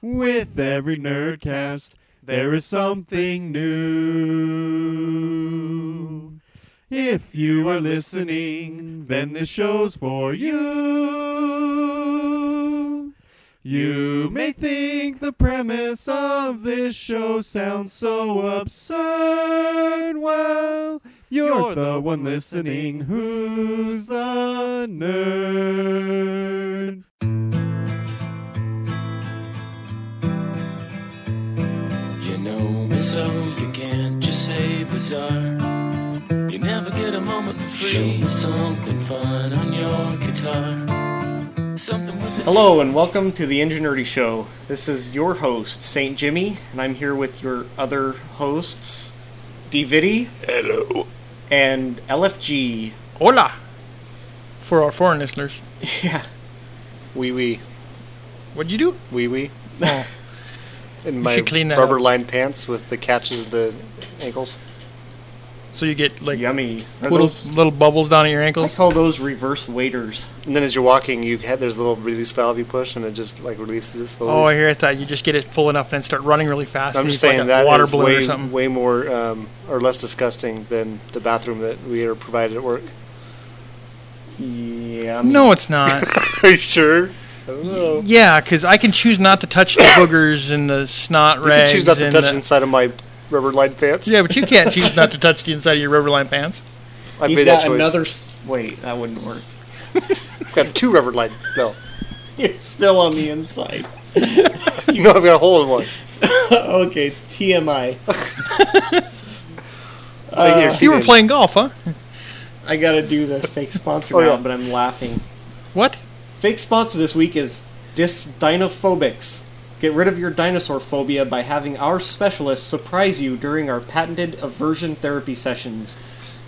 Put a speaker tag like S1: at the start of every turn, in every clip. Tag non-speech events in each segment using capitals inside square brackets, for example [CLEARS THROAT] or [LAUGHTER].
S1: with every nerdcast, there is something new. If you are listening, then this show's for you. You may think the premise of this show sounds so absurd. Well, you're, the one listening who's the nerd.
S2: You know me so you can't just say bizarre. You never get a moment for free. Show me something fun on your guitar. Something with the
S3: Hello and welcome to the Ingenuity Show. This is your host, St. Jimmy, and I'm here with your other hosts, Dvitty. Hello. And LFG.
S4: Hola! For our foreign listeners.
S3: Yeah. Wee wee.
S4: What'd you do?
S3: Wee
S5: [LAUGHS]
S3: wee.
S4: Oh,
S3: In
S4: should clean that up.
S3: rubber lined pants with the catches at the ankles.
S4: so you get like
S3: Yummy. Are
S4: little,
S3: those-
S4: little bubbles down at your
S3: I
S4: ankles?
S3: call those reverse waiters.
S5: And then as you're walking, you have, there's a little release valve you push, and it just like releases it slowly.
S4: Oh, I hear it. That you just get it full enough and start running really fast.
S5: I'm
S4: and
S5: just
S4: it's like
S5: saying
S4: a
S5: that
S4: water
S5: is
S4: balloon or
S5: way,
S4: something.
S5: way more um, or less disgusting than the bathroom that we are provided at work. [LAUGHS]
S3: Yeah. I'm-
S4: No, it's
S5: [LAUGHS]
S4: not.
S5: Are you sure? I don't know.
S4: yeah, because I can choose not to touch the boogers and the snot
S5: You can
S4: rags.
S5: choose not to
S4: and
S5: touch
S4: the-
S5: inside of my rubber lined pants.
S4: Yeah, but you can't choose not to touch the inside of your rubber lined
S5: [LAUGHS]
S4: pants.
S5: I've
S3: He's
S5: made that
S3: got
S5: choice.
S3: another. S- Wait, that wouldn't work.
S5: I've got two rubber lined. No,
S3: [LAUGHS]
S5: [LAUGHS]
S3: You're still on the inside.
S5: you know I've got a hole in one.
S3: [LAUGHS] okay, TMI.
S5: So you get your
S4: If you
S5: feet
S4: were
S5: in.
S4: playing golf, huh?
S3: I gotta do the fake sponsor
S5: Oh, yeah.
S3: now, but I'm laughing.
S4: What?
S3: Fake sponsor this week is Dysdinophobics. Get rid of your dinosaur phobia by having our specialists surprise you during our patented aversion therapy sessions.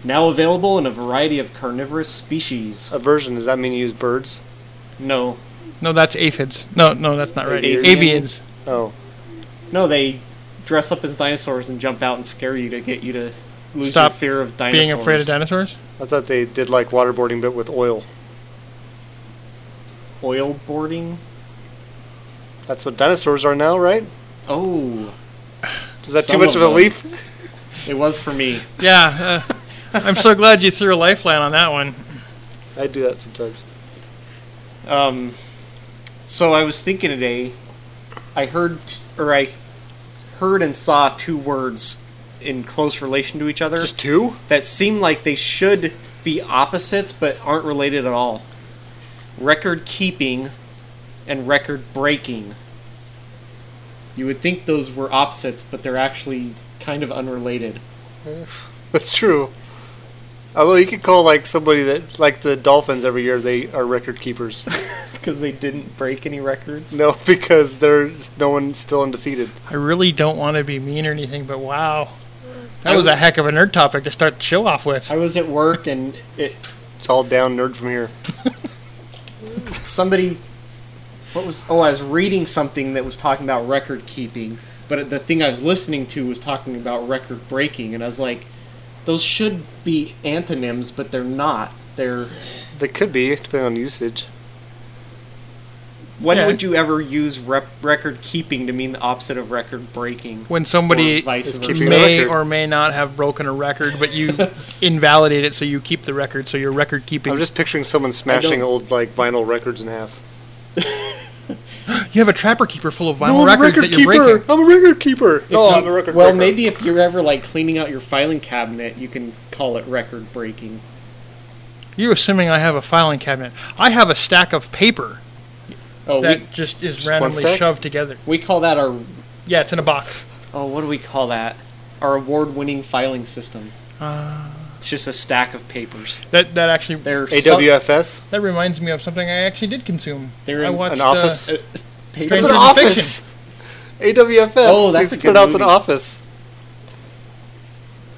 S3: Now available in a variety of carnivorous species.
S5: aversion, does that mean you use birds?
S3: No,
S4: No, that's aphids. No, no, that's not right.
S3: Avian.
S4: Avians.
S5: Oh,
S3: no, they dress up as dinosaurs and jump out and scare you to get you to lose
S4: Stop
S3: your fear of dinosaurs.
S4: Being afraid of dinosaurs?
S5: I thought they did like waterboarding, but with oil.
S3: Oil boarding.
S5: That's what dinosaurs are now, right?
S3: Oh,
S5: Is that too
S3: Some
S5: much
S3: of
S5: of a
S3: them.
S5: leap?
S3: it was for me.
S4: Yeah. Uh, I'm so glad you threw a lifeline on that one.
S5: I do that sometimes.
S3: Um, so I was thinking today, I heard or I heard and saw two words in close relation to each other
S5: Just two? [LAUGHS]
S3: that seem like they should be opposites but aren't related at all. Record keeping and record breaking. You would think those were opposites, but they're actually kind of unrelated.
S5: That's true. Although you could call like somebody that like the Dolphins every year they are record keepers. [LAUGHS]
S3: Because they didn't break any records.
S5: no, because there's no one still undefeated.
S4: I really don't want to be mean or anything, but wow. That was a heck of a nerd topic to start the show off with.
S3: I was at work and it
S5: It's all down nerd from here.
S3: somebody what was oh i was reading something that was talking about record keeping but the thing i was listening to was talking about record breaking and i was like those should be antonyms but they're not they're
S5: They could be depending on usage.
S3: when
S4: Yeah.
S3: would you ever use rep- record keeping to mean the opposite of record breaking
S4: When somebody
S3: or vice
S5: is
S3: versa?
S5: keeping-
S4: may
S5: record.
S4: or may not have broken a record, but you invalidate it so you keep the record, so your record keeping.
S5: I'm just picturing someone smashing
S3: don't-
S5: old like vinyl records in half.
S4: you have a trapper keeper full of vinyl
S5: No, I'm
S4: records
S5: a record
S4: that you're
S5: keeper.
S4: breaking.
S5: I'm a record keeper.
S3: If
S5: No,
S3: you-
S5: Oh, I'm a record
S3: well
S5: breaker.
S3: maybe if you're ever like cleaning out your filing cabinet you can call it record breaking
S4: You're assuming I have a filing cabinet. I have a stack of paper
S3: oh
S4: that
S3: we,
S4: just is
S5: one
S4: randomly
S5: stack?
S4: shoved together.
S3: we call that our
S4: Yeah, it's in a box.
S3: oh, what do we call that? Our award-winning filing system.
S4: Uh,
S3: it's just a stack of papers.
S4: That that actually
S3: They're
S5: AWFS.
S4: that reminds me of something I actually did consume.
S3: They're
S4: I
S3: in
S4: watched
S5: an office.
S4: Uh,
S3: Some,
S4: Stranger
S5: That's an
S4: than
S5: office. AWFS.
S3: Oh, that's
S5: it's
S3: a good
S5: pronounced an
S3: movie.
S5: office.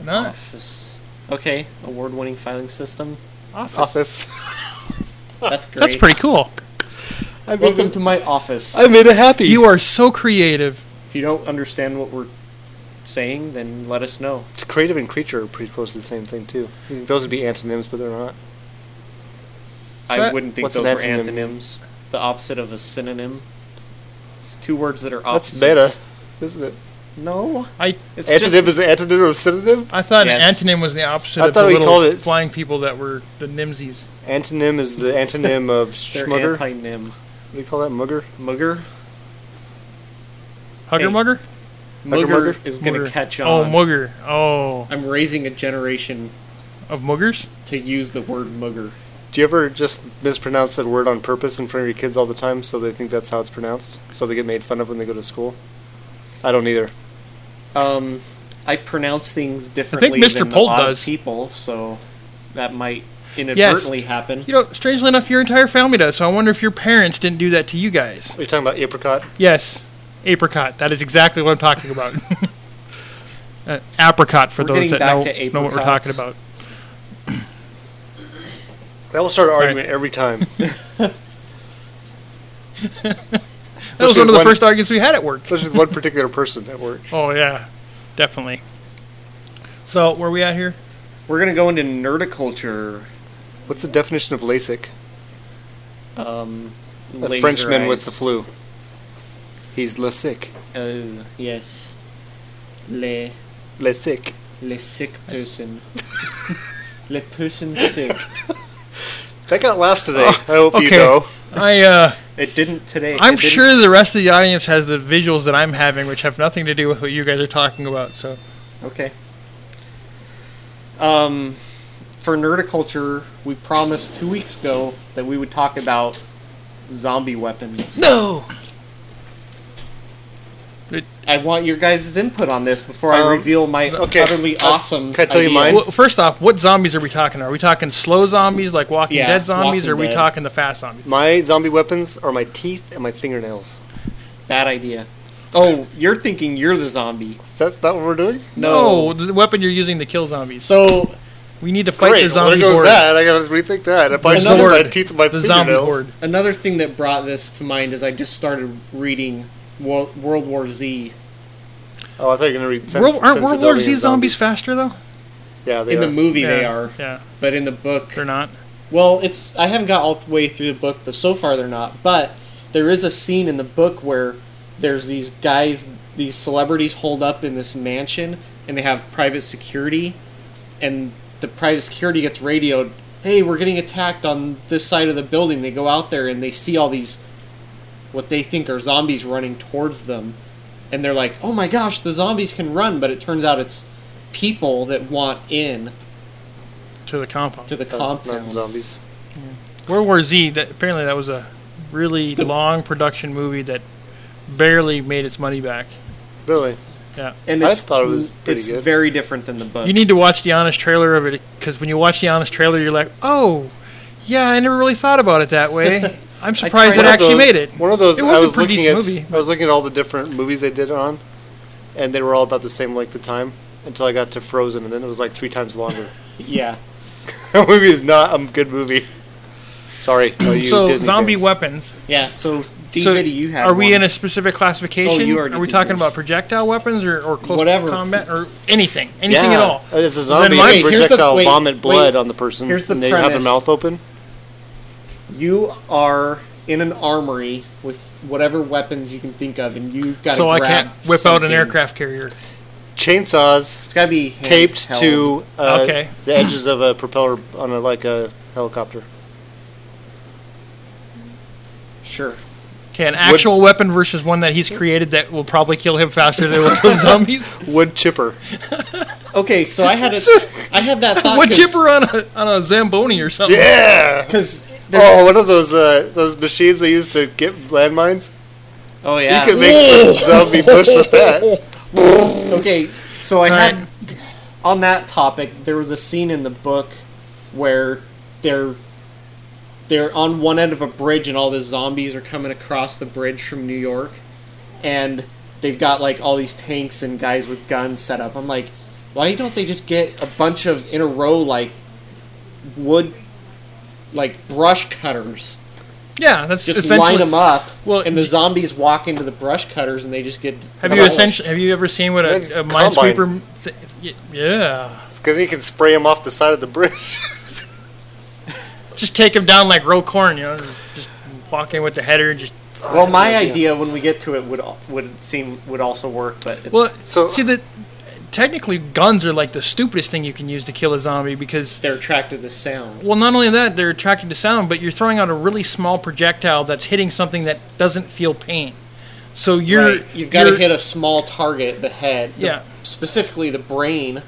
S4: Nice.
S3: Office. Okay, award-winning filing system. [LAUGHS]
S4: Office.
S5: Office.
S3: That's great.
S4: That's pretty cool.
S5: I made,
S3: Welcome
S5: it,
S3: to my office.
S5: I made it happy.
S4: You are so creative.
S3: If you don't understand what we're saying, then let us know.
S5: creative and creature are pretty close to the same thing too. You think those would be antonyms, but they're not.
S3: I
S4: that-
S3: wouldn't think
S5: what's
S3: those
S5: an
S3: were
S5: antonym?
S3: antonyms. The opposite of a synonym. It's two words that are opposites.
S5: That's meta, isn't it?
S3: No.
S4: I
S3: It's
S5: Antonym
S3: just,
S5: is the antonym of synonym.
S4: I thought
S3: Yes.
S4: an antonym was the opposite
S5: I
S4: of the
S5: thought we
S4: little
S5: called it-
S4: flying people that were the Nimsies.
S5: Antonym is the antonym [LAUGHS] of
S3: they're
S5: schmugger. what
S3: antonym.
S5: do you call that? Mugger.
S3: Mugger?
S4: Hugger
S3: Hey,
S4: mugger?
S3: Mugger,
S5: mugger?
S3: is going
S4: Mugger.
S3: to catch
S4: Oh,
S3: on.
S4: mugger. Oh,
S3: I'm raising a generation
S4: of muggers?
S3: to use the word mugger.
S5: Do you ever just mispronounce that word on purpose in front of your kids all the time so they think that's how it's pronounced? So they get made fun of when they go to school? I don't either.
S3: Um, I pronounce things differently
S4: Mr.
S3: than
S4: Pold
S3: a lot
S4: does.
S3: of people, so that might inadvertently happen.
S4: You know, strangely enough, your entire family does, so I wonder if your parents didn't do that to you guys.
S5: You're talking about apricot?
S4: Yes, apricot. That is exactly what I'm talking about. [LAUGHS] uh, apricot, for
S3: We're
S4: those
S3: getting
S4: that
S3: back
S4: know,
S3: to
S4: know what we're
S3: apricots.
S4: talking about.
S5: That will start an argument every time.
S4: [LAUGHS]
S5: [LAUGHS]
S4: That was
S5: Especially
S4: one of the
S5: when-
S4: first arguments we had at work.
S5: Especially with one particular person at work.
S4: Oh, yeah, definitely. So, where are we at here?
S3: We're going to go into nerdiculture.
S5: What's the definition of LASIK?
S3: Um,
S5: A
S3: laser
S5: Frenchman with
S3: eyes.
S5: the flu. He's LASIK.
S3: Oh, yes. Le,
S5: LASIK.
S3: le sick [LAUGHS] person. le person sick.
S5: That got laughs today. I hope you
S4: okay.
S5: know.
S4: I uh,
S3: It didn't today.
S4: I'm
S3: It didn't-
S4: sure the rest of the audience has the visuals that I'm having, which have nothing to do with what you guys are talking about. So,
S3: Okay. Um, for nerdiculture, we promised two weeks ago that we would talk about zombie weapons.
S4: no.
S3: I want your guys' input on this before
S5: Um,
S3: I reveal my
S5: okay.
S3: utterly
S5: Uh,
S3: awesome.
S5: can I tell you
S3: idea.
S5: mine?
S4: Well, first off, what zombies are we talking? Are we talking slow zombies like Walking
S3: Yeah,
S4: Dead zombies, or are we
S3: Walking Dead.
S4: talking the fast zombies?
S5: My zombie weapons are my teeth and my fingernails.
S3: Bad idea. Oh, you're thinking you're the zombie.
S5: Is that not what we're doing?
S3: No.
S4: the weapon you're using to kill zombies.
S3: So
S4: We need to fight
S5: Great.
S4: the
S5: well,
S4: zombie
S5: there goes
S4: horde.
S5: that. I gotta rethink that. If I just
S3: Another-
S5: my teeth and my
S4: the zombie
S5: fingernails.
S4: horde.
S3: another thing that brought this to mind is I just started reading Wo- World War Z
S5: Oh, I thought you were gonna read. Sens-
S4: World, aren't World War
S5: Sensibility
S4: Z
S5: and
S4: zombies faster though?
S5: Yeah, they
S3: in
S5: are.
S3: the movie.
S4: yeah,
S3: They are,
S4: Yeah,
S3: but in the book,
S4: they're not.
S3: Well, it's I haven't got all the way through the book, but so far they're not. But there is a scene in the book where there's these guys, these celebrities, holed up in this mansion, and they have private security, and the private security gets radioed, "Hey, we're getting attacked on this side of the building." They go out there and they see all these, what they think are zombies running towards them, and they're like, "Oh my gosh, the zombies can run!" But it turns out it's people that want in
S4: To the compound.
S3: to the
S5: Uh,
S3: compound.
S5: Not zombies.
S4: World War Z. That apparently that was a really long production movie that barely made its money back.
S5: Really?
S4: Yeah.
S3: and
S5: I
S3: it's,
S5: thought it was pretty
S3: it's
S5: good.
S3: very different than the book.
S4: You need to watch the honest trailer of it because when you watch the honest trailer, you're like, oh, yeah, I never really thought about it that
S3: [LAUGHS]
S4: way. I'm
S3: tried
S4: surprised it
S5: One of
S4: actually
S5: those-
S4: made it.
S5: One of those.
S4: It
S5: I
S4: was a
S5: was
S4: pretty
S5: looking
S4: decent
S5: at.
S4: movie,
S5: I was looking at all the different movies they did it on, and they were all about the same length of time until I got to Frozen, and then it was like three times longer.
S3: yeah.
S5: that movie is not a good movie. Sorry. all you
S4: So
S5: Disney
S4: zombie
S5: fans.
S4: weapons.
S3: Yeah, so DVD
S4: so
S3: you have
S4: are we
S3: one.
S4: in a specific classification?
S3: Oh, you already
S4: are we
S3: did
S4: talking
S3: yours.
S4: about projectile weapons or, or close
S3: Whatever.
S4: combat or anything? Anything
S5: yeah.
S4: at all?
S5: As a
S4: Then
S5: zombie,
S4: my-
S3: Wait,
S5: they
S3: here's the-
S5: projectile
S3: wait,
S5: vomit blood
S3: wait.
S5: on the person,
S3: Here's the
S5: and they have their
S3: premise.
S5: mouth open.
S3: you are in an armory with whatever weapons you can think of and you've got
S4: So I
S3: to
S4: can't whip out an aircraft carrier.
S5: Chainsaws
S3: It's got to be hand
S5: taped
S3: held.
S5: to uh,
S4: Okay.
S5: the edges of a propeller on a like a helicopter.
S3: Sure.
S4: Okay, an actual weapon versus one that he's created that will probably kill him faster
S3: [LAUGHS]
S4: than it will kill zombies.
S5: Wood chipper.
S3: Okay, so I [LAUGHS] had a, I had that thought
S4: what chipper on a on a Zamboni or something?
S5: [LAUGHS] Yeah.
S3: cuz
S5: Oh, one of those uh, those machines they used to get landmines.
S3: oh
S5: You could make some zombie push with that.
S4: [LAUGHS]
S3: okay, so I had
S4: Alright.
S3: on that topic. There was a scene in the book where they're they're on one end of a bridge, and all the zombies are coming across the bridge from New York, and they've got like all these tanks and guys with guns set up. I'm like, why don't they just get a bunch of in a row like wood, like brush cutters?
S4: Yeah, that's
S3: Just
S4: essentially.
S3: line them up,
S4: well,
S3: and the
S4: d-
S3: zombies walk into the brush cutters, and they just get.
S4: Have you essentially have you ever seen what
S5: Man,
S4: a, a
S5: combine.
S4: minesweeper? Th- y- yeah,
S5: Because he can spray him off the side of the bridge. [LAUGHS]
S4: just take him down like row corn. You know, just walk in with the header. Just
S3: Well, my idea when we get to it would would seem would also work, but it's,
S4: well,
S5: So-
S4: see that technically guns are like the stupidest thing you can use to kill a zombie because
S3: they're attracted to sound.
S4: Well, not only that, they're attracted to sound, but you're throwing out a really small projectile that's hitting something that doesn't feel pain. So you're
S3: right? You've got to
S4: you're-
S3: hit a small target, the head, the-
S4: Yeah.
S3: specifically the brain,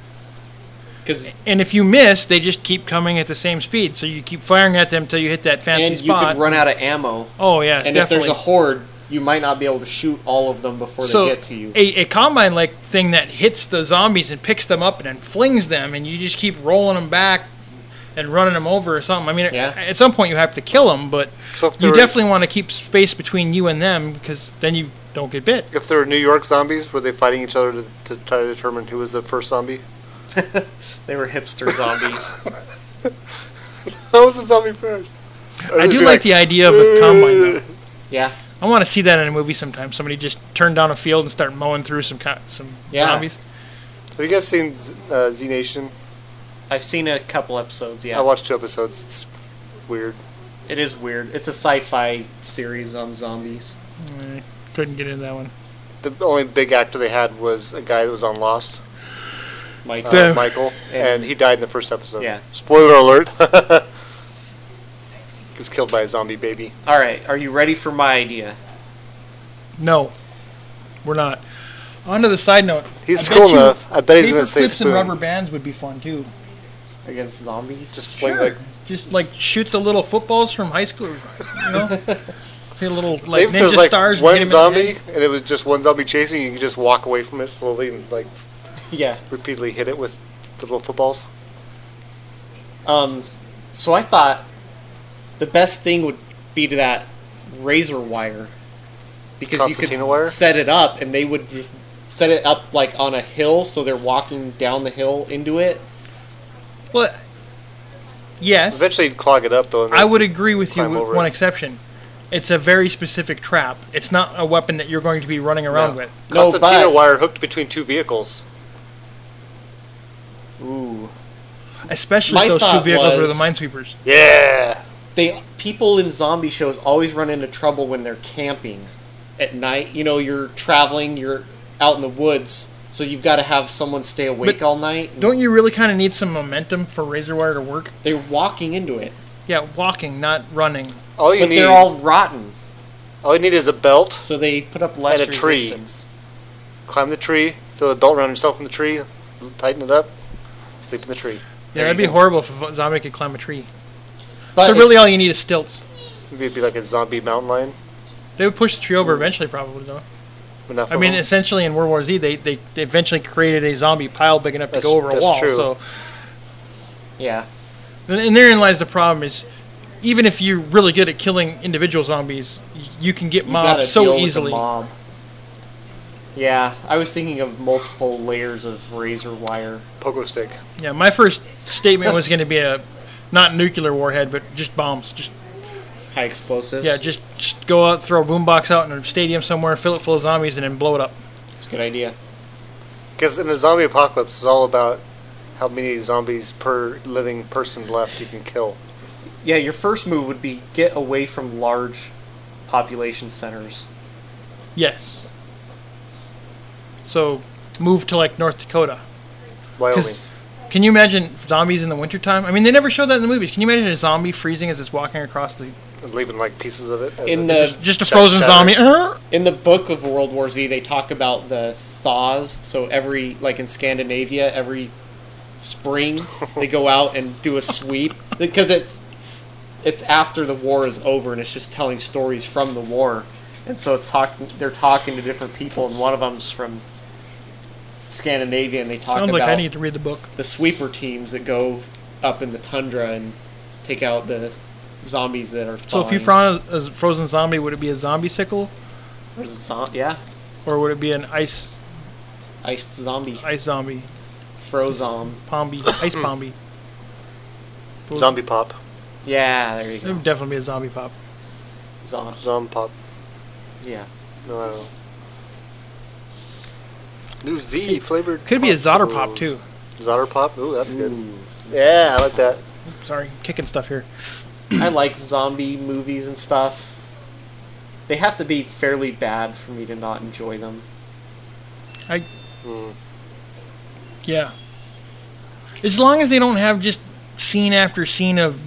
S3: because
S4: and if you miss, they just keep coming at the same speed. So you keep firing at them until you hit that fancy
S3: and you
S4: spot.
S3: could run out of ammo.
S4: oh yeah, it's
S3: and if
S4: definitely.
S3: there's a horde, you might not be able to shoot all of them before
S4: so
S3: they get to you.
S4: a, a combine like thing that hits the zombies and picks them up and then flings them, and you just keep rolling them back and running them over or something. I mean,
S3: Yeah.
S4: at some point you have to kill them, but
S5: So if there
S4: you
S5: were-
S4: definitely want to keep space between you and them because then you don't get bit.
S5: if there were New York zombies, were they fighting each other to, to try to determine who was the first zombie?
S3: They were hipster zombies.
S5: That was the zombie first. Or
S4: I
S5: they'd
S4: do
S5: be
S4: like the idea of
S5: [LAUGHS]
S4: a combine. Though.
S3: [LAUGHS] yeah,
S4: I want to see that in a movie sometime. Somebody just turn down a field and start mowing through some co- some
S3: Yeah.
S4: zombies.
S5: Have you guys seen Z- uh, Z Nation?
S3: I've seen a couple episodes. Yeah,
S5: I watched two episodes. It's weird.
S3: it is weird. It's a sci-fi series on zombies.
S4: Mm, couldn't get into that one.
S5: The only big actor they had was a guy that was on Lost,
S3: Mike,
S5: uh,
S4: The-
S5: Michael, and he died in the first episode.
S3: Yeah.
S5: Spoiler alert. [LAUGHS] Gets killed by a zombie baby.
S3: all right, are you ready for my idea?
S4: No, we're not. On to the side note.
S5: He's
S4: I bet
S5: cool
S4: you
S5: enough. I bet he's
S4: paper
S5: gonna say
S4: clips
S5: spoon.
S4: and rubber bands would be fun too.
S3: Against zombies?
S5: Just fling like
S4: Just like shoot the little footballs from high school, you
S5: [LAUGHS]
S4: know. Say little like
S5: maybe if there's
S4: ninja
S5: like
S4: stars. and hit 'em
S5: one
S4: in the
S5: zombie
S4: head.
S5: and it was just one zombie chasing, you can just walk away from it slowly and like
S3: yeah.
S5: repeatedly hit it with the little footballs.
S3: Um, so I thought the best thing would be to that razor wire because you could
S5: Concertina wire?
S3: set it up and they would just set it up like on a hill so they're walking down the hill into it.
S4: Well, yes.
S5: Eventually, you'd clog it up though. And
S4: I would agree with you
S5: climb
S4: with
S5: over
S4: one
S5: it.
S4: exception. It's a very specific trap. It's not a weapon that you're going to be running around with.
S3: No,
S5: Concertina
S3: but-
S5: wire hooked between two vehicles.
S3: Ooh.
S4: Especially
S3: My
S4: if those two
S3: thought
S4: vehicles were the
S3: was-
S4: minesweepers.
S5: Yeah.
S3: They people in zombie shows always run into trouble when they're camping at night. You know, you're traveling, you're out in the woods, so you've got to have someone stay awake all night.
S4: Don't you really kind of need some momentum for razor wire to work?
S3: They're walking into it,
S4: Yeah, walking, not running.
S5: All you
S3: but
S5: need.
S3: they're all rotten,
S5: all you need is a belt.
S3: so they put up less
S5: And a tree.
S3: resistance.
S5: Climb the tree. Throw the belt around yourself in the tree. Tighten it up. Sleep in the tree.
S4: Yeah, that'd be horrible if a zombie could climb a tree.
S3: But
S4: so
S3: if-
S4: really, all you need is stilts.
S5: Maybe it'd be like a zombie mountain lion.
S4: They would push the tree over eventually, probably though.
S5: Enough
S4: I
S3: Uh-huh.
S5: of
S4: mean,
S5: them.
S4: essentially in World War Z, they, they, they eventually created a zombie pile big enough to
S5: That's-
S4: go over a
S5: that's
S4: wall.
S5: true.
S4: So
S3: yeah.
S4: And- And therein lies the problem is, even if you're really good at killing individual zombies, y- you can get
S3: You gotta
S4: mobbed
S3: deal
S4: so
S3: with the
S4: easily.
S3: mob. Yeah, I was thinking of multiple layers of razor wire.
S5: pogo stick.
S4: Yeah, my first statement was going to be a, not nuclear warhead, but just bombs. Just
S3: High explosives.
S4: yeah, just, just go out, throw a boombox out in a stadium somewhere, fill it full of zombies, and then blow it up.
S3: it's a good idea.
S5: Because in a zombie apocalypse, it's all about how many zombies per living person left you can kill.
S3: Yeah, your first move would be get away from large population centers.
S4: Yes. So move to like North Dakota.
S5: Wyoming.
S4: 'Cause Can you imagine zombies in the wintertime? I mean, they never show that in the movies. Can you imagine a zombie freezing as it's walking across the
S5: And leaving like pieces of it. As
S3: In
S5: a-
S3: the
S4: just a
S5: Sh-
S4: frozen
S5: shatter.
S4: zombie? "Uh-huh."
S3: in the book of World War Z, they talk about the thaws. So every like in Scandinavia, every spring they go out and do a sweep because it's it's after the war is over and it's just telling stories from the war, and so it's talking. They're talking to different people, and one of them's from Scandinavia, and they talk
S4: Sounds
S3: about
S4: like I need to read the book.
S3: the sweeper teams that go up in the tundra and take out the zombies that are.
S4: So if you
S3: thawing.
S4: found a a frozen zombie, would it be a zombie sickle?
S3: There's a zo- yeah,
S4: or would it be an ice
S3: Iced zombie.
S4: ice zombie,
S3: Frozom.
S4: pomby, ice pomby? [LAUGHS] Well,
S5: Zombie pop.
S3: Yeah, there you
S4: It
S3: go.
S4: would definitely be a zombie pop.
S3: Zom.
S5: Zombie pop.
S3: Yeah.
S5: No, I don't know. New Z flavored.
S4: Could be a zotter pop
S5: popsicles.
S4: too.
S5: Zotter pop. Ooh, that's good. Yeah, I like that.
S4: Sorry, kicking stuff here.
S3: I like zombie movies and stuff. They have to be fairly bad for me to not enjoy them.
S4: Yeah. As long as they don't have just scene after scene of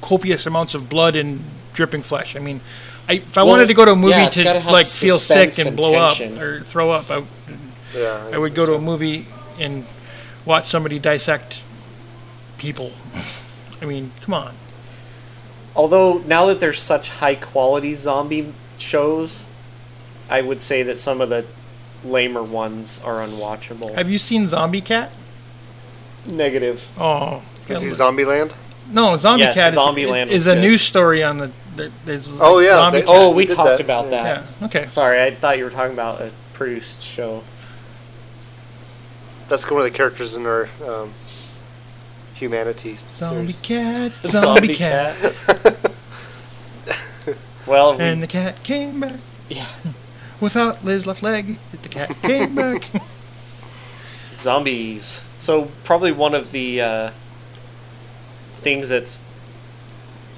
S4: copious amounts of blood and dripping flesh. I mean, I, if I
S3: Well,
S4: wanted to go to a movie
S3: yeah, it's
S4: to
S3: gotta have
S4: like feel sick
S3: suspense
S4: and
S3: and
S4: blow
S3: tension.
S4: up or throw up, I,
S5: Yeah.
S4: I would go to a movie and watch somebody dissect people. I mean, come on.
S3: Although now that there's such high quality zombie shows, I would say that some of the lamer ones are unwatchable.
S4: Have you seen Zombie Cat?
S3: Negative.
S4: Oh,
S5: Is he
S4: God.
S5: Zombieland?
S4: no, Zombie
S3: Yes,
S4: Cat
S3: Zombieland
S4: is,
S3: was
S4: is a
S3: good.
S4: news story on the. There, there's like
S5: Oh, yeah,
S4: Zombie
S5: they-
S4: Cat.
S3: Oh, we
S5: did
S3: talked
S5: that.
S3: about that.
S4: yeah. Okay.
S3: Sorry, I thought you were talking about a produced show.
S5: That's one of the characters in our um, humanity
S4: Zombie
S5: series.
S4: cat, zombie cat,
S3: [LAUGHS] well, we-
S4: and the cat came back.
S3: yeah,
S4: Without Liz's left leg, the cat came back.
S3: zombies. So probably one of the uh, things that's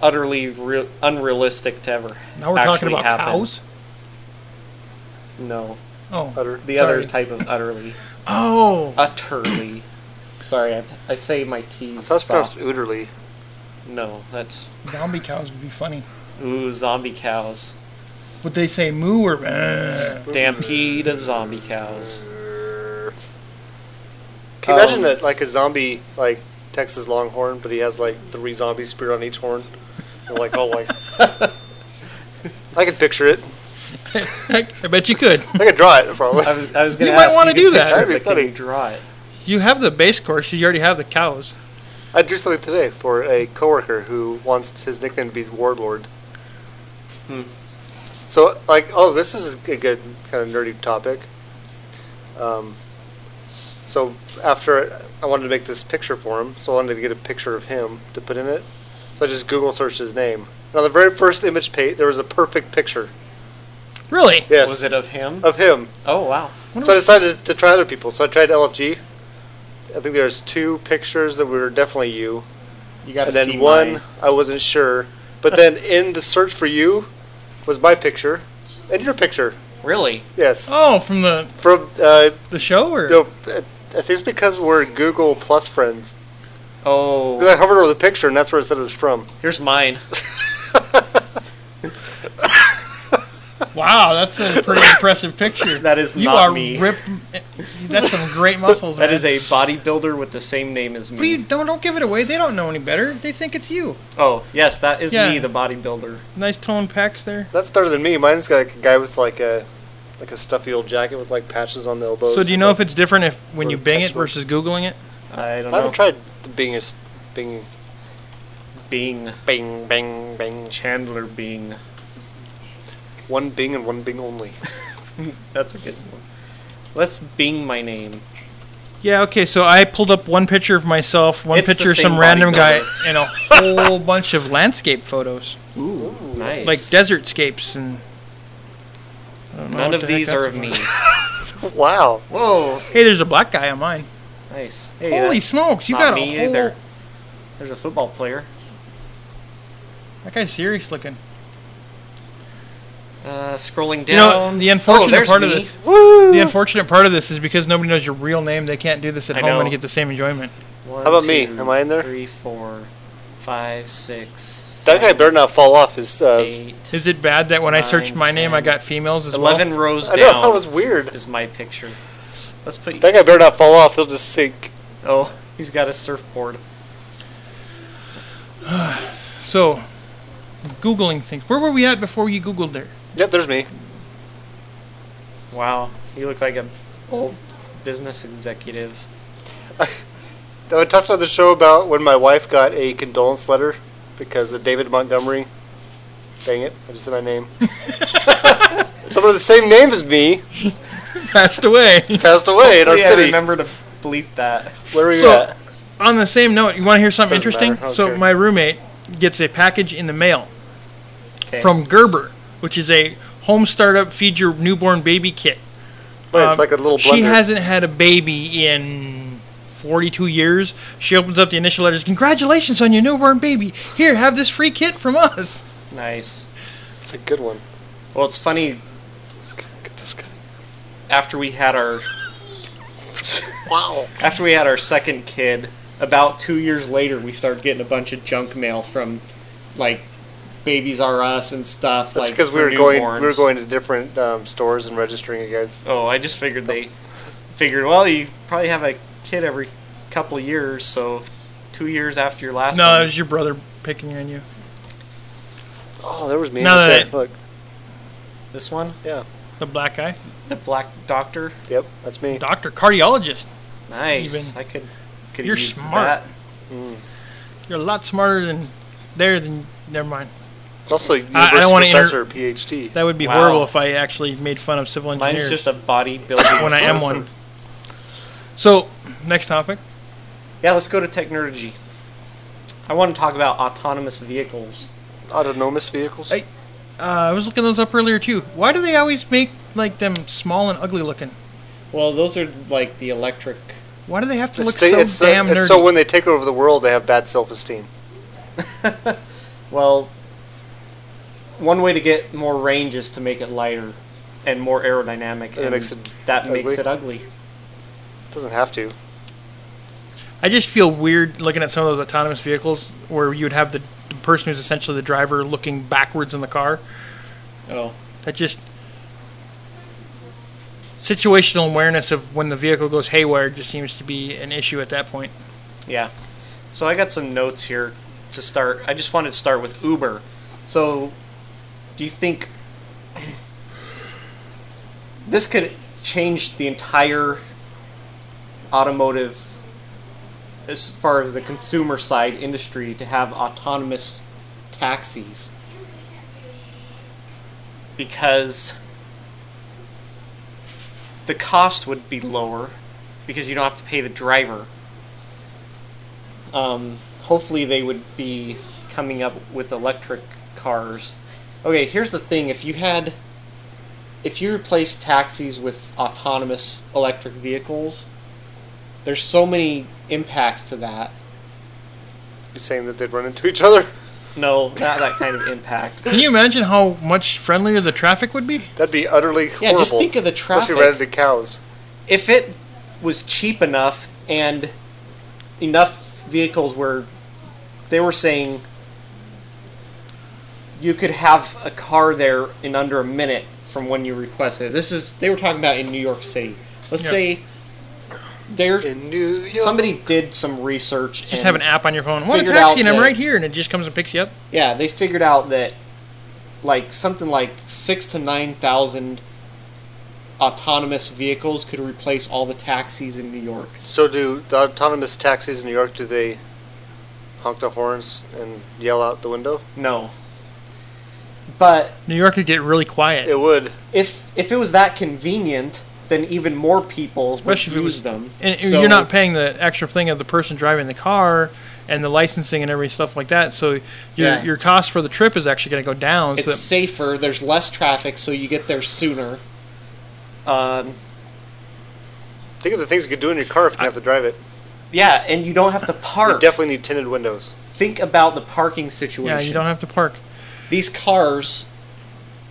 S3: utterly real unrealistic to ever.
S4: Now we're talking
S3: actually
S4: about
S3: happen.
S4: cows.
S3: No,
S4: Oh,
S5: Utter.
S3: the
S4: Sorry.
S3: other type of utterly,
S4: oh,
S3: utterly. Sorry, I, I say my T's.
S5: That's pronounced
S3: soft.
S5: Ooderly.
S3: No, that's
S4: zombie cows would be funny.
S3: ooh zombie cows.
S4: Would they say moo or? Uh,
S3: Stampede of zombie cows.
S5: Can
S3: Um,
S5: you imagine that, like a zombie, like Texas Longhorn, but he has like three zombie spear on each horn? They're like
S4: [LAUGHS]
S5: all like. I could picture it.
S4: I bet you could.
S5: I could draw it probably.
S3: I was, I was gonna
S4: You might
S3: ask,
S4: wanna
S3: can
S4: do that.
S3: picture it,
S5: That'd be
S3: but can
S5: funny.
S3: you draw it?
S4: You have the base course. You already have the cows.
S5: [LAUGHS] I drew something today for a coworker who wants his nickname to be Warlord. So, like, oh, this is a good kind of nerdy topic. Um, so after I wanted to make this picture for him, so I wanted to get a picture of him to put in it. So I just Google searched his name. And on the very first image page, there was a perfect picture.
S4: Really?
S5: Yes,
S3: Was it of him?
S5: of him.
S3: Oh wow.
S5: So I decided to try other people. So I tried LFG. I think there's two pictures that were definitely you
S3: You got to
S5: and
S3: see
S5: then one
S3: mine.
S5: I wasn't sure.
S3: [LAUGHS]
S5: But then in the search for you was my picture and your picture.
S3: Really?
S5: Yes,
S4: Oh, from the
S5: from uh,
S4: the show or?
S5: no, I think it's because we're Google Plus friends. Because
S3: Oh,
S5: I hovered over the picture and that's where it said it was from.
S3: here's mine.
S4: Wow, that's a
S3: [LAUGHS]
S4: pretty impressive picture.
S3: That is
S4: you
S3: not
S4: are
S3: me.
S4: ripped. That's some
S3: [LAUGHS]
S4: great muscles.
S3: That
S4: man.
S3: is a bodybuilder with the same name as
S4: But you
S3: me.
S4: don't don't give it away. They don't know any better. They think it's you.
S3: Oh, yes, that is
S4: Yeah.
S3: me, the bodybuilder.
S4: Nice toned pecs there.
S5: That's better than me. Mine's got like a guy with like a like a stuffy old jacket with like patches on the elbows.
S4: So do you know if it's different if when
S5: Or
S4: you bang it
S5: textbook.
S4: versus googling it?
S3: I don't know.
S5: I haven't tried the being a s- being
S3: Bing.
S5: bang bang bang
S3: Chandler Bing.
S5: one bing and one bing only. [LAUGHS]
S3: That's a good one. Let's Bing my name.
S4: Yeah. Okay. So I pulled up one picture of myself, one
S3: It's the
S4: picture of
S3: same
S4: some
S3: body
S4: random guy,
S3: color.
S4: and a whole
S3: [LAUGHS]
S4: bunch of landscape photos,
S3: Ooh, nice.
S4: like desert scapes and. I don't know
S3: None of
S4: what the heck
S3: these are
S4: that's
S3: of
S4: [LAUGHS] about.
S3: me.
S5: wow,
S3: Whoa,
S4: Hey, there's a black guy on mine.
S3: nice. Hey,
S4: Holy
S3: that's
S4: smokes! You
S3: not
S4: got a
S3: me
S4: whole.
S3: either. There's a football player.
S4: That guy's serious looking.
S3: Uh, scrolling down.
S4: You know, the
S3: Oh,
S4: unfortunate
S3: there's
S4: part of
S3: me.
S4: this. The unfortunate part of this is because nobody knows your real name. They can't do this at
S3: I
S4: home
S3: know.
S4: and get the same enjoyment.
S3: One,
S5: about me?
S3: two,
S5: Am I in there?
S3: Three, four, five, six.
S5: that guy
S3: seven,
S5: better not fall off his. Uh,
S3: eight,
S4: Is it bad that when I searched
S3: Nine,
S4: my name, I
S3: ten,
S4: got females as well?
S3: 11 rows
S5: I
S3: down
S5: know that was weird.
S3: is my picture. Let's put.
S5: That guy better not fall off. He'll just sink.
S3: oh, he's got a surfboard.
S4: So, googling things. Where were we at before you googled there?
S5: Yep, there's me.
S3: Wow, you look like a old business executive.
S5: I talked on the show about when my wife got a condolence letter because of David Montgomery.
S3: [LAUGHS]
S5: Dang it, I just said my name. Someone with the same name as me
S4: [LAUGHS] passed away.
S5: Passed away in our
S3: Yeah,
S5: city.
S3: remember um, to bleep that.
S5: Where were you
S4: So-
S5: at?
S4: On the same note, you want to hear something
S5: Doesn't
S4: interesting?
S5: matter. I don't
S4: So
S5: care.
S4: my roommate gets a package in the mail
S3: Okay.
S4: from Gerber, which is a home startup feed your newborn baby kit.
S5: Wait, it's
S4: Um,
S5: like a little blender.
S4: She hasn't had a baby in 42 years. She opens up the initial letters. Congratulations on your newborn baby. Here, have this free kit from us.
S3: Nice.
S5: It's a good one.
S3: Well, it's funny.
S5: Let's get get this guy.
S3: After we had our [LAUGHS]
S5: Wow.
S3: after we had our second kid, about two years later, we started getting a bunch of junk mail from like Babies R Us and stuff.
S5: That's
S3: like,
S5: because we
S3: for
S5: were going we were
S3: newborns.
S5: going to different um, stores and registering you guys.
S3: Oh, I just figured they figured. Well, you probably have a kid every couple years, so two years after your last.
S4: No,
S3: one-
S4: it was your brother picking on you.
S5: Oh, there was me.
S4: No,
S5: right
S4: no,
S5: there.
S4: no.
S5: Look,
S3: this one,
S5: yeah,
S4: The black guy,
S3: the black doctor.
S5: yep, that's me.
S4: doctor, cardiologist.
S3: Nice.
S4: Even-
S3: I could. could
S4: You're
S3: use
S4: smart.
S3: that.
S4: You're a lot smarter than there than. Never mind.
S5: Also, university
S4: I don't wanna
S5: professor, PhD.
S4: That would be
S3: Wow.
S4: horrible if I actually made fun of civil engineers
S3: Mine's just a bodybuilding.
S4: [LAUGHS] when I am one. So, next topic.
S3: [LAUGHS] Yeah, let's go to technology. I want to talk about autonomous vehicles.
S5: Autonomous vehicles.
S4: I- Uh, I was looking those up earlier too. Why do they always make like them small and ugly looking?
S3: Well, those are like the electric.
S4: Why do they have to
S5: it's
S4: look
S5: ta-
S4: so
S5: it's, uh,
S4: damn nerdy?
S5: it's so when they take over the world, they have bad self-esteem.
S3: Well, one way to get more range is to make it lighter and more aerodynamic,
S5: It
S3: and
S5: makes it
S3: that makes
S5: ugly?
S3: it ugly.
S5: Doesn't have to.
S4: I just feel weird looking at some of those autonomous vehicles where you would have the, the person who's essentially the driver looking backwards in the car.
S3: Oh,
S4: That just situational awareness of when the vehicle goes haywire just seems to be an issue at that point.
S3: yeah. So I got some notes here to start. I just wanted to start with Uber. So, do you think this could change the entire automotive, as far as the consumer side industry, to have autonomous taxis? Because the cost would be lower because you don't have to pay the driver. Um, hopefully, they would be coming up with electric cars. Okay, here's the thing if you had. If you replace taxis with autonomous electric vehicles, there's so many impacts to that.
S5: You saying that they'd run into each other? [LAUGHS]
S3: No, not that kind of impact.
S4: Can you imagine how much friendlier the traffic would be?
S5: That'd be utterly
S3: Yeah,
S5: horrible.
S3: just think of the
S5: Especially right
S3: traffic.
S5: into cows.
S3: if it was cheap enough and enough vehicles were they were saying you could have a car there in under a minute from when you request it. This is they were talking about in New York City. Let's
S4: Yeah.
S3: say there
S5: In New York.
S3: somebody did some research
S4: Just
S3: and
S4: have an app on your phone. What a
S3: figured out
S4: taxi, and I'm
S3: that-
S4: right here, and it just comes and picks you up.
S3: yeah, they figured out that like something like six to nine thousand autonomous vehicles could replace all the taxis in New York.
S5: So do the autonomous taxis in New York? Do they honk the horns and yell out the window?
S3: No. But
S4: New York could get really quiet.
S5: It would.
S3: if if it was that convenient, then even more people
S4: especially if
S3: would
S4: it
S3: use
S4: was
S3: them.
S4: And
S3: So-
S4: you're not paying the extra thing of the person driving the car and the licensing and every stuff like that. So your
S3: Yeah.
S4: your cost for the trip is actually going to go down.
S3: It's
S4: so that,
S3: safer. There's less traffic, so you get there sooner. Um,
S5: Think of the things you could do in your car if you didn't have to drive it.
S3: yeah, and you don't have to
S5: You
S3: park.
S5: definitely need tinted windows.
S3: Think about the parking situation.
S4: yeah, you don't have to park.
S3: These cars.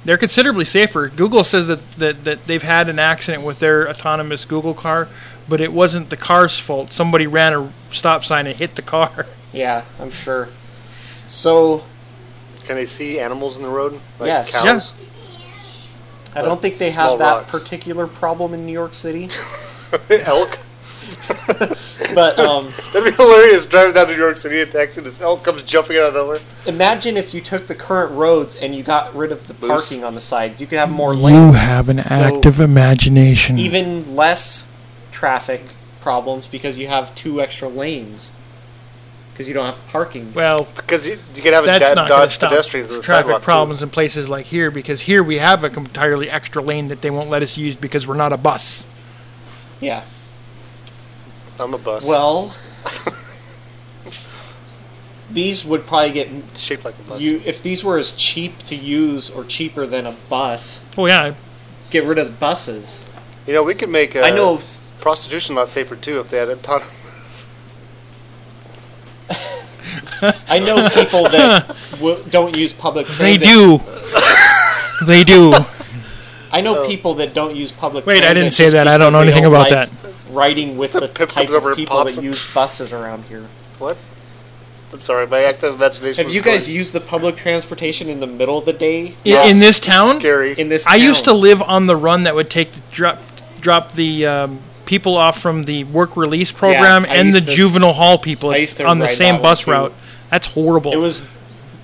S4: They're considerably safer. Google says that, that, that they've had an accident with their autonomous Google car, but it wasn't the car's fault. Somebody ran a stop sign and hit the car. [LAUGHS]
S3: Yeah, I'm sure. So
S5: Can they see animals in the road? Like
S3: Yes.
S5: cows?
S4: Yeah.
S3: I don't think they
S5: Small
S3: have that
S5: rocks.
S3: particular problem in New York City,
S5: elk.
S3: but
S5: [LAUGHS]
S3: um,
S5: That'd be hilarious. Driving down to New York City in a taxi, this elk comes jumping out of nowhere.
S3: Imagine if you took the current roads and you got rid of the
S5: Loose.
S3: parking on the sides. You could have more lanes.
S4: an
S3: active
S4: imagination.
S3: Even less traffic problems because you have two extra lanes. because you don't have parking.
S4: Well,
S5: Because you, you could have a
S4: that's
S5: dad
S4: not going to
S5: dodge
S4: stop
S5: pedestrians on the
S4: traffic
S5: sidewalk.
S4: problems in places like here because here we have a entirely extra lane that they won't let us use because we're not a bus.
S3: yeah.
S5: Too. I'm a bus.
S3: Well, [LAUGHS] these would probably get
S5: shaped like a bus.
S3: you if these were as cheap to use or cheaper than a bus.
S4: Oh yeah,
S3: Get rid of the buses.
S5: You know, we could make uh
S3: I know. of s-
S5: prostitution a lot safer too if they had autonomous.
S3: I know people
S4: [LAUGHS]
S3: that w- don't use public
S4: they
S3: transit. [LAUGHS]
S4: do. they do.
S3: I know
S5: Oh.
S3: people that don't use public.
S4: Wait, I
S3: transit
S4: didn't say
S3: just
S4: that. I
S3: because
S4: don't know
S3: they
S4: anything
S3: don't
S4: about
S3: like Riding with
S5: The
S3: the
S5: pip
S3: type
S5: comes over
S3: of
S5: and
S3: people
S5: pops
S3: that
S5: them.
S3: use buses around here.
S5: [LAUGHS] What? I'm sorry, my active imagination.
S3: Have
S5: was
S3: you guys
S5: going-
S3: used the public transportation in the middle of the day
S4: In,
S5: Yes,
S4: in this
S5: it's
S4: town,
S5: Scary.
S3: in this?
S4: I used to
S3: town?
S4: live on the run that would take the drop drop the um, people off from the work release program
S3: I
S4: and the
S3: used to-
S4: juvenile hall people
S3: I used to
S4: on the
S3: ride
S4: same
S3: that one
S4: bus
S3: too.
S4: route. That's horrible.
S3: It was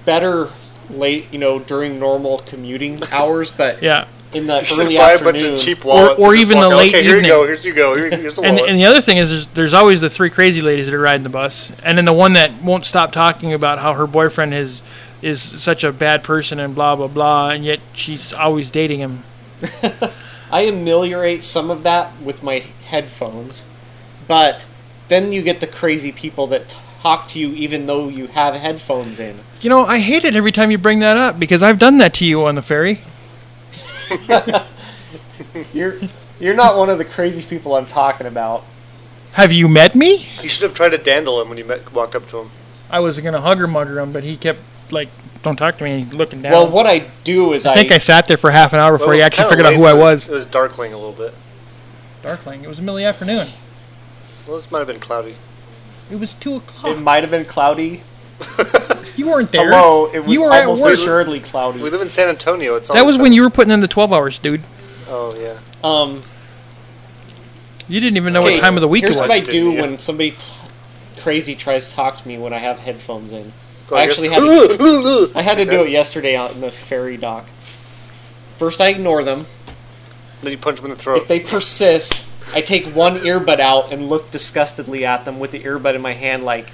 S3: better late, you know, during normal commuting hours, but
S4: yeah.
S3: in the
S5: You should
S3: early
S5: buy a
S3: afternoon,
S5: bunch of cheap wallets.
S4: or
S5: and just
S4: even
S5: walk
S4: the
S5: out,
S4: late
S5: Okay, here
S4: evening.
S5: you go. Here's you go. Here, here's the
S4: And,
S5: wallet.
S4: and the other thing is, there's, there's always the three crazy ladies that are riding the bus, and then the one that won't stop talking about how her boyfriend is is such a bad person and blah blah blah, and yet she's always dating him.
S3: I ameliorate some of that with my headphones, but then you get the crazy people that talk to you even though you have headphones in.
S4: You know, I hate it every time you bring that up because I've done that to you on the ferry.
S3: You're you're not one of the crazy people I'm talking about.
S4: Have you met me?
S5: you should have tried to dandle him when you met, walked up to him.
S4: I was gonna hug or mugger him, but he kept like, "Don't talk to me," looking down.
S3: Well, what I do is I,
S4: I think I sat there for half an hour
S5: Well,
S4: before
S5: it
S4: he
S5: was
S4: actually
S5: kinda
S4: figured out
S5: late,
S4: who
S5: so
S4: I
S5: it
S4: was.
S5: It was darkling a little bit.
S4: Darkling. It was in the middle of the afternoon.
S5: Well, this might have been cloudy. [LAUGHS]
S4: It was two
S3: it
S4: o'clock.
S3: might have been cloudy.
S4: you weren't there.
S3: Hello, it was
S4: you were at
S3: almost
S4: work.
S3: assuredly cloudy.
S5: We live in San Antonio. It's
S4: That was when you were putting in the twelve hours, dude.
S5: Oh yeah.
S3: Um,
S4: You didn't even know
S3: Okay,
S4: what time of the week it
S3: here's
S4: was.
S3: what I
S5: Didn't
S3: do
S5: you?
S3: when somebody t- crazy tries to talk to me when I have headphones in.
S5: Go
S3: I
S5: like
S3: actually
S5: this.
S3: had to, I had to
S5: Like
S3: do
S5: that.
S3: it yesterday out in the ferry dock. First, I ignore them.
S5: [LAUGHS] Then you punch him in the throat.
S3: If they persist, I take one earbud out and look disgustedly at them with the earbud in my hand, like,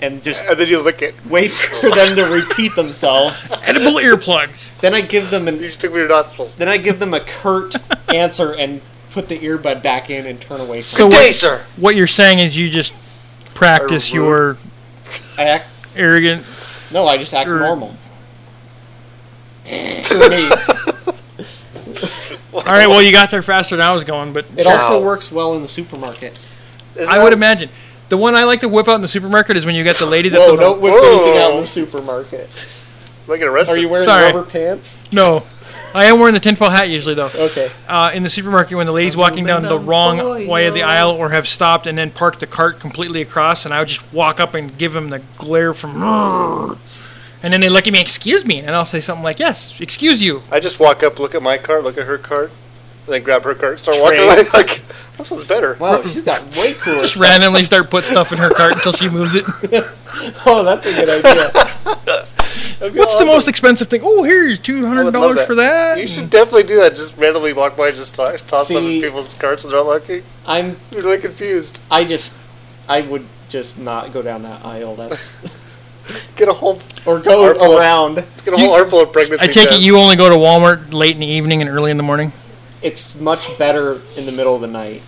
S3: and just
S5: and then you lick it.
S3: wait for them to repeat themselves.
S4: Edible earplugs.
S3: Then I give them an
S5: You stick with your nostrils.
S3: then I give them a curt answer and put the earbud back in and turn away. From
S4: So
S5: Day,
S4: what,
S5: sir.
S4: what you're saying is you just practice
S5: Are rude.
S4: your
S3: it. I act
S4: arrogant.
S3: No, I just act
S4: Or- [LAUGHS]
S3: normal. to me,
S4: All right, well you got there faster than I was going, but
S3: it
S5: Wow.
S3: also works well in the supermarket.
S5: Isn't
S4: I
S5: that-
S4: would imagine the one I like to whip out in the supermarket is when you got the lady that's
S3: Whoa,
S4: on
S3: don't
S4: the,
S3: whip
S5: Whoa.
S3: anything out in the supermarket.
S5: Am I get arrested?
S3: Are you wearing
S4: Sorry.
S3: rubber pants?
S4: no. I am wearing the tinfoil hat usually though.
S3: Okay.
S4: Uh, in the supermarket, when the lady's walking down the wrong way of the aisle, or have stopped and then parked the cart completely across, and I would just walk up and give them the glare from, and then they look at me, excuse me, and I'll say something like, yes, excuse you.
S5: I just walk up, look at my cart, look at her cart, and then grab her cart, and start
S3: Trade.
S5: walking away. [LAUGHS] Like this one's better.
S3: Wow, she's got way cooler.
S4: Just
S3: stuff.
S4: randomly start put stuff in her cart until she moves it.
S3: [LAUGHS] Oh, that's a good
S4: [LAUGHS]
S3: idea.
S4: What's the most expensive thing? Oh, here's two
S5: I
S4: hundred
S5: would love
S4: dollars for that.
S5: [LAUGHS] You should definitely do that. Just randomly walk by, just toss, toss them
S3: See-
S5: in people's carts when they're looking.
S3: I'm.
S5: You're really confused.
S3: I just. I would just not go down that aisle. [LAUGHS] That's
S5: Get a whole,
S3: or go
S5: Or pull up.
S3: around.
S5: get a whole
S4: You-
S5: armful of pregnancy.
S4: I take it
S5: tests.
S4: you only go to Walmart late in the evening and early in the morning.
S3: It's much better in the middle of the night.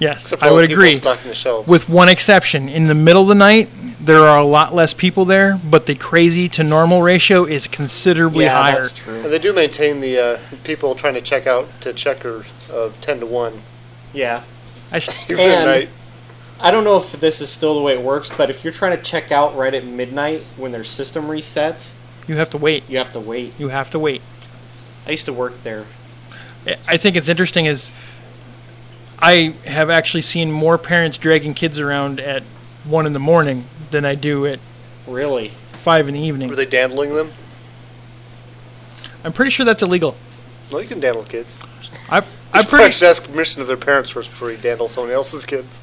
S4: Yes,
S5: Except for
S4: I
S5: all the
S4: would
S5: people
S4: agree.
S5: Stocking the shelves.
S4: With one exception, in the middle of the night, there are a lot less people there, but the crazy to normal ratio is considerably
S3: yeah,
S4: higher.
S3: that's true.
S5: and they do maintain the uh, people trying to check out to checker of ten to one
S3: Yeah.
S4: I s-
S5: even at
S3: And-
S5: night.
S3: I don't know if this is still the way it works, but if you're trying to check out right at midnight when their system resets,
S4: you have to wait.
S3: you have to wait.
S4: You have to wait.
S3: I used to work there.
S4: I- I think it's interesting is I have actually seen more parents dragging kids around at one in the morning than I do at
S3: Really?
S4: five in the evening.
S5: Were they dandling them?
S4: I'm pretty sure that's illegal.
S5: No, you can dandle kids.
S4: I, I'm
S5: Probably
S4: pretty
S5: should ask permission of their parents first before you dandle someone else's kids.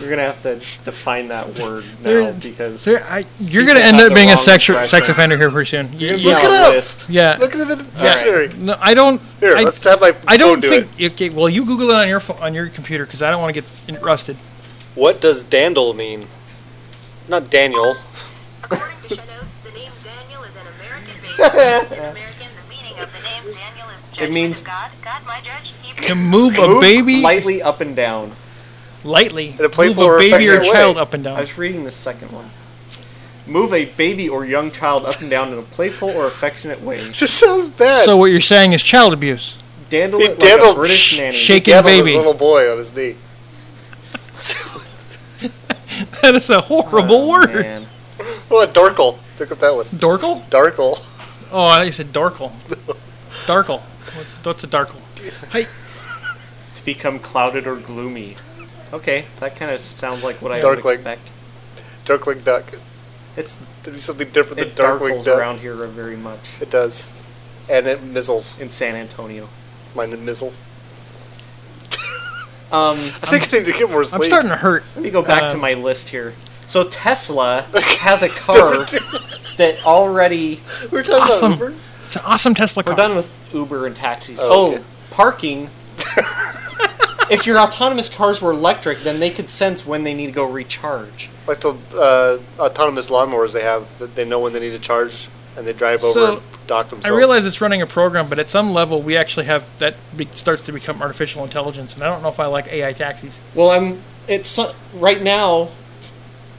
S3: You're gonna have to define that word now
S4: There-
S3: because
S4: there- I, you're
S3: People
S4: going to end
S3: have
S4: up
S3: the
S4: being a
S3: wrong
S4: sexu- sex
S3: impression.
S4: offender here pretty soon.
S3: you're gonna
S4: Y-
S3: be
S5: Look
S3: on
S5: it
S3: a
S5: up.
S3: list.
S4: Yeah.
S5: Look at the
S3: right.
S5: dictionary.
S4: No, I don't.
S5: Here,
S4: Uh, I,
S5: let's have my
S4: I
S5: phone
S4: don't
S5: do
S4: think.
S5: it.
S4: Okay, well, you Google it on your pho- on your computer because I don't want to get in- rusted.
S5: What does dandle mean? not Daniel. [LAUGHS]
S6: According to Shadows, the name Daniel is an American baby. In American, the meaning of the name Daniel is judgment
S3: means-
S6: of God. God, my judge. Hebrew.
S4: To move a
S3: Move
S4: baby
S3: lightly up and down.
S4: lightly,
S5: a
S4: move
S5: playful
S4: a
S5: or
S4: baby or
S5: affectionate
S4: child
S5: way.
S4: up and
S3: I
S4: down.
S3: was reading the second one. Move a baby or young child up and down in a playful or affectionate way.
S5: Just sounds bad.
S4: So what you're saying is child abuse. [LAUGHS]
S3: Dandle
S5: He
S3: it like a
S5: dandled-
S3: British nanny.
S4: shake
S5: He dandled
S4: baby.
S5: His little boy on his
S4: [LAUGHS]
S5: knee.
S4: That is a horrible word.
S3: Man.
S5: Oh, a dorkle. Look up that one.
S4: Dorkle?
S5: Darkle.
S4: Oh, I thought you said darkle. Darkle. What's, what's a darkle?
S3: To become clouded or gloomy. Okay, that kind of sounds like what I
S5: Dark
S3: would
S5: leg.
S3: expect.
S5: Darkwing Duck.
S3: It's
S5: There'd be something different than
S3: it
S5: Darkwing
S3: darkles
S5: Duck.
S3: around here very much
S5: It does. And it mizzles.
S3: in San Antonio.
S5: Mind the mizzle.
S3: Um,
S5: [LAUGHS] I think i need to get more
S4: I'm
S5: sleep.
S4: starting to hurt.
S3: let me go back to
S4: Um,
S3: my list here. So [LAUGHS] Tesla has a car that already
S5: We We're talking
S4: Awesome.
S5: about Uber.
S4: It's an awesome Tesla car.
S3: We're done with Uber and taxis.
S5: Oh,
S3: Oh,
S5: okay. [LAUGHS]
S3: parking. if your autonomous cars were electric, then they could sense when they need to go recharge.
S5: Like the uh, autonomous lawnmowers they have, that they know when they need to charge, and they drive over
S4: So,
S5: and dock
S4: I
S5: themselves.
S4: realize it's running a program, but at some level, we actually have that be- starts to become artificial intelligence, and I don't know if I like AI taxis.
S3: Well, I'm. It's uh, right now.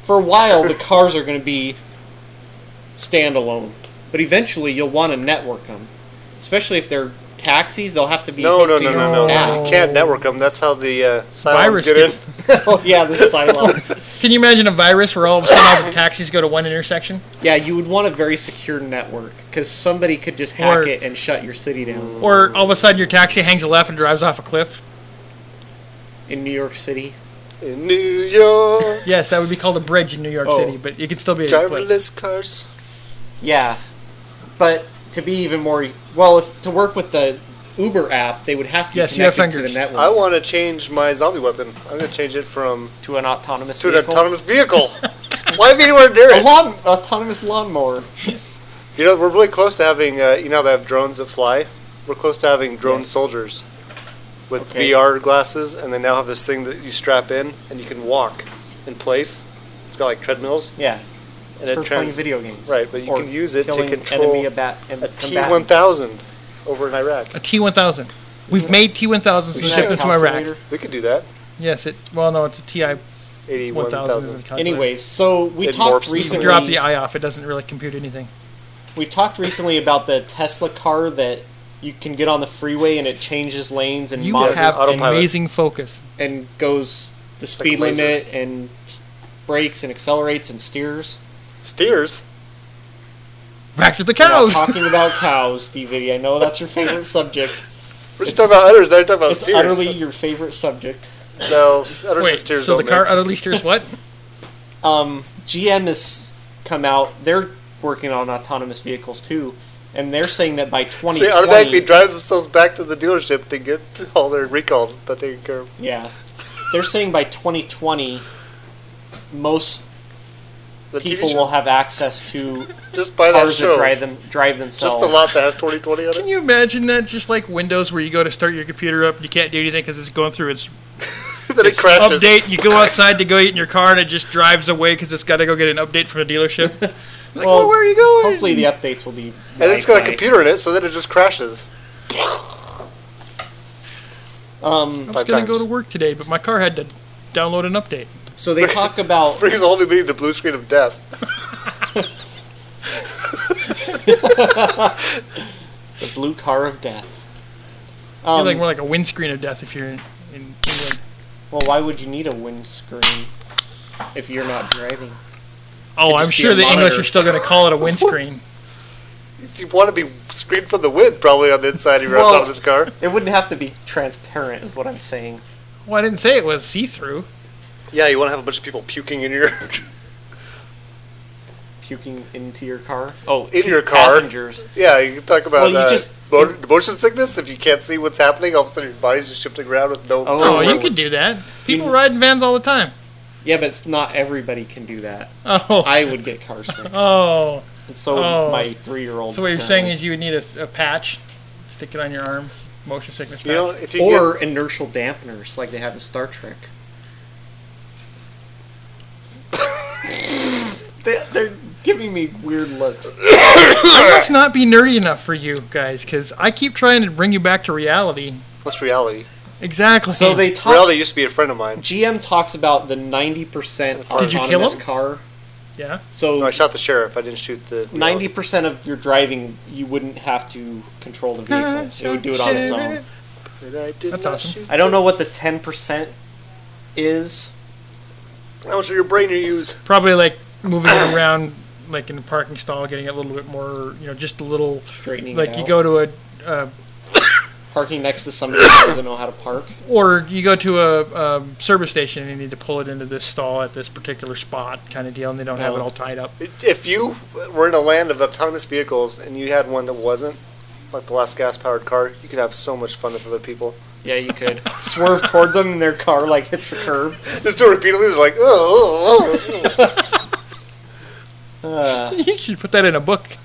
S3: For a while,
S5: [LAUGHS]
S3: the cars are going to be standalone, but eventually you'll want to network them, especially if they're taxis. They'll have to be
S5: No, no,
S3: hooked to
S5: no,
S3: your
S5: no, no,
S3: app.
S5: no. You can't network them. That's how the uh,
S4: Virus
S5: Cylons get
S4: gets-
S5: in.
S3: [LAUGHS] oh yeah, the Cylons.
S4: Can you imagine a virus where all of a sudden all the taxis go to one intersection,
S3: yeah, you would want a very secure network because somebody could just hack
S4: Or-
S3: it and shut your city down
S4: or all of a sudden your taxi hangs a left and drives off a cliff?
S3: in New York City.
S5: [LAUGHS] In
S4: [LAUGHS]
S5: New York,
S4: Yes, that would be called a bridge in New York
S3: Oh.
S4: City, but it could still be a cliff.
S5: driverless cars.
S3: Yeah, but to be even more e, well, if, to work with the Uber app, they would have to be
S4: Yes, you have
S3: connected to the
S4: fingers.
S3: network
S5: I want to change my zombie weepon. I'm going to change it from
S3: to an autonomous
S5: to an
S3: vehicle.
S5: autonomous vehicle. [LAUGHS] Why be anywhere near
S4: [LAUGHS]
S3: a
S5: it?
S3: lawn, autonomous lawnmower.
S5: You know, we're really close to having. Uh, you know, how they have drones that fly. We're close to having drone
S3: Yes.
S5: soldiers with
S3: Okay.
S5: VR glasses, and they now have this thing that you strap in and you can walk in place. It's got like treadmills.
S3: Yeah, it's
S5: it
S3: for
S5: trans-
S3: playing video games.
S5: right, but you
S3: Or
S5: can use it to
S3: killing
S5: control
S3: enemy abat-
S5: A T1000 over in Iraq.
S4: A T1000. We've made T1000s and shipped them to Iraq.
S5: We could do that.
S4: Yes, it. Well, no, it's a TI
S5: 81,000.
S4: 1000.
S3: Anyways, so we
S5: It
S3: talked
S5: morphs into
S4: you
S5: something.
S3: recently.
S4: drop the eye off. It doesn't really compute anything.
S3: we talked recently about the Tesla car that you can get on the freeway and it changes lanes and
S4: You
S3: mods
S4: have
S3: and,
S5: autopilot.
S4: amazing focus.
S3: and goes the
S5: like a
S3: speed
S5: laser.
S3: limit and s- brakes and accelerates and steers.
S5: Steers.
S4: Back to the
S3: We're not [LAUGHS]
S4: cows.
S3: talking about cows, Stevie. I know that's your favorite
S4: [LAUGHS]
S3: subject.
S5: We're just talking about udders. Now you're talking
S4: Oh,
S5: about
S3: It's
S5: steers.
S3: utterly your favorite subject.
S5: no, udders
S4: Wait,
S5: and steers
S4: so the
S5: don't
S4: car
S5: mix.
S4: utterly steers what?
S3: Um, GM has come out. They're working on autonomous vehicles too, and they're saying that
S4: [LAUGHS]
S3: by
S5: They
S3: 2020,
S5: automatically drive themselves back to the dealership to get [LAUGHS] all their recalls that they care of.
S3: [LAUGHS] yeah, they're saying by 2020, most
S5: The TV
S3: people
S5: show?
S3: will have access
S4: [LAUGHS]
S3: to
S5: just buy that
S3: cars that
S5: show.
S3: drive them drive themselves.
S5: just the lot that has 2020 on
S4: Can
S5: it.
S4: you imagine that? Just like Windows, where you go to start your computer up, and you can't do anything because it's going through its
S5: [LAUGHS] then it crashes.
S4: update. You go outside to go eat in your car, and it just drives away because it's got to go get an update from the [LAUGHS] dealership. like, well, where are you going?
S3: Hopefully, the updates will be.
S5: And it's got a
S3: right by-
S5: computer in it, so then it just crashes. [LAUGHS]
S3: Um,
S4: I was
S5: five
S4: gonna
S5: times.
S4: go to work today, but my car had to download an update.
S3: so
S4: [LAUGHS]
S3: they talk about
S5: Brings a whole new meaning to blue screen of death.
S3: the blue car of death.
S4: You're
S3: Um,
S4: like more like a windscreen of death if you're in. in England.
S3: well, why would you need a windscreen if you're not driving?
S4: Oh, I'm
S3: just be
S4: sure
S3: a
S4: the English
S3: monitor.
S4: are still going to call it a windscreen.
S5: You want to be screened from the wind, probably on the inside of your
S3: Well-
S5: autonomous car.
S3: It wouldn't have to be transparent, is what I'm saying.
S4: [LAUGHS] well, I didn't say it was see-through.
S5: Yeah, you want to have a bunch of people puking in your
S3: Puking into your car. Oh,
S5: in [LAUGHS] your car.
S3: passengers.
S5: Yeah, you can talk about
S3: Well, you
S5: uh,
S3: just-
S5: mo- motion sickness. If you can't see what's happening, all of a sudden your body's just shifting around with no.
S3: Oh,
S4: Oh,
S3: well,
S4: you
S3: it's-
S4: could do that. People
S3: you-
S4: ride in vans all the time.
S3: Yeah, but it's not everybody can do that.
S4: Oh,
S3: I would get car [LAUGHS] sick.
S4: oh.
S3: And so would
S4: Oh.
S3: my three-year-old.
S4: So what you're saying is you would need a, a patch, stick it on your arm, motion sickness.
S5: You know,
S4: patch.
S5: if you
S3: or inertial dampeners like they have in Star Trek. [LAUGHS] They, they're giving me weird looks.
S4: I must not be nerdy enough for you guys, because I keep trying to bring you back to reality.
S5: That's reality.
S4: Exactly.
S3: So they talk.
S5: Reality used to be a friend of mine.
S3: GM talks about the 90% are
S4: Did you
S3: on
S4: kill
S3: this
S4: him?
S3: car.
S4: Yeah.
S5: No, I
S3: So
S5: shot the sheriff. I didn't shoot the.
S3: ninety percent of your driving, you wouldn't have to control the vehicle. It would do it on its own.
S5: But I did
S4: That's
S5: not
S4: awesome.
S5: shoot
S3: I don't know what the ten percent is.
S5: the- How much of your brain you use?
S4: Probably like moving it around, like in the parking stall, getting it a little bit more, you know, just a little.
S3: Straightening.
S4: Like
S3: it
S4: you
S3: out.
S4: go to a, uh,
S3: parking next to somebody who doesn't know how to park.
S4: or you go to a, um service station and you need to pull it into this stall at this particular spot, kind of deal, and they don't have it
S3: Oh.
S4: all tied up. [LAUGHS]
S5: If you were in a land of autonomous vehicles and you had one that wasn't, like the last gas powered car, you could have so much fun with other people. [LAUGHS]
S3: Yeah, you could swerve toward them, and their car like hits the curb.
S5: Just do it repeatedly. They're like, oh, oh, oh, oh."
S3: Uh,
S4: you should put that in a book. [LAUGHS]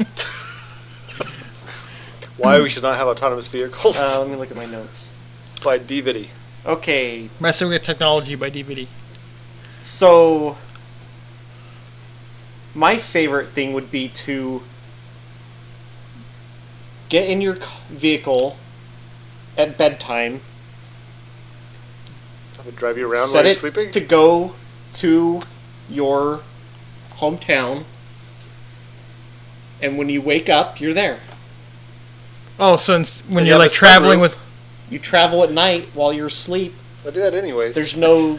S5: Why we should not have autonomous vehicles
S3: Uh, let me look at my notes.
S5: [LAUGHS] by DVD.
S3: Okay,
S4: Messing with Technology by DVD.
S3: so my favorite thing would be to get in your c- vehicle at bedtime
S5: I would drive you around
S3: set
S5: while you're
S3: it
S5: sleeping.
S3: to go to your hometown, and when you wake up, you're there.
S4: Oh, so ins- when
S5: They
S4: you're
S5: have
S4: like
S5: a
S4: traveling
S5: sunroof.
S4: with,
S3: You travel at night while you're asleep.
S5: I do that anyways.
S3: There's no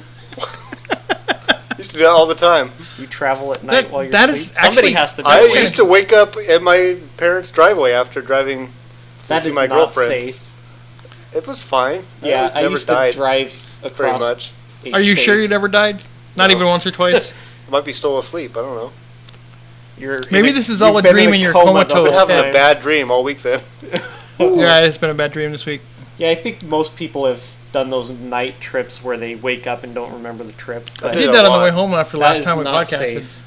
S5: used to do that all the
S3: [LAUGHS]
S5: time.
S3: you travel at night
S4: That-
S3: while you're
S4: that is
S3: asleep. Somebody
S4: actually-
S3: has to. Do
S5: I
S3: it.
S5: used to wake up at my parents' driveway after driving to
S3: That
S5: see
S3: is
S5: my
S3: not
S5: girlfriend.
S3: safe.
S5: It was fine.
S3: Yeah, I
S5: never
S3: used
S5: died
S3: to drive
S5: very
S3: across.
S5: much.
S3: a
S4: are you
S3: state.
S4: sure you never died? Not even once
S3: [LAUGHS]
S4: or twice.
S5: Might be still asleep. I don't know.
S3: You're in
S4: Maybe this is all
S3: you've
S4: a
S3: been in
S4: dream and you're
S3: coma the
S5: I've been
S4: comatose.
S3: whole
S5: having
S3: time.
S5: a bad dream all week then.
S4: yeah, it's been a bad dream this week.
S3: Yeah, I think most people have done those night trips where they wake up and don't remember the trip. But
S4: I
S5: did
S4: did
S5: a
S4: that on
S5: lot.
S4: the way home after
S3: That
S4: last
S3: is
S4: time we
S3: not
S4: podcasted.
S3: safe.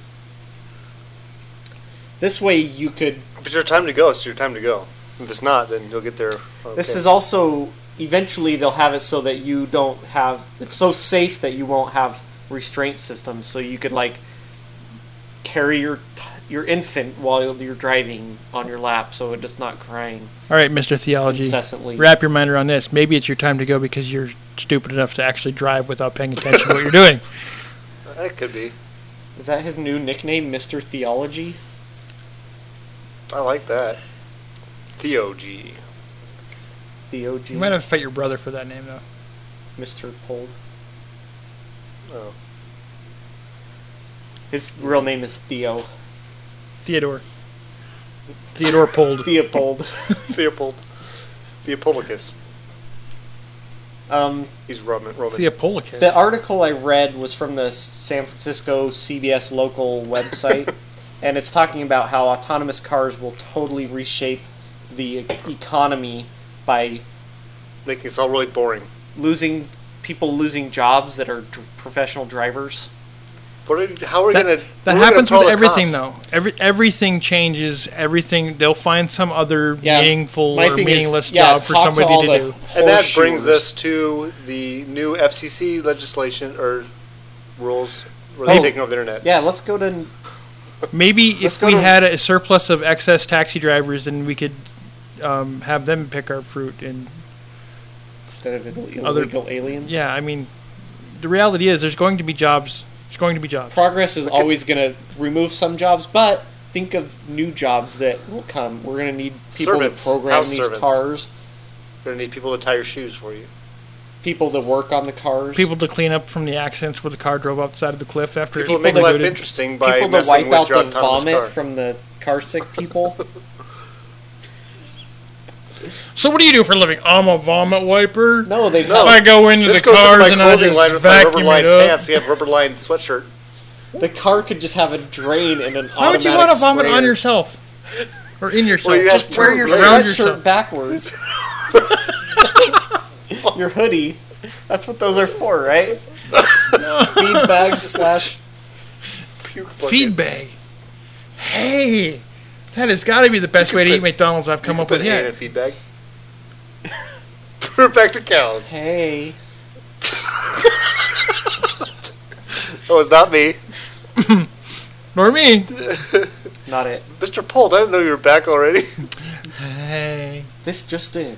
S3: This way you could.
S5: If it's your time to go, it's your time to go. If it's not, then you'll get there. Okay.
S3: This is also eventually they'll have it so that you don't have. It's so safe that you won't have restraint systems, so you could like carry your t- your infant while you're driving on your lap, so it's just not crying
S4: All right, Mr. Theology.
S3: incessantly.
S4: Wrap your mind around this. Maybe it's your time to go because you're stupid enough to actually drive without paying attention to what you're doing.
S5: That could be.
S3: Is that his new nickname, Mister Theology?
S5: I like that. Theog.
S3: Theology,
S4: You might have to fight your brother for that name, though.
S3: Mister Pold.
S5: Oh.
S3: His real name is Theo.
S4: Theodore. Theodore
S3: [LAUGHS]
S4: Pold.
S3: Theopold.
S5: Theopold. Theopolicus.
S3: Um,
S5: He's Roman. Roman.
S4: Theopolicus.
S3: The article I read was from the San Francisco CBS local [LAUGHS] website, and it's talking about how autonomous cars will totally reshape the e- economy by
S5: Making us all really boring.
S3: losing people losing jobs that are dr- professional drivers.
S5: What are, how are we
S4: that,
S5: gonna?
S4: that
S5: where are we
S4: happens
S5: gonna
S4: with
S5: call the
S4: everything,
S5: cops?
S4: though. Every everything changes. Everything they'll find some other
S3: Yeah,
S4: meaningful
S3: my
S4: or
S3: thing is,
S4: meaningless
S3: yeah,
S4: job for
S3: talk to
S4: somebody
S3: all
S4: to,
S3: the
S4: do.
S5: And that brings
S3: horseshoers.
S5: us to the new FCC legislation or rules where they're
S3: Oh.
S5: taking over the internet.
S3: Yeah, let's go to
S4: Maybe
S3: Let's
S4: if
S3: go
S4: we
S3: to-
S4: had a surplus of excess taxi drivers, then we could um, have them pick our fruit. And
S3: instead of illegal
S4: Other-
S3: aliens.
S4: yeah, I mean, the reality is there's going to be jobs. There's going to be jobs.
S3: progress is always going to remove some jobs, but think of new jobs that will come. We're going to need people
S5: Servants,
S3: to program
S5: house
S3: these
S5: servants.
S3: cars,
S5: You're gonna need people to tie your shoes for you.
S3: people that work on the cars,
S4: People to clean up from the accidents where the car drove off the side of the cliff after
S5: People,
S4: it
S5: make life
S4: exploded.
S5: interesting by
S3: people to
S5: messing
S3: wipe
S5: with
S3: out
S5: your
S3: the
S5: autonomous
S3: vomit
S5: car.
S3: from the car sick people. [LAUGHS]
S4: So what do you do for a living? I'm a vomit wiper.
S3: no, they
S5: [LAUGHS] No.
S4: I go into
S5: this
S4: the
S5: goes into
S4: cars
S5: my
S4: and I
S5: clothing
S4: just
S5: line with my
S4: vacuum
S5: rubber lined
S4: it up.
S5: pants. You have rubber lined sweatshirt.
S3: the car could just have a drain and an automatic.
S4: Why would you want to vomit
S3: sprayer. [LAUGHS]
S4: on yourself or in yourself?
S5: Well, you
S4: Just
S5: have
S3: Wear your
S5: Around
S3: sweatshirt
S4: yourself.
S5: [LAUGHS]
S3: backwards. your hoodie. That's what those are for,
S4: [LAUGHS]
S3: right? Feed bags slash.
S5: puke bucket.
S4: feed bag. Hey, that has got to be the best way to
S5: put-
S4: eat McDonald's I've
S5: You
S4: come
S5: can
S4: up
S5: put
S4: with
S5: an A in a
S4: yet.
S5: feed bag. [LAUGHS] We're back to cows.
S3: Hey,
S5: Oh, it's not me.
S4: Nor me.
S3: Not it.
S5: Mr. Polt, I didn't know you were back already. [LAUGHS]
S4: Hey.
S3: This just in.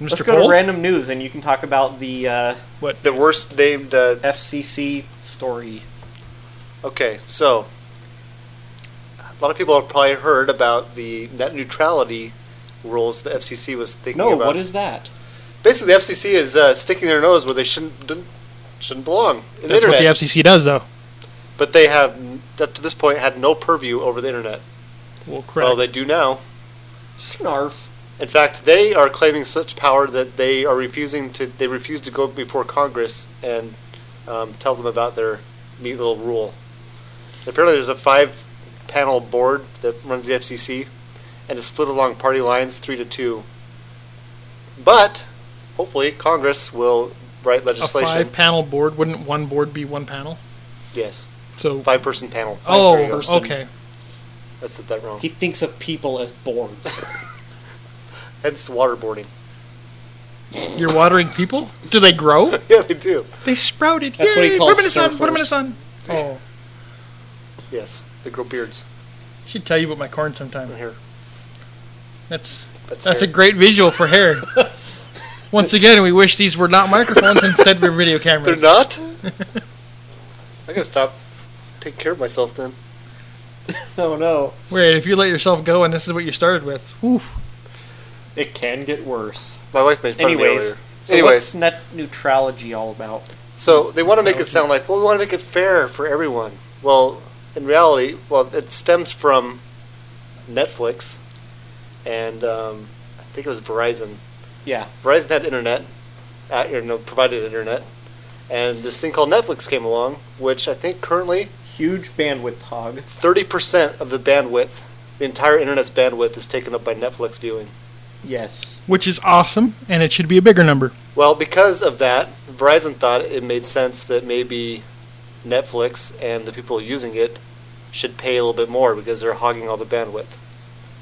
S4: mister
S3: Let's go
S4: Cole?
S3: to random news and you can talk about the uh,
S4: What?
S5: the worst named. Uh,
S3: FCC story.
S5: okay, so a lot of people have probably heard about the net neutrality rules the FCC was thinking
S3: No,
S5: about.
S3: what is that?
S5: basically the FCC is uh, sticking their nose where they shouldn't didn't- shouldn't belong in the
S4: That's what
S5: internet.
S4: the FCC does, though.
S5: but they have n- up to this point had no purview over the internet.
S4: Well, correct.
S5: Well, they do now.
S3: Snarf.
S5: In fact, they are claiming such power that they are refusing to. They refuse to go before Congress and um, tell them about their neat little rule. Apparently, there's a five-panel board that runs the FCC, and it's split along party lines, three to two. But hopefully, Congress will write
S4: a
S5: legislation.
S4: five-panel board wouldn't one board be one panel?
S5: yes,
S4: So.
S5: five-person panel.
S4: oh,
S3: person.
S4: okay.
S5: I said that wrong.
S3: He thinks of people as boards.
S5: Hence waterboarding. [LAUGHS]
S4: You're watering people? Do they grow?
S5: Yeah, they do.
S4: They sprouted.
S3: That's what
S4: Yay,
S3: he calls
S4: Put them in the sun. Put them in the
S3: surfers.
S4: sun. Oh,
S5: Yes, they grow beards
S4: I should tell you about my corn sometime.
S5: in here.
S4: That's
S5: That's,
S4: that's a
S5: hair.
S4: great visual
S3: [LAUGHS]
S4: for hair. Once again, we wish these were not microphones. Instead, we're video
S5: They're
S4: cameras.
S5: not. [LAUGHS] I gotta stop taking care of myself then.
S3: [LAUGHS] oh no.
S4: Wait, if you let yourself go, and this is what you started with. Oof.
S3: It can get worse.
S5: My wife made fun
S3: Anyways,
S5: of me earlier.
S3: so what's
S5: Anyways,
S3: net neutrality all about?
S5: so they want to make it sound like well, we want to make it fair for everyone. Well, in reality, well, it stems from Netflix, and um, I think it was Verizon.
S3: Yeah.
S5: Verizon had internet, uh, or no, provided internet, and this thing called Netflix came along, which I think currently
S3: Huge bandwidth hog.
S5: thirty percent of the bandwidth, the entire internet's bandwidth, is taken up by Netflix viewing.
S3: Yes.
S4: Which is awesome, and it should be a bigger number.
S5: Well, because of that, Verizon thought it made sense that maybe Netflix and the people using it should pay a little bit more because they're hogging all the bandwidth.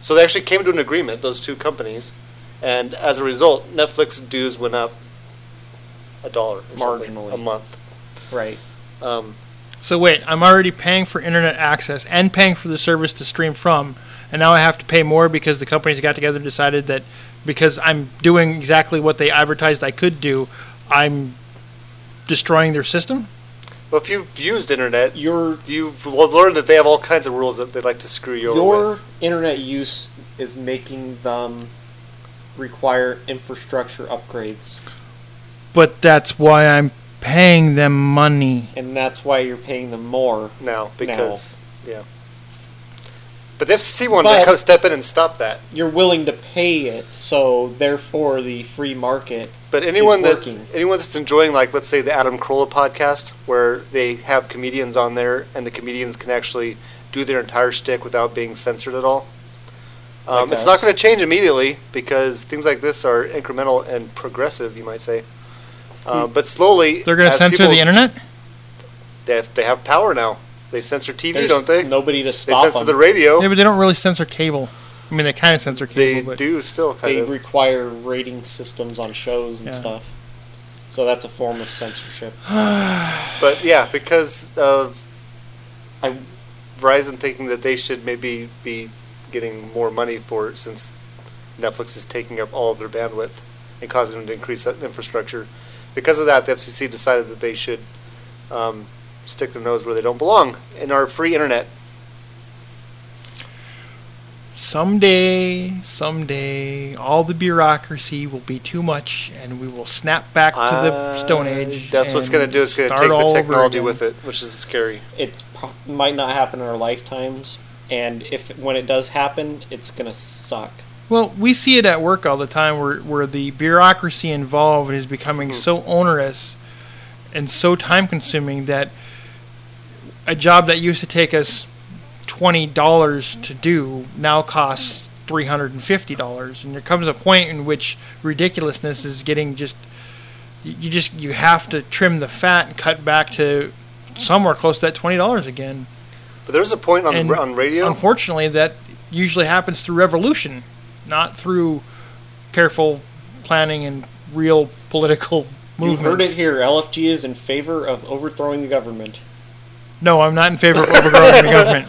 S5: So they actually came to an agreement, those two companies, and as a result, Netflix dues went up a dollar or something
S3: Marginally.
S5: a month.
S3: Right.
S5: Um,
S4: So wait, I'm already paying for internet access and paying for the service to stream from, and now I have to pay more because the companies got together and decided that because I'm doing exactly what they advertised I could do, I'm destroying their system.
S5: well, if you've used internet,
S3: Your
S5: you've learned that they have all kinds of rules that they like to screw you over
S3: your
S5: with.
S3: internet use is making them require infrastructure upgrades,
S4: But that's why I'm paying them money.
S3: and that's why you're paying them more.
S5: now because yeah. But the FCC wanted
S3: But-
S5: to come step in and stop that.
S3: You're willing to pay it, so therefore the free market.
S5: But anyone that
S3: working.
S5: anyone that's enjoying like let's say the Adam Carolla podcast where they have comedians on there and the comedians can actually do their entire shtick without being censored at all. Um,
S3: Like
S5: it's not
S3: us.
S5: going to change immediately because things like this are incremental and progressive, you might say.
S3: Hmm.
S5: Uh, but slowly,
S4: They're going to
S5: as
S4: censor
S5: people-
S4: the internet.
S5: They have, they have power now. They censor TV,
S3: There's
S5: don't they?
S3: nobody to
S5: they
S3: stop
S5: censor
S3: them.
S5: the radio.
S4: Yeah, but they don't really censor cable. I mean, they kind of censor cable,
S5: They
S4: but
S5: do still kind
S3: they
S5: of.
S3: require rating systems on shows and
S4: Yeah.
S3: stuff. So that's a form of censorship.
S5: But yeah, because of
S3: I
S5: Verizon thinking that they should maybe be getting more money for it since Netflix is taking up all of their bandwidth and causing them to increase that infrastructure. Because of that, the FCC decided that they should um, stick their nose where they don't belong in our free internet.
S4: someday, someday, all the bureaucracy will be too much, and we will snap back to the Stone Age.
S5: Uh, That's what's going to
S4: and
S5: do. It's going to
S4: start
S5: take the
S4: all over
S5: technology
S4: again.
S5: with it, which is scary.
S3: it pro- might not happen in our lifetimes, and if when it does happen, it's gonna suck.
S4: Well, we see it at work all the time where, where the bureaucracy involved is becoming so onerous and so time consuming that a job that used to take us $20 to do now costs $350. And there comes a point in which ridiculousness is getting just you you just you have to trim the fat and cut back to somewhere close to that $20 again.
S5: But there's a point on,
S4: And
S5: ra- on radio.
S4: Unfortunately, that usually happens through revolution, not through careful planning and real political
S3: You
S4: movements.
S3: heard it here. LFG is in favor of overthrowing the government.
S4: No, I'm not in favor of overgrowing the
S5: [COUGHS]
S4: government.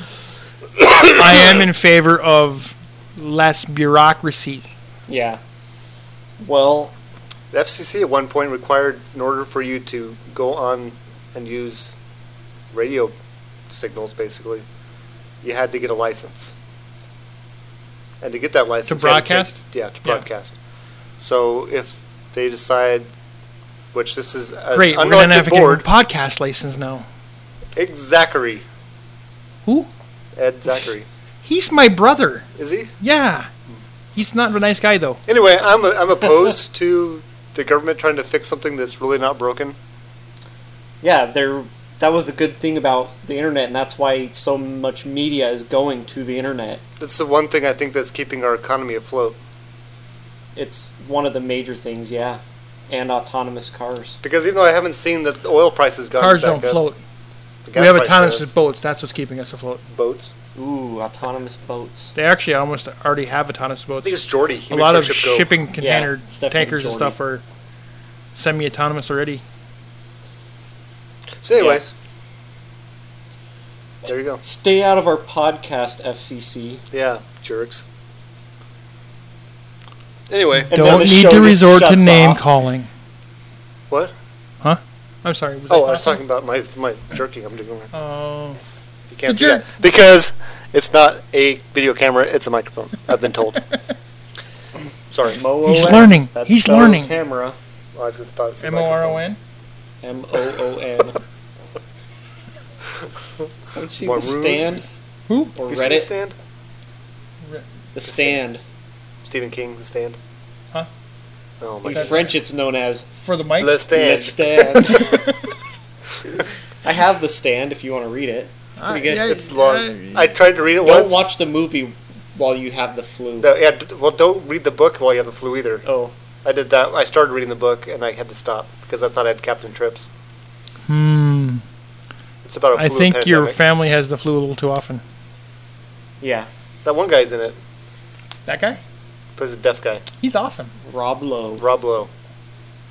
S4: I am in favor of less bureaucracy.
S3: Yeah. Well,
S5: The FCC at one point required, in order for you to go on and use radio signals, basically, you had to get a license. And to get that license, you had
S4: broadcast?
S5: take- yeah, to broadcast. So if they decide, which this is an
S4: Great, we're gonna have
S5: unelected
S4: to get a
S5: board,
S4: podcast license now.
S5: Ed Zachary,
S4: Who?
S5: Ed Zachary,
S4: He's my brother.
S5: is he?
S4: Yeah. He's not a nice guy though.
S5: Anyway, I'm I'm opposed
S4: [LAUGHS]
S5: to the government trying to fix something that's really not broken.
S3: yeah, there. That was the good thing about the internet, and that's why so much media is going to the internet.
S5: That's the one thing I think that's keeping our economy afloat.
S3: It's one of the major things, yeah. And autonomous cars.
S5: Because even though I haven't seen that the oil prices gone
S4: Cars
S5: back
S4: don't
S5: up,
S4: float.
S5: the
S4: We
S5: gas
S4: have
S5: price
S4: autonomous
S5: has.
S4: boats. That's what's keeping us afloat.
S5: boats.
S3: Ooh, autonomous boats.
S4: They actually almost already have autonomous
S5: I think
S4: boats.
S5: it's Jordy. He
S4: A
S5: makes
S4: lot
S5: our
S4: of
S5: ship go.
S4: shipping container
S3: it's definitely
S4: tankers and
S3: Jordan.
S4: stuff are semi-autonomous already.
S5: So, anyways, there you go.
S3: Stay out of our podcast, FCC.
S5: Yeah, jerks. Anyway,
S3: And so the show just shuts off.
S4: calling.
S5: what?
S4: I'm sorry. Was
S5: Oh,
S4: that
S5: I was talking about my my jerking. I'm doing.
S4: Oh,
S5: You can't
S4: The
S5: see
S4: jer-
S5: that because it's not a video camera. It's a microphone. I've
S4: [LAUGHS]
S5: been told. Sorry.
S3: Mo
S4: He's learning.
S3: That's
S4: He's
S3: spelled
S4: learning.
S3: Camera.
S5: Well, I was just thought it was a
S4: M O R O
S5: microphone.
S4: N.
S3: M O O N. Haven't you seen the
S5: Maroon?
S3: stand? Or
S4: Who?
S5: Have you seen the
S3: Reddit?
S5: stand?
S3: The stand.
S5: Stephen King, the stand.
S4: Huh?
S5: Oh my
S3: In
S5: god.
S3: French, it's known as
S4: For the mic.
S5: The
S3: the
S5: stand.
S3: stand. I have the stand if you want to read it. It's
S4: Ah,
S3: pretty good.
S5: It's long. I tried to read it
S3: Don't
S5: once.
S3: watch the movie while you have the flu.
S5: No, yeah. d- Well, don't read the book while you have the flu either.
S3: Oh,
S5: I did that. I started reading the book and I had to stop because I thought I had Captain Trips.
S4: Hmm.
S5: It's about a flu
S4: I think
S5: pandemic.
S4: your family has the flu a little too often.
S3: yeah.
S5: that one guy's in it.
S4: That guy?
S5: Plays a deaf guy,
S4: He's awesome.
S3: Rob Lowe.
S5: Rob Lowe. [LAUGHS]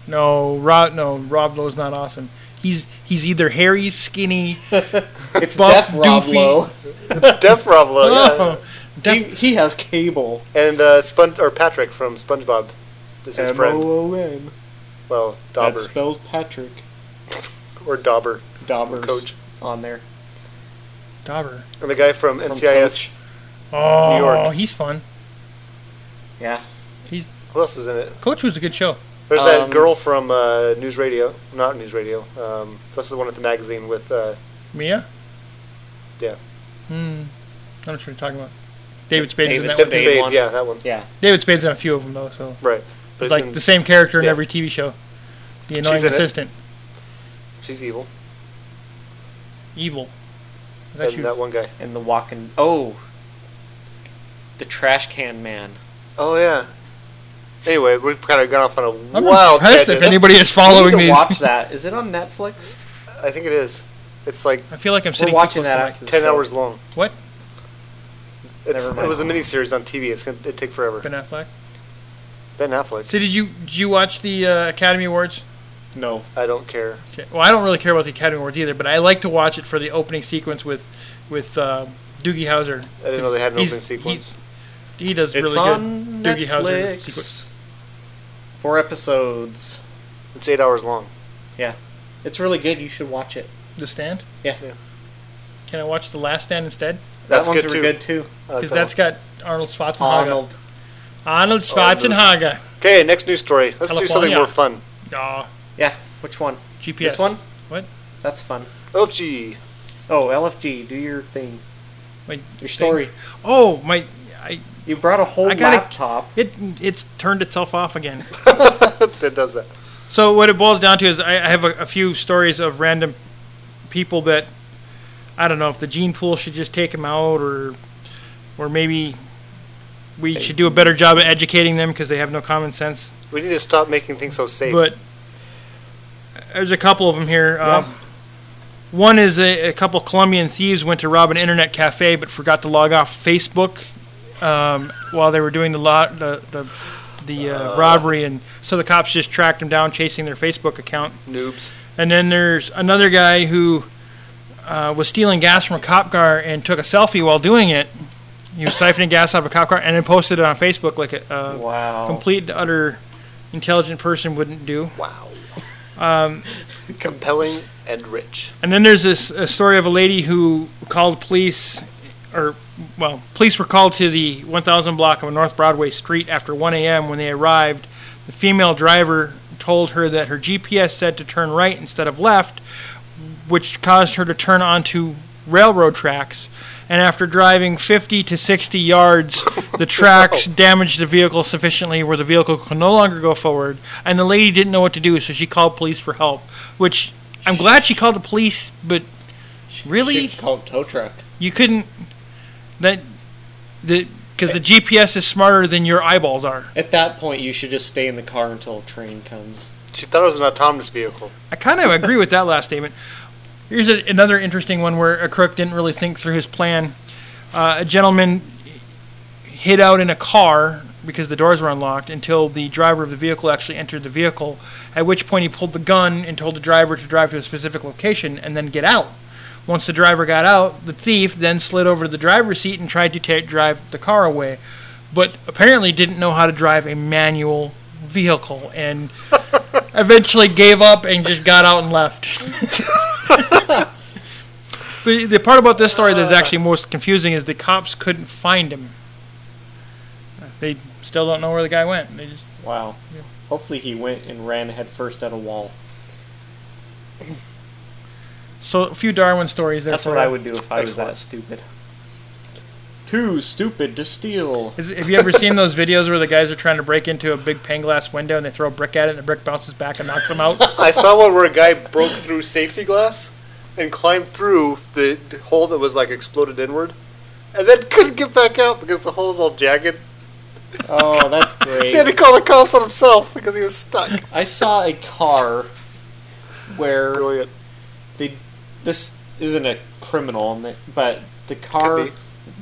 S4: No, Rob. No, Rob Lowe's not awesome. He's he's either hairy, skinny,
S3: It's
S4: Buff
S3: Deaf Rob
S4: Doofy.
S3: Lowe.
S5: deaf Rob Lowe. Yeah.
S4: [LAUGHS] oh,
S3: He,
S4: deaf,
S3: he has cable.
S5: And uh, Spon- or Patrick from SpongeBob is his friend.
S3: M-O-O-N.
S5: Well,
S3: That
S5: Dauber
S3: spells Patrick.
S5: or Dauber,
S3: Daubers
S5: coach,
S3: on there.
S4: Dauber.
S5: and the guy from,
S3: From Coach.
S5: NCIS.
S4: Oh,
S5: York.
S4: he's fun.
S3: Yeah.
S5: Who else is in it?
S4: Coach was a good show.
S5: There's
S3: Um,
S5: that girl from uh, News Radio, not News Radio. Um, this is the one at the magazine with uh,
S4: Mia.
S5: Yeah.
S4: Hmm. I'm not sure what you're talking about. David Spade's in
S3: David
S4: that
S5: Spade.
S4: one.
S3: Spade one.
S5: Yeah, that one.
S3: Yeah.
S4: David Spade's in a few of them though, so
S5: Right.
S4: it's
S5: But
S4: like
S5: then
S4: the same character in
S5: yeah.
S4: every TV show. The annoying
S5: She's in it.
S4: assistant,
S5: she's evil.
S4: evil. That
S5: And
S4: you-
S5: that one guy.
S3: And the walking. Oh. The trash can man.
S5: Oh yeah. Anyway, we've kind of gone off on a
S4: I'm
S5: wild
S4: impressed if
S5: tangent.
S4: anybody is
S3: we need
S4: following
S3: to
S4: these.
S3: watch that. Is it on Netflix?
S5: I think it is. It's like
S4: [LAUGHS] I feel like I'm
S3: We're
S4: sitting too
S3: watching
S4: close
S3: that
S4: to
S3: after the
S5: ten
S3: show.
S5: hours long.
S4: What?
S5: It's,
S3: Never mind.
S5: It was a miniseries on TV. It's gonna it take forever.
S4: my Ben Affleck.
S5: Ben Affleck.
S4: So did you did you watch the uh, Academy Awards?
S3: No.
S5: I don't care.
S4: Okay. Well, I don't really care about the Academy Awards either, but I like to watch it for the opening sequence with with uh, Doogie Howser.
S5: I didn't know they had an
S4: He's-
S5: opening sequence.
S4: He, he does
S3: It's
S4: really
S3: on
S4: good Doogie Howser sequence.
S3: Netflix. Four episodes.
S5: It's eight hours long.
S3: It's really good. You should watch it.
S4: The Stand.
S3: Yeah.
S5: Yeah.
S4: Can I watch The Last Stand instead?
S5: That's
S3: that one's
S5: good too.
S3: really good too.
S5: I like
S4: Because
S5: that
S4: that's got Arnold Schwarzenegger.
S3: Arnold.
S4: Arnold Schwarzenegger.
S5: one. okay. Next news story. Let's do something
S4: California.
S5: more fun.
S4: Aw,
S3: Yeah. Which one?
S4: GPS.
S3: This one?
S4: What?
S3: That's fun.
S5: LG.
S3: Oh, LFG. Do your thing.
S4: My
S3: Your story.
S4: Oh my! I
S3: You brought a whole
S4: I gotta-
S3: laptop.
S4: it it's turned itself off again.
S5: that does that.
S4: So what it boils down to is I, I have a, a few stories of random people that I don't know if the gene pool should just take them out or or maybe we should do a better job at educating them because they have no common sense.
S5: We need to stop making things so safe.
S4: But there's a couple of them here. Um, one is a, a couple Colombian thieves went to rob an internet cafe but forgot to log off Facebook um, while they were doing the lo- the, the, the uh, robbery, and so the cops just tracked them down, chasing their Facebook account.
S5: Noobs.
S4: And then there's another guy who uh, was stealing gas from a cop car and took a selfie while doing it. He was siphoning gas out of a cop car and then posted it on Facebook like a uh,
S3: Wow.
S4: complete and utter intelligent person wouldn't do.
S5: Wow. Um, [LAUGHS] Compelling and rich.
S4: And then there's this a story of a lady who called police, or well, police were called to the 1,000 block of North Broadway street after 1 a.m. When they arrived, the female driver told her that her GPS said to turn right instead of left, which caused her to turn onto railroad tracks. And after driving 50 to 60 yards, the tracks damaged the vehicle sufficiently where the vehicle could no longer go forward. And the lady didn't know what to do, so she called police for help. Which I'm glad she called the police, but really,
S3: Should've called tow truck.
S4: you couldn't. That the because the GPS is smarter than your eyeballs are.
S3: At that point, you should just stay in the car until a train comes.
S5: She thought it was an autonomous vehicle.
S4: I kind of agree with that last statement. Here's a, another interesting one where a crook didn't really think through his plan. Uh, a gentleman hid out in a car because the doors were unlocked until the driver of the vehicle actually entered the vehicle, at which point he pulled the gun and told the driver to drive to a specific location and then get out. Once the driver got out, the thief then slid over to the driver's seat and tried to ta drive the car away, but apparently didn't know how to drive a manual vehicle and eventually gave up and just got out and left. [LAUGHS] the the part about this story that's actually most confusing is the cops couldn't find him. They still don't know where the guy went. They just
S3: Wow. Hopefully, he went and ran headfirst at a wall.
S4: so a few Darwin stories there.
S3: That's
S4: for
S3: what
S4: you.
S3: I would do if I was
S5: Excellent.
S3: that stupid. Too stupid to steal.
S4: Is, have you ever seen those videos where the guys are trying to break into a big pane glass window and they throw a brick at it and the brick bounces back and knocks
S3: [LAUGHS]
S4: them out?
S5: I saw one where a guy broke through safety glass and climbed through the hole that was like exploded inward, and then couldn't get back out because the hole was all jagged.
S3: Oh, that's
S5: So he had
S3: great.
S5: to call the cops on himself because he was stuck.
S3: I saw a car where
S5: Brilliant.
S3: they this isn't a criminal, and they- but the car
S5: Could be.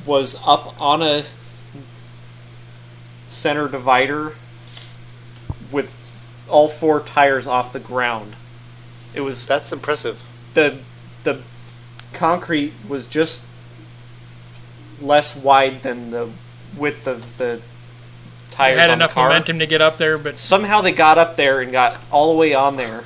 S3: was up on a center divider with all four tires off the ground. It was
S5: That's impressive.
S3: the the concrete was just less wide than the width of the
S4: They
S3: tires
S4: had
S3: on the
S4: enough
S3: car.
S4: momentum to get up there, but
S3: Somehow they got up there and got all the way on there.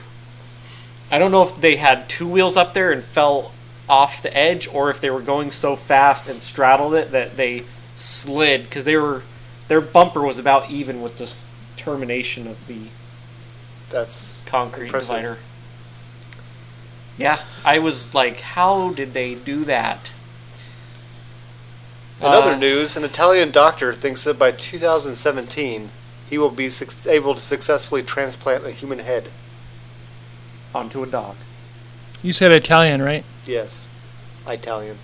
S3: I don't know if they had two wheels up there and fell off the edge, or if they were going so fast and straddled it that they slid because they were their bumper was about even with this termination of the
S5: That's
S3: concrete
S5: Impressive.
S3: divider. Yeah, I was like, how did they do that?
S5: In other
S3: Uh,
S5: news, an Italian doctor thinks that by 2017 he will be suc able to successfully transplant a human head.
S3: Onto a dog.
S4: you said Italian, right?
S5: Yes, Italian.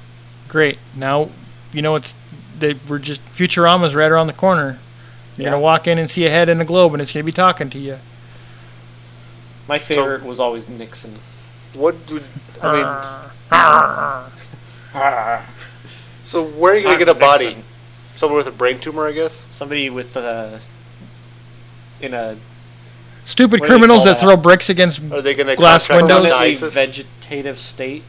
S4: Great. Now you know it's they we're just Futurama's right around the corner. You're
S3: Yeah.
S4: gonna walk in and see a head in a globe, and it's gonna be talking to you.
S3: My favorite was always Nixon.
S5: What would I mean?
S3: [LAUGHS]
S5: so where are you gonna
S3: Not
S5: get a body?
S3: Nixon.
S5: Someone with a brain tumor, I guess.
S3: Somebody with a in a What do
S4: Stupid
S3: they
S4: criminals
S3: call
S4: that
S3: that?
S4: throw bricks against.
S5: Are they gonna
S4: Glass
S5: contract
S4: windows?
S5: them to
S3: permanently
S5: ISIS?
S3: vegetative state.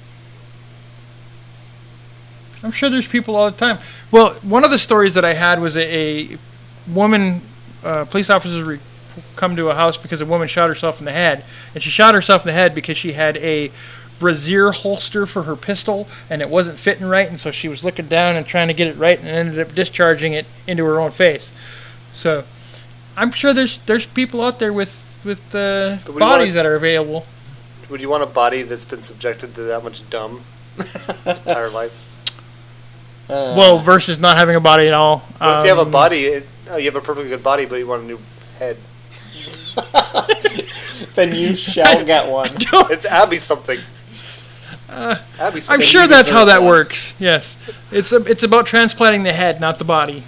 S4: I'm sure there's people all the time. Well, one of the stories that I had was a, a woman, uh, police officers re- come to a house because a woman shot herself in the head, and she shot herself in the head because she had a brazier holster for her pistol and it wasn't fitting right, and so she was looking down and trying to get it right, and ended up discharging it into her own face. So, I'm sure there's there's people out there with with uh,
S5: But we
S4: bodies
S5: wanna-
S4: that are available.
S5: Would you want a body that's been subjected to that much dumb
S3: [LAUGHS]
S5: its entire life?
S4: well, versus not having a body at all.
S5: Uh, What if you have a
S4: Um,
S5: body? It, oh, you have a perfectly good body, but you want a new head.
S3: [LAUGHS] Then you
S5: [LAUGHS]
S3: shall get
S4: [LAUGHS]
S3: one.
S5: It's Abby something. Abby
S4: Uh, I'm
S5: something.
S4: sure that's how
S3: deserve
S4: that
S3: one.
S4: works. Yes, it's a, it's about transplanting the head, not the body.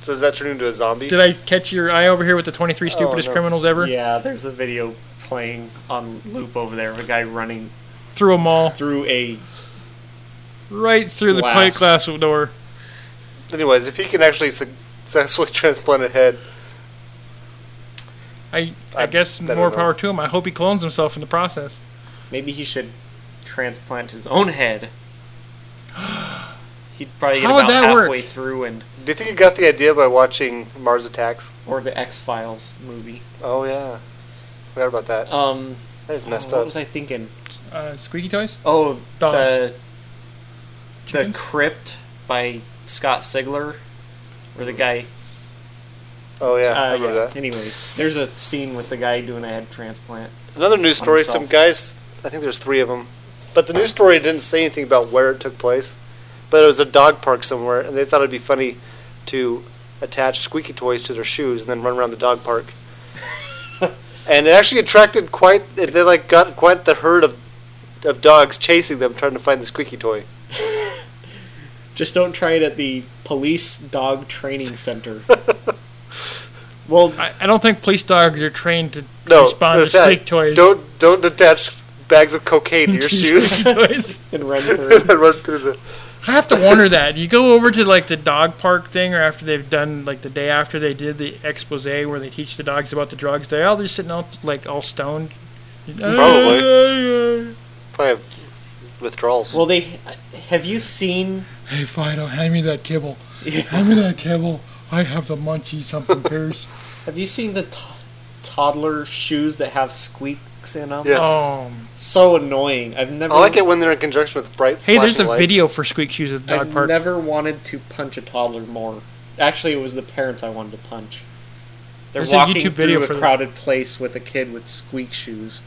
S5: So does that turn into a zombie?
S4: Did I catch your eye over here with the 23
S5: Oh,
S4: stupidest
S3: no.
S4: criminals ever
S3: Yeah, there's a video playing on loop over there of a guy running
S4: through a mall,
S3: through a
S4: right through the plate glass
S3: Glass.
S4: door?
S5: Anyways, if he can actually su- successfully [LAUGHS] transplant a head,
S4: I I,
S5: I
S4: guess
S5: better
S4: more
S5: know.
S4: power to him. I hope he clones himself in the process.
S3: maybe he should transplant his own
S5: [GASPS]
S3: head. He'd probably get
S4: How would
S3: about
S4: that work?
S3: halfway through, and
S5: Do you think you got the idea by watching Mars Attacks?
S3: or the X Files movie.
S5: Oh yeah, forgot about that.
S3: Um,
S5: That is messed
S3: oh, What
S5: up.
S3: was I thinking?
S4: Uh, squeaky toys?
S3: Oh,
S4: Dogs.
S3: the the
S4: Chickens?
S3: Crypt by Scott Sigler, where the guy.
S5: Oh yeah, I
S3: Uh,
S5: remember
S3: yeah.
S5: that.
S3: Anyways, there's a scene with the guy doing a head transplant.
S5: Another news story.
S3: himself.
S5: Some guys. I think there's three of them, but the news story didn't say anything about where it took place. But it was a dog park somewhere, and they thought it'd be funny to attach squeaky toys to their shoes and then run around the dog park.
S3: [LAUGHS]
S5: and it actually attracted quite. They like got quite the herd of of dogs chasing them, trying to find the squeaky toy.
S3: Just don't try it at the police dog training
S5: [LAUGHS]
S3: center. well,
S4: I, I don't think police dogs are trained to
S5: No,
S4: respond to
S5: that's that.
S4: squeak toys. [LAUGHS]
S5: Don't don't attach bags of cocaine to your shoes. [LAUGHS]
S4: Squeaky toys.
S3: and run through.
S5: and run through the.
S4: I have to wonder that. You go over to like the dog park thing, or after they've done like the day after they did the expose where they teach the dogs about the drugs, they're all just sitting out like all stoned.
S5: Probably. Probably have withdrawals.
S3: Well, they have you seen?
S4: Hey Fido, hand me that kibble. Hand me that kibble. I have the munchies something fierce.
S3: Have you seen the to- toddler shoes that have squeaks in them?
S5: [LAUGHS] Yes.
S4: Um,
S3: So annoying. I've never.
S5: I like it when they're in conjunction with bright.
S4: hey, there's a
S5: flashing lights.
S4: video for Squeak Shoes at the
S3: I
S4: dog park.
S3: never wanted to punch a toddler more. Actually, it was the parents I wanted to punch. They're
S4: There's a
S3: walking
S4: YouTube video
S3: through
S4: for
S3: a
S4: this.
S3: crowded place with a kid with squeak shoes.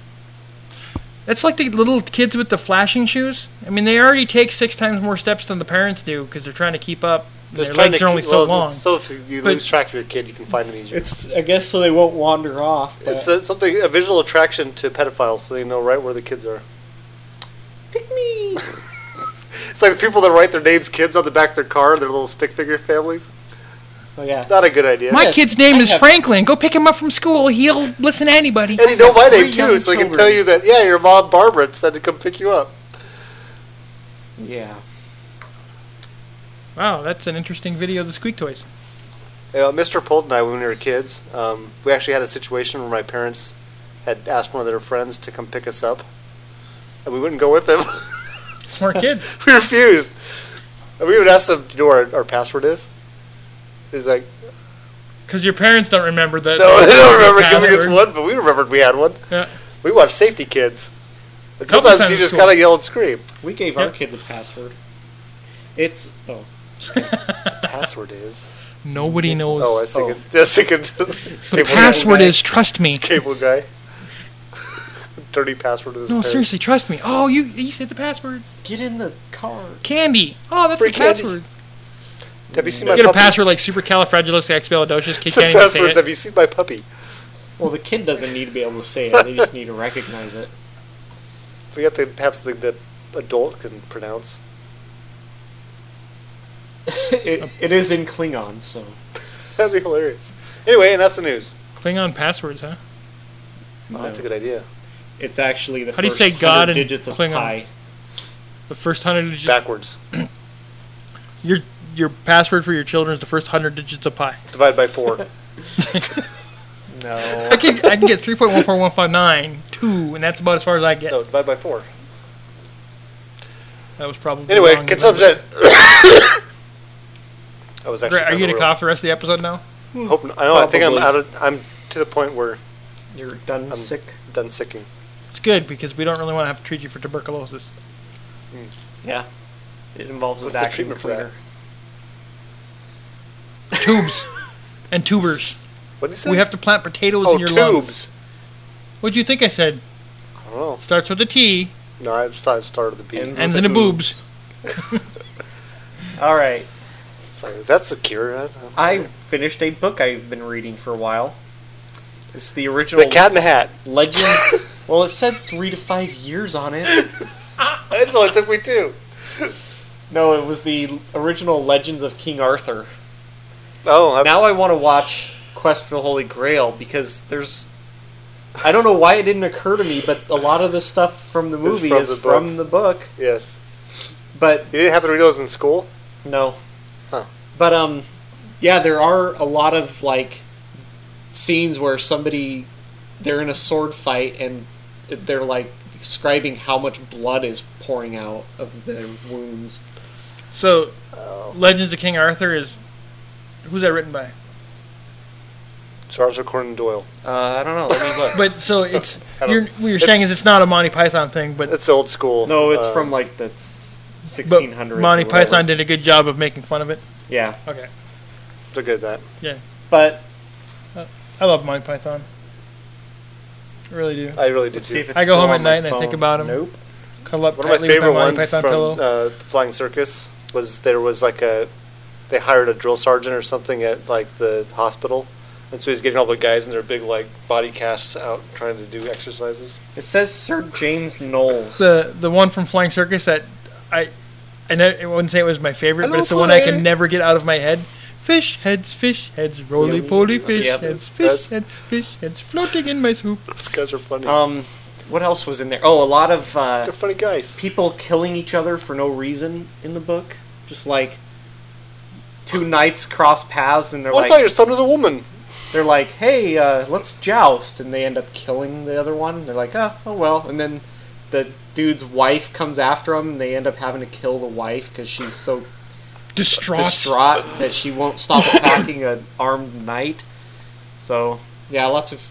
S4: That's like the little kids with the flashing shoes. I mean, they already take six times more steps than the parents do because they're trying to keep up. and
S5: Just
S4: Their
S5: trying
S4: legs
S5: to
S4: are only
S5: keep-
S4: so
S5: well,
S4: long.
S5: it's So if you
S4: But-
S5: lose track of your kid, you can find him easier.
S3: It's I guess so they won't wander off. but-
S5: It's a, something a visual attraction to pedophiles, so they know right where the kids are.
S3: pick me.
S5: It's like the people that write their names kids on the back of their car, their little stick figure families.
S3: Oh yeah.
S5: Not a good idea.
S4: My
S3: Yes,
S4: kid's name
S3: I
S4: is
S3: have-
S4: Franklin. Go pick him up from school. He'll listen to anybody.
S5: and he know my
S3: Three
S5: name too,
S3: young
S5: so he can
S3: children.
S5: tell you that yeah, your mom Barbara said to come pick you up.
S3: Yeah.
S4: Wow, that's an interesting video of the squeak toys.
S5: Uh, Mr. Polt and I, when we were kids, um, we actually had a situation where my parents had asked one of their friends to come pick us up, and we wouldn't go with them. [LAUGHS]
S4: Smart kids.
S5: we refused. And we would ask them, "Do you know what our, our password is?" He's like,
S4: Because your parents don't remember that.
S5: "No, [LAUGHS] they don't remember giving us
S4: password.
S5: one, but we remembered we had one."
S4: Yeah.
S5: We watched Safety Kids. And
S4: Couple times
S5: sometimes you
S4: at
S5: just
S4: school.
S5: gotta yell and scream.
S3: We gave our
S4: Yeah.
S3: kids a password. It's oh
S4: [LAUGHS]
S5: Password is.
S4: Nobody knows.
S5: Oh, I was [LAUGHS] thinking. I was thinking.
S4: the
S5: cable,
S4: password
S3: guy.
S4: is trust me.
S5: Cable guy. [LAUGHS] Dirty password of his
S4: No,
S5: parents.
S4: seriously, trust me. Oh, you you said the password.
S3: get in the car.
S4: Candy. Oh, that's
S5: Free
S4: the
S5: candy.
S4: password.
S5: Have you seen
S4: You
S5: my
S4: get a
S5: puppy?
S4: password like
S5: [LAUGHS]
S4: supercalifragilisticexpialidocious. Kid
S5: The
S4: can't even say
S5: passwords.
S4: it.
S5: Have you seen my puppy?
S3: Well, the kid doesn't need to be able to say it. They just need to recognize [LAUGHS] it.
S5: We have to have something that adult can pronounce. [LAUGHS]
S3: it, it is in Klingon, so
S5: That'd be hilarious. Anyway, and that's the news.
S4: Klingon passwords, huh?
S5: Oh, That's a
S3: No.
S5: good idea.
S3: it's actually the
S4: How do you
S3: first
S4: say God
S3: 100
S4: in
S3: digits of
S4: Klingon?
S3: pi.
S4: The first hundred digits.
S5: Backwards.
S4: Your your password for your children is the first hundred digits of pi.
S5: Divide by four.
S4: [LAUGHS]
S3: No.
S4: I can, I can get three point one four one five nine two, and that's about as far as I get.
S5: no, divide by four.
S4: That was probably
S5: Anyway,
S4: wrong.
S5: consumption. [COUGHS] I was actually.
S4: Are you
S5: kinda
S4: gonna
S5: real-
S4: cough the rest of the episode now?
S5: Hope n- I know. I think I'm
S3: Probably.
S5: out of. I'm to the point where
S3: You're done
S4: Um,
S5: I'm
S3: sick.
S5: done sicking.
S4: It's good because we don't really want to have to treat you for tuberculosis.
S3: Yeah. It involves a
S5: What's the
S3: vacuum
S5: treatment for
S3: cleaner.
S4: Tubes and tubers.
S5: What did you say?
S4: We have to plant potatoes
S5: oh
S4: in your lungs.
S5: tubes.
S4: What'd you think I said?
S5: I don't know.
S4: Starts with a T,
S5: No, I started started the beat.
S3: Ends
S4: ends
S3: with
S4: in
S3: a
S4: a boobs.
S3: [LAUGHS] All right.
S5: It's like, that's the cure. I don't know.
S3: I finished a book I've been reading for a while. It's the original
S5: the Cat in the Hat.
S3: Legend.
S5: [LAUGHS]
S3: well, it said three to five years on it.
S5: That's all it took me two.
S3: No, it was the original Legends of King Arthur.
S5: Oh, I'm,
S3: Now I want to watch Quest for the Holy Grail because there's. I don't know why it didn't occur to me, but a lot of the stuff from the movie
S5: from
S3: is
S5: the
S3: from
S5: books.
S3: the book.
S5: yes.
S3: But
S5: You didn't have to read those in school.
S3: No.
S5: Huh.
S3: But um, yeah, there are a lot of like scenes where somebody they're in a sword fight and they're like describing how much blood is pouring out of the wounds.
S4: So,
S5: Oh.
S4: Legends of King Arthur is who's that written by?
S5: Charles Conan Doyle.
S3: Uh, I don't know. Let me look.
S4: But so it's
S5: [LAUGHS] I don't-
S4: you're, what you're
S5: it's-
S4: saying is it's not a Monty Python thing, but
S5: It's the old school.
S3: no, it's
S5: uh,
S3: from like the s-
S4: but
S3: 1600s. or
S4: Monty
S3: whatever.
S4: Python did a good job of making fun of it.
S3: Yeah,
S4: Okay,
S5: They're good at that.
S3: but
S4: I love Monty Python. I really do.
S5: I really do.
S3: let's see
S5: too.
S3: if it's
S4: I go
S3: still
S4: home
S3: on
S4: at
S3: my
S4: night and I think
S3: phone.
S4: about 'em.
S3: Nope.
S4: Cuddle up
S5: One of my
S4: tightly with
S5: favorite
S4: my Monty
S5: ones
S4: Python
S5: from
S4: pillow.
S5: uh, the Flying Circus was there was like a they hired a drill sergeant or something at like the hospital, and so he's getting all the guys in their big like body casts out trying to do exercises.
S3: It says Sir James Knowles.
S4: the the one from Flying Circus that I I, know, I wouldn't say it was my favorite, but
S5: Hello,
S4: it's the one I can
S5: Polly.
S4: never get out of my head. Fish heads, fish heads, roly poly fish
S3: Yep.
S4: heads, fish
S5: That's-
S4: heads, fish heads, floating in my soup.
S5: These guys are funny.
S3: um, what else was in there? Oh, a lot of uh,
S5: They're funny guys.
S3: people killing each other for no reason in the book. Just like two knights cross paths and they're
S5: Well, I
S3: like
S5: thought your son was a woman.
S3: they're like, "Hey, uh, let's joust," and they end up killing the other one. They're like, "Oh, oh well," and then the dude's wife comes after them, and they end up having to kill the wife because she's so
S4: Distraught.
S3: distraught that she won't stop attacking an armed knight. So yeah, lots of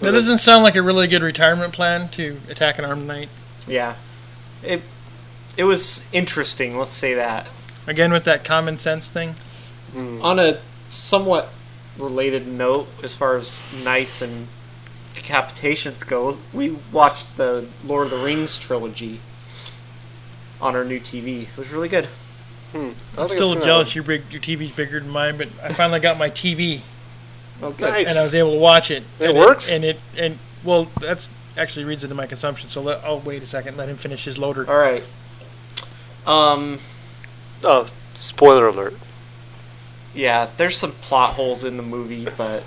S4: That doesn't sound like a really good retirement plan to attack an armed knight.
S3: yeah. It it was interesting. Let's say that.
S4: Again with that common sense thing.
S3: on a somewhat related note, as far as knights and decapitations go, we watched the Lord of the Rings trilogy on our new TV. It was really good.
S5: I don't
S4: I'm
S5: think I've
S4: still
S5: seen that
S4: jealous. Your big, your TV's bigger than mine, but I finally got my TV
S3: Oh,
S5: one.
S3: good.
S5: Nice.
S4: and I was able to watch it.
S5: It
S4: And
S5: works?
S4: and it and well, that's actually reads into my consumption. So let, oh wait a second, let him finish his loader.
S3: All right. Um.
S5: oh, spoiler alert.
S3: Yeah, there's some plot holes in the movie, but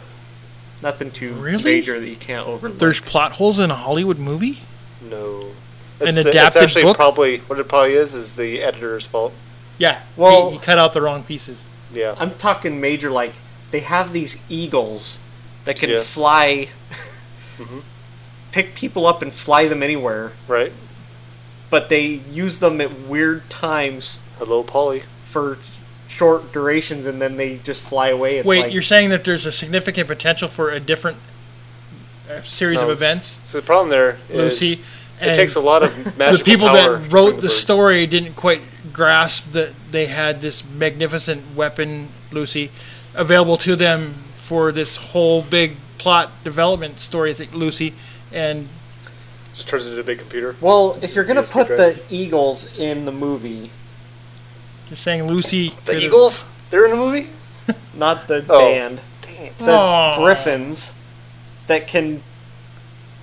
S3: nothing too
S4: Really?
S3: major that you can't overlook.
S4: There's plot holes in a Hollywood movie.
S5: No.
S4: An
S5: It's, the, it's
S4: adapted
S5: actually
S4: book?
S5: probably what it probably is is the editor's fault.
S4: Yeah.
S3: Well-
S4: he, he cut out the wrong pieces.
S5: Yeah.
S3: I'm talking major, like they have these eagles that can
S5: Yeah. Mm-hmm.
S3: fly, [LAUGHS] pick people up and fly them anywhere.
S5: right.
S3: but they use them at weird times
S5: Hello, Polly.
S3: for short durations and then they just fly away. It's
S4: wait,
S3: like,
S4: you're saying that there's a significant potential for a different uh, series of
S5: No.
S4: events,
S5: So the problem there is
S4: Lucy?
S5: it takes a lot of
S4: [LAUGHS]
S5: magical
S4: the people
S5: power
S4: that wrote
S5: from
S4: the,
S5: birds.
S4: story didn't quite grasp that they had this magnificent weapon, Lucy, available to them for this whole big plot development story, thing, Lucy, and
S5: just turns into a big computer.
S3: well, if you're gonna
S5: USB
S3: put
S5: drive.
S3: the eagles in the movie,
S4: just saying Lucy.
S5: The
S4: could've-
S5: Eagles? They're in the movie?
S3: not the
S5: Oh.
S3: band, the
S4: Aw.
S3: griffins that can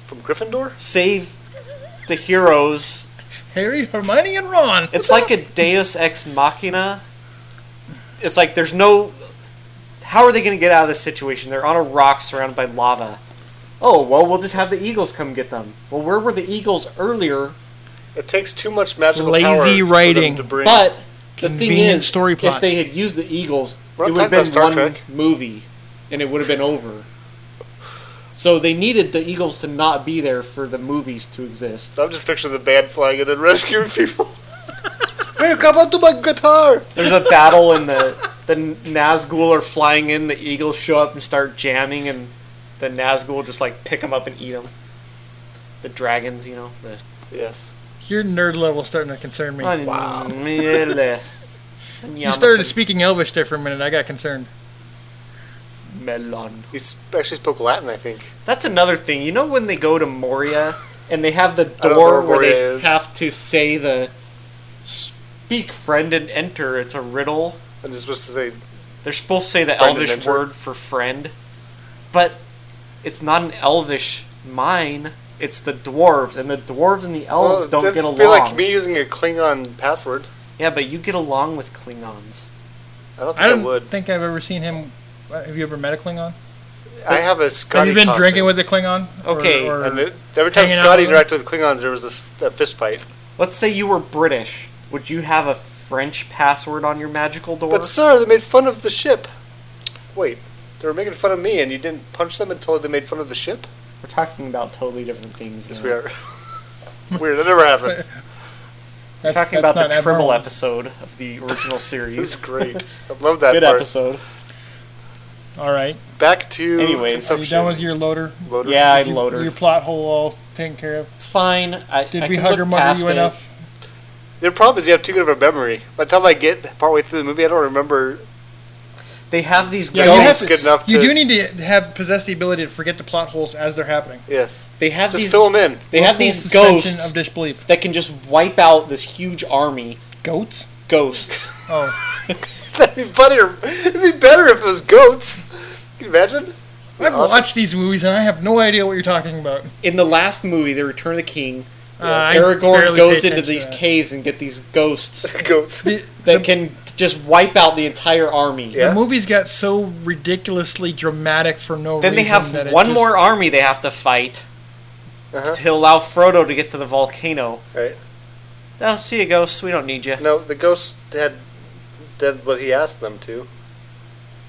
S5: From Gryffindor?
S3: save the heroes.
S4: Harry, Hermione, and Ron.
S3: It's like a Deus ex machina. It's like there's no. How are they going to get out of this situation? They're on a rock surrounded by lava. Oh well, we'll just have the eagles come get them. Well, where were the eagles earlier
S5: It takes too much magical
S4: Lazy
S5: power for them
S4: writing.
S5: to bring.
S3: But the thing
S4: Convenient
S3: is,
S4: story plot.
S3: if they had used the Eagles,
S5: We're
S3: it would have
S5: not talking
S3: been
S5: about Star
S3: one
S5: Trek.
S3: movie, and it would have been over. So they needed the Eagles to not be there for the movies to exist.
S5: I'm just picturing the band flying in and rescuing
S4: [LAUGHS]
S5: people. hey, grab onto my guitar!
S3: There's a battle, and [LAUGHS] the the Nazgul are flying in. The Eagles show up and start jamming, and the Nazgul just like pick them up and eat them. The dragons, you know. The
S5: Yes.
S4: Your nerd level is starting to concern me.
S3: wow. [LAUGHS]
S4: You started speaking Elvish there for a minute. I got concerned.
S3: melon.
S5: He s- actually spoke Latin, I think.
S3: That's another thing. You know when they go to Moria and they have the
S5: [LAUGHS] I don't know
S3: door
S5: where
S3: where they
S5: Moria is.
S3: have to say the "Speak, friend, and enter." It's a riddle.
S5: I'm just supposed to say,
S3: They're supposed to say the
S5: Friend and
S3: Elvish
S5: enter.
S3: word for friend, but it's not an Elvish mine. It's the dwarves, and the dwarves and the elves
S5: well,
S3: don't
S5: that'd
S3: get along.
S5: be like me using a Klingon password.
S3: Yeah, but you get along with Klingons.
S5: I don't think
S4: I
S5: I,
S4: don't
S5: would.
S4: think I've ever seen him. uh, Have you ever met a Klingon?
S5: I have a
S4: Have
S5: Scotty
S4: you been
S5: costume.
S4: drinking with a Klingon? Or-
S3: Okay,
S4: or-
S5: And it- every time
S4: hanging out
S5: Scotty
S4: with them?
S5: interacted with Klingons, there was a s- a, fist fight.
S3: Let's say you were British. Would you have a French password on your magical door?
S5: But sir, they made fun of the ship. Wait, they were making fun of me, and you didn't punch them until they made fun of the ship. [LAUGHS]
S3: We're talking about totally different things.
S5: Yes,
S3: now.
S5: we are. Weird. That never happens.
S4: That's,
S3: Talking
S4: that's
S3: about the
S4: not
S3: Tribble
S4: abnormal.
S3: episode of the
S4: [LAUGHS]
S3: original
S5: It's [LAUGHS]
S3: series.
S5: great. I love that
S3: Good
S5: part.
S3: episode.
S4: All right.
S3: Oh,
S5: Back to
S3: Anyways.
S4: So you
S5: consumption.
S4: done with your loader?
S5: Loader.
S3: Yeah, I
S4: Did you-
S3: loader.
S4: Your plot hole all taken care of.
S3: It's fine. I,
S4: Did
S3: I
S4: we
S3: can
S4: hug
S3: look
S4: or mother
S3: past
S4: you
S3: it.
S4: enough?
S5: The problem is you have too good of a memory. By the time I get partway through the movie, I don't remember.
S3: They have these
S4: Yeah,
S5: Yeah,
S4: you
S3: goats.
S4: have
S5: it's
S4: to-
S5: good enough
S4: You
S5: to.
S4: do need to have possess the ability to forget the plot holes as they're happening.
S5: yes.
S3: They have
S5: Just
S3: these.
S5: fill them in. [LAUGHS]
S3: They have
S4: Willful
S3: these
S4: suspension
S3: ghosts
S4: of disbelief.
S3: that can just wipe out this huge army.
S4: Goats.
S3: Ghosts.
S4: Oh,
S5: That'd be funnier. It'd be better if it was goats. Can you imagine?
S4: I've
S5: Awesome.
S4: watched these movies and I have no idea what you're talking about.
S3: In the last movie, The Return of the King,
S4: Uh, I
S3: Aragorn
S4: barely
S3: goes into
S4: pay attention to
S3: these
S4: that.
S3: caves and get these ghosts
S5: [LAUGHS] Goats.
S4: The,
S3: that can just wipe out the entire army.
S5: Yeah.
S4: the movies got so ridiculously dramatic for no
S3: Then
S4: reason.
S3: they
S4: that
S3: have
S4: it
S3: one
S4: just-
S3: more army they have to fight
S5: Uh-huh.
S3: to allow Frodo to get to the volcano.
S5: Right.
S3: Oh, see you, ghosts. We don't need you.
S5: No, the ghosts had did what he asked them to,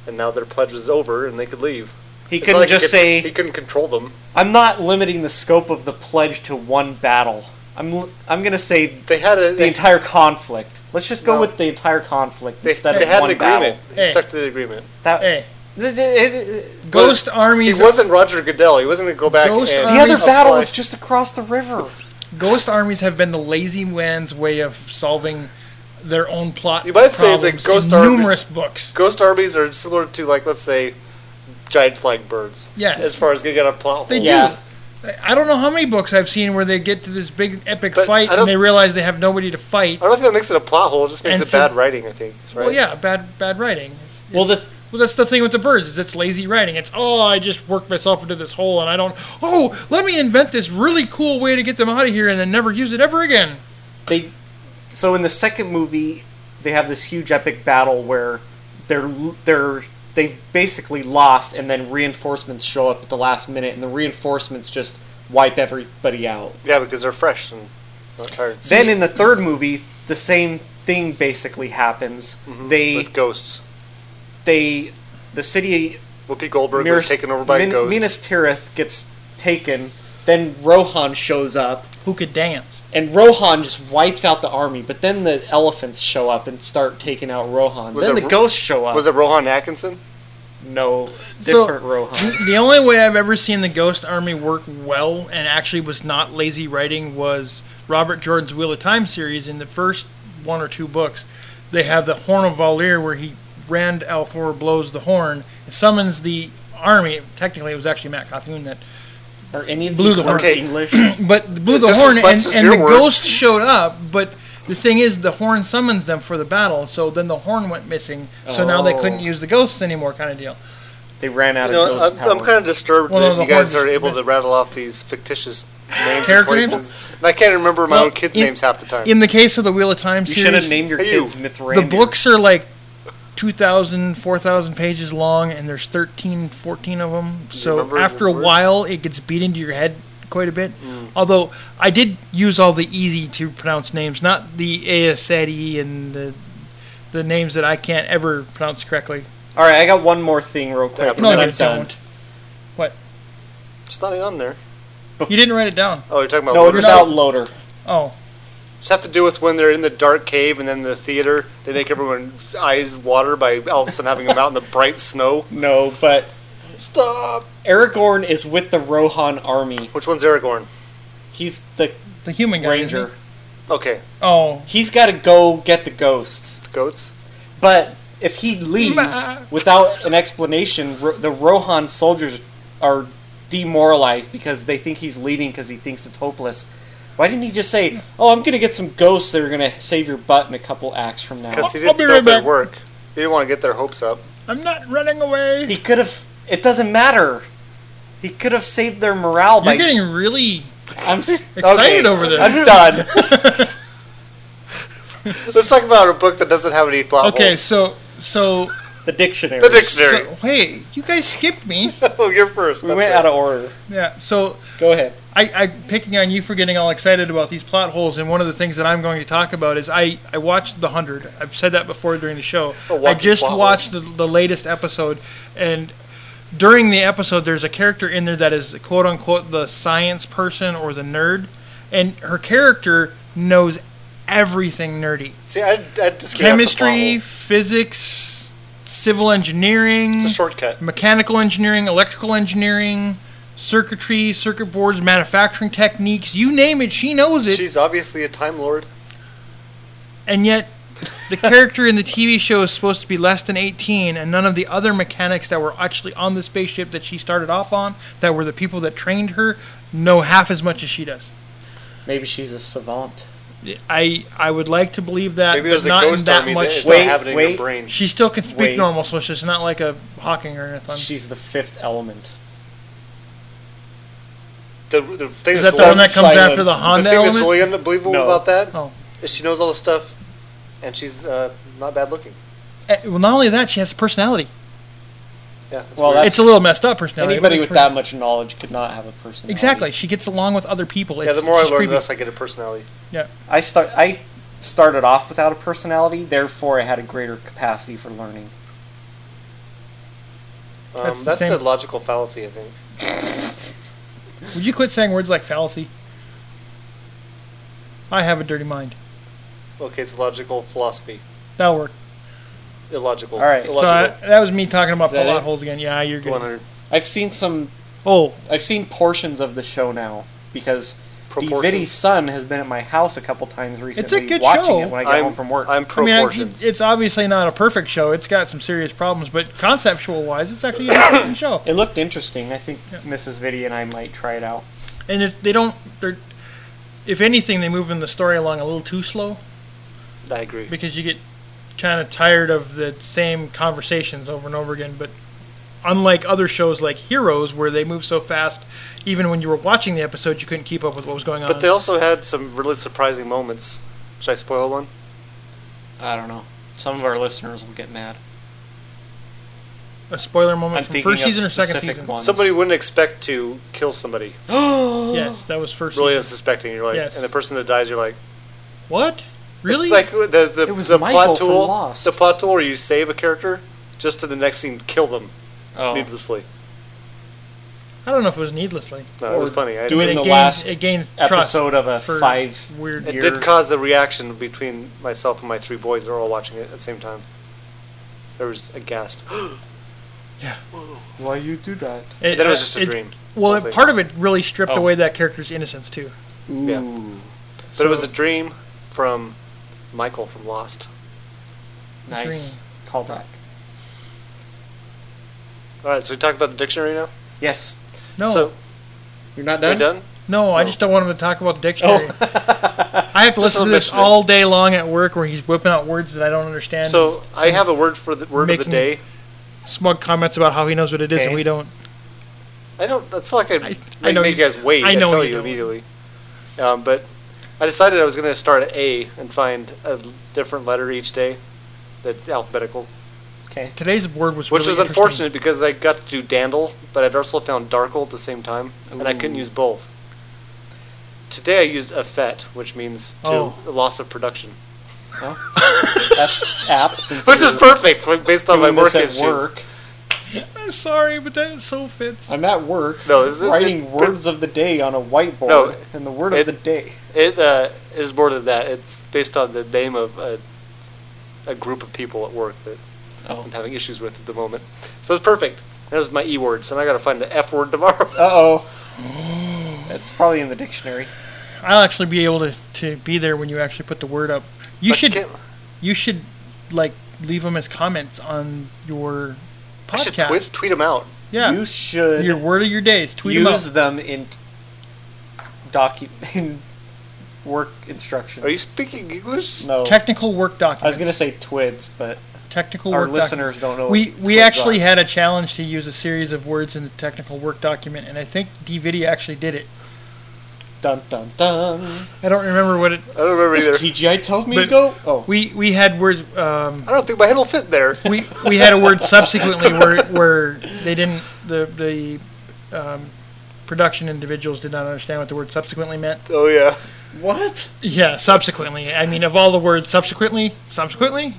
S5: and now their pledge is over, and they could leave.
S3: He
S5: It's not
S3: couldn't
S5: like
S3: just
S5: could-
S3: say,
S5: he couldn't control them.
S3: "I'm not limiting the scope of the pledge to one battle. I'm l- I'm gonna say
S5: They had a
S3: the entire conflict. Let's just go
S5: No.
S3: with the entire conflict
S5: they,
S3: instead
S5: they
S3: of
S5: had
S3: one
S5: an agreement.
S3: battle."
S5: He
S4: Hey.
S5: stuck to the agreement.
S3: That,
S4: Hey,
S3: th- th- th- th-
S4: ghost
S5: He
S4: armies.
S5: wasn't Roger Goodell. He wasn't going to go back.
S4: Ghost
S5: and
S3: the other
S5: apply-
S3: battle was just across the river.
S4: Ghost armies have been the lazy man's way of solving their own plot.
S5: You might say that
S4: problems
S5: ghost
S4: in
S5: army-
S4: numerous books.
S5: Ghost armies are similar to like let's say giant flying birds.
S4: Yes.
S5: As far as getting out of plot
S4: They
S5: holes.
S3: Yeah.
S4: do. I don't know how many books I've seen where they get to this big epic
S5: But
S4: fight
S5: I don't-
S4: and they realize they have nobody to fight.
S5: I don't think that makes it a plot hole. It just makes
S4: And
S5: it
S4: so-
S5: bad writing. I think. Right?
S4: Well, yeah, bad bad writing.
S3: Well, the
S4: Well, that's the thing with the birds is it's lazy writing. It's oh, I just worked myself into this hole and I don't. Oh, let me invent this really cool way to get them out of here and then never use it ever again.
S3: they so in the second movie they have this huge epic battle where they're l- they're they've basically lost and then reinforcements show up at the last minute and the reinforcements just wipe everybody out.
S5: Yeah, because they're fresh and not tired.
S3: Then in the third movie the same thing basically happens.
S5: Mm-hmm.
S3: They
S5: with ghosts.
S3: they the city
S5: Whoopi Goldberg was taken over by
S3: Min-
S5: a ghost.
S3: Minas Tirith gets taken. Then Rohan shows up,
S4: Who could dance?
S3: and Rohan just wipes out the army. But then the elephants show up and start taking out Rohan.
S5: Was
S3: then
S5: it
S3: the
S5: Ro-
S3: ghosts show up.
S5: was it Rohan Atkinson?
S3: no
S4: So-
S3: different Rohan?
S4: the only way I've ever seen the Ghost Army work well and actually was not lazy writing was Robert Jordan's Wheel of Time series. In the first one or two books, they have the Horn of Valir where he Rand Alfor blows the horn, and summons the army. Technically, it was actually Matt Cawthon that
S3: Are any of
S4: Blew
S3: these
S4: the
S3: words
S5: horn. [CLEARS THROAT]
S3: English?
S4: but the blew the
S5: Just as
S4: horn, and,
S5: much as
S4: and
S5: your
S4: the
S5: words.
S4: ghost showed up. But the thing is, the horn summons them for the battle. So then the horn went missing. So now they
S3: Oh.
S4: couldn't use the ghosts anymore, kind of deal.
S3: they ran out
S5: You know,
S3: of ghost
S5: I'm,
S3: power.
S5: I'm kind of disturbed
S4: Well, no,
S5: that
S4: the
S5: you guys
S4: horns-
S5: are able to rattle off these fictitious names and
S4: Character
S5: places. And I can't remember my
S4: Well,
S5: own kids'
S4: in-
S5: names half the time.
S4: In the case of the Wheel of Time
S3: you should
S4: series,
S3: have named your
S5: Hey, you.
S3: kids Mithrandir.
S4: the books are like 2,000, 4,000 pages long, and there's 13, 14 of them. So
S5: remember
S4: after
S5: the
S4: a
S5: words? Mm.
S4: while, it gets beat into your head quite a bit. Although I did use all the easy to pronounce names, not the ASADE and the the names that I can't ever pronounce correctly.
S3: All right, I got one more thing real
S5: Yeah,
S3: quick, and
S4: No,
S3: then
S4: you
S3: I'm done.
S4: don't. What?
S5: It's not on there.
S4: [LAUGHS] You didn't write it down.
S5: Oh, you're talking about
S3: No,
S5: Lotus?
S3: just out loader.
S4: Oh,
S5: Does it have to do with when they're in the dark cave and then the theater? They make everyone's eyes water by all of a sudden having them out in the bright snow.
S3: No, but
S5: Stop!
S3: Aragorn is with the Rohan army.
S5: Which one's Aragorn?
S3: He's the
S4: the human guy. isn't
S3: ranger.
S4: he?
S5: Okay,
S4: Oh,
S3: He's got to go get the ghosts.
S5: goats.
S3: But if he leaves without an explanation, Ro- the Rohan soldiers are demoralized because they think he's leaving because he thinks it's hopeless. Why didn't he just say, "Oh, I'm gonna get some ghosts that are gonna save your butt in a couple acts from now"?
S5: Because he
S4: I'll- I'll
S5: didn't
S4: be
S5: know
S4: right
S5: if they'd
S4: back.
S5: work. He didn't want to get their hopes up.
S4: I'm not running away.
S3: He could have. It doesn't matter. He could have saved their morale
S4: You're
S3: by.
S4: getting really
S3: I'm s-
S4: [LAUGHS] excited
S3: okay,
S4: over this.
S3: I'm done.
S5: Let's talk about a book that doesn't have any plot
S4: Okay,
S5: holes.
S4: so so [LAUGHS]
S3: the dictionary.
S5: The dictionary.
S4: So, hey, you guys skipped
S3: [LAUGHS]
S4: me.
S5: oh, [LAUGHS] you're first.
S3: We
S5: That's
S3: went
S5: right.
S3: out of order.
S4: yeah. So
S3: Go ahead.
S4: I, I picking on you for getting all excited about these plot holes, and one of the things that I'm going to talk about is I, I watched The Hundred. I've said that before during the show.
S5: Oh,
S4: I
S5: watch
S4: just
S5: the plot
S4: watched the, the latest episode, and during the episode, there's a character in there that is quote unquote the science person or the nerd, and her character knows everything nerdy.
S5: See, I, I just
S4: Chemistry, physics, civil engineering,
S5: It's a shortcut.
S4: mechanical engineering, electrical engineering, circuitry, circuit boards, manufacturing techniques, you name it, she knows it.
S5: She's obviously a time lord.
S4: and yet the character in the TV show is supposed to be less than 18 and none of the other mechanics that were actually on the spaceship that she started off on that were the people that trained her know half as much as she does.
S3: Maybe she's a savant.
S4: I I would like to believe that
S5: Maybe
S4: but
S5: there's a
S4: not in
S5: ghost
S4: that
S5: army that
S4: much
S5: is
S3: Wait,
S5: not happening in
S3: wait.
S5: her brain.
S4: she still can speak
S3: Wait.
S4: normal so she's not like a Hawking or anything.
S3: She's the fifth element.
S5: The, the thing
S4: is
S5: that's
S4: that the one that comes
S3: silence.
S4: after the
S5: The
S4: Honda
S5: thing
S4: element?
S5: that's really unbelievable
S3: No.
S5: about that
S4: Oh.
S5: is she knows all the stuff, and she's uh, not bad looking.
S4: Eh, well, not only that, she has a personality.
S5: Yeah, that's
S3: Well,
S5: weird.
S3: That's-
S4: it's a little messed up personality. but
S3: Anybody
S4: it's
S3: with
S4: her-
S3: that much knowledge could not have a personality.
S4: Exactly. She gets along with other people.
S5: yeah.
S4: It's,
S5: The more I
S4: she's
S5: learn,
S4: creepy.
S5: the less I get a personality.
S3: I start. I started off without a personality, therefore I had a greater capacity for learning.
S5: Um,
S4: That's
S5: that's
S4: the same-
S5: a logical fallacy, I think.
S4: Would you quit saying words like fallacy? I have a dirty mind.
S5: Okay, it's logical philosophy.
S4: That'll work.
S5: Illogical.
S3: All right, so
S4: So I,
S5: Illogical.
S4: that was me talking about
S3: Is that
S4: plot
S3: it?
S4: holes again. Yeah, you're
S5: The one
S4: good.
S5: that-
S3: I've seen some.
S4: Oh,
S3: I've seen portions of the show now because Davidi's
S5: proportions.
S3: son has been at my house a couple times recently.
S4: good
S3: watching
S4: show.
S3: it when I get home
S5: I'm
S3: from work.
S5: I'm
S4: I mean, I-
S5: proportions.
S4: it's obviously not a perfect show. It's got some serious problems, but conceptual wise, it's actually a good show.
S3: it looked interesting. I think Mrs. Vitti and I might try it out.
S4: And it's, they don't. They're, if anything, they move in the story along a little too slow
S5: I agree.
S4: because you get kind of tired of the same conversations over and over again. But unlike other shows like Heroes, where they move so fast, even when you were watching the episode, you couldn't keep up with what was going on.
S5: But they also had some really surprising moments. Should I spoil one?
S3: I don't know. Some of our listeners will get [GASPS] mad.
S4: a spoiler moment
S3: I'm
S4: from
S3: thinking
S4: first
S3: of
S4: season or second
S3: specific
S4: season.
S3: ones.
S5: Somebody wouldn't expect to kill somebody.
S3: Oh.
S4: Yes, that was first.
S5: Really
S4: season.
S5: unsuspecting. You're like,
S4: Yes.
S5: and the person that dies, you're like,
S4: What? Really?
S5: It's like the the,
S3: It was
S5: the
S3: Michael
S5: plot
S3: from
S5: tool.
S3: Lost.
S5: The plot tool where you save a character just to the next scene kill them
S3: Oh.
S5: needlessly.
S4: I don't know if it was needlessly.
S5: No,
S3: Or
S5: it was funny. I,
S3: do it in
S4: But it
S3: the
S4: gained-
S3: last
S4: it gained trust
S3: episode of a
S4: for
S3: five
S4: weird-
S5: it
S3: year.
S5: did cause a reaction between myself and my three boys that were all watching it at the same time. There was
S4: [GASPS]
S5: aghast.
S3: Why you do that?
S4: It,
S5: then it was
S4: uh,
S5: just a dream.
S4: Well,
S5: whole
S4: it,
S5: thing.
S4: part of it really stripped
S3: Oh.
S4: away that character's innocence too.
S3: Ooh.
S5: Yeah. But it was a dream from Michael from Lost.
S3: Nice callback.
S5: All right, so we talked about the dictionary now.
S3: Yes.
S4: No,
S5: so
S3: You're not
S5: we're
S3: done?
S5: done.
S4: no, I just don't want him to talk about the dictionary.
S5: [LAUGHS]
S4: I have to
S5: Oh. Just
S4: listen to
S5: a
S4: this
S5: listener.
S4: all day long at work, where he's whipping out words that I don't understand.
S5: So I have a word for the word of the
S4: Making-
S5: day.
S4: smug comments about how he knows what it is and
S3: Okay.
S4: we don't.
S5: I don't. That's like I,
S4: I-
S5: make,
S4: I know
S5: make
S4: you-
S5: you guys wait.
S4: I
S5: I,
S4: know
S5: tell
S4: you
S5: you,
S4: don't.
S5: immediately. Um, but I decided I was going to start at A and find a different letter each day, that's alphabetical,
S3: Okay.
S4: Today's word was
S5: which
S4: really
S5: is
S4: interesting.
S5: unfortunate because I got to do dandel, but I'd also found darkle at the same time, and I couldn't use both. Today I used effet, which means to
S4: Oh.
S5: loss of production,
S3: That's apt. Since
S5: which is
S3: you're
S5: perfect like, based on my
S3: doing
S5: work
S3: this
S5: issues.
S3: at work.
S4: I'm sorry, but that so fits.
S3: I'm at work
S5: No, this is-
S3: writing
S5: it-
S3: words of the day on a whiteboard.
S5: No,
S3: and the word
S5: it-
S3: of the day.
S5: It uh, is more than that. It's based on the name of a, a group of people at work that
S3: Oh.
S5: I'm having issues with at the moment. So it's perfect. That was my E words, and I gotta find the F word tomorrow.
S3: Uh oh. It's probably in the dictionary.
S4: I'll actually be able to, to be there when you actually put the word up. You
S5: [LAUGHS] I
S4: should
S5: can't-
S4: you should like leave them as comments on your podcast.
S5: I should tweet, tweet them out.
S4: Yeah,
S3: You should
S4: your word of your days. Tweet them
S3: use
S4: out.
S3: them in t- docu- in work instructions.
S5: Are you speaking English?
S3: no.
S4: Technical work documents.
S3: I was gonna say twids, but
S4: technical
S3: our
S4: work
S3: listeners
S4: documents.
S3: don't know
S4: We
S3: what
S4: we
S3: twids
S4: actually
S3: are.
S4: had a challenge to use a series of words in the technical work document, and I think DVD actually did it.
S3: dun dun dun.
S4: I don't remember what it.
S5: I don't remember
S3: This
S5: either.
S3: TGI tells me
S4: But-
S3: to go. Oh,
S4: We we had words. Um,
S5: I don't think my head will
S4: [LAUGHS]
S5: fit there.
S4: we we had a word subsequently where where they didn't the the um, production individuals did not understand what the word subsequently meant.
S5: Oh yeah.
S3: what?
S4: Yeah, subsequently. I mean, of all the words, subsequently, subsequently,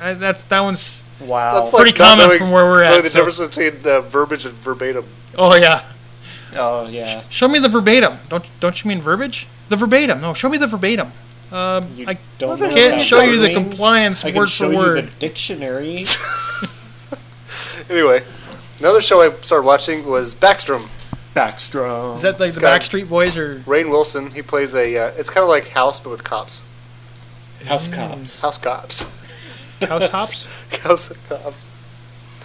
S4: I, that's that one's.
S3: Wow.
S5: That's
S4: Pretty
S5: like not
S4: common
S5: knowing-
S4: from where we're
S5: knowing
S4: at,
S5: The
S4: so-
S5: difference between uh, verbiage and verbatim.
S4: Oh yeah,
S3: oh yeah.
S4: show me the verbatim. Don't don't you mean verbiage? The verbatim. No, show me the verbatim. Um,
S3: You
S4: I
S3: don't know
S4: can't
S3: about
S4: show you the
S3: names.
S4: compliance
S3: I can
S4: word
S3: show
S4: for
S3: you
S4: word.
S3: the
S4: [LAUGHS]
S3: dictionary.
S5: Anyway, another show I started watching was Backstrom.
S3: Backstrom.
S4: Is that like the
S5: got-
S4: Backstreet Boys or
S5: Rain Wilson. He plays a. Uh, it's kind of like House, but with cops.
S3: House
S4: Hmm.
S3: cops.
S5: House cops. [LAUGHS]
S4: House Hops?
S5: House cops.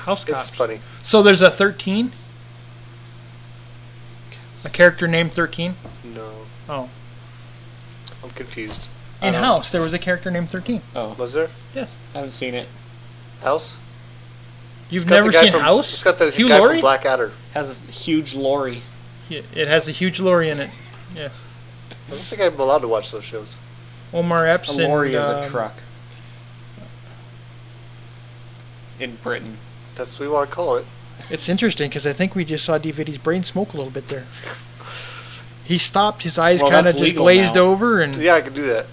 S4: House
S5: It's
S4: Cops.
S5: funny.
S4: So there's a 13? A character named 13?
S5: No,
S4: Oh.
S5: I'm confused.
S4: In
S3: don't-
S4: House, there was a character named 13.
S3: Oh,
S5: Was there
S4: Yes.
S3: I haven't seen it.
S5: House?
S4: You've
S5: It's got
S4: never
S5: the guy
S4: seen
S5: from,
S4: House?
S5: It's got the
S4: Hugh
S5: guy
S4: Laurie?
S5: from Blackadder.
S3: Has a huge lorry.
S4: Yeah, it has a huge lorry in it. Yes.
S5: I don't think I'm allowed to watch those shows.
S4: Omar
S3: A
S4: Epps and,
S3: lorry is a
S4: um,
S3: truck. In Britain.
S5: If that's what we want to call it.
S4: It's interesting because I think we just saw DVD's brain smoke a little bit there. He stopped. His eyes
S3: Well,
S4: kind of
S3: that's
S4: just
S3: legal
S4: glazed
S3: now.
S4: over, and
S5: Yeah, I could do that.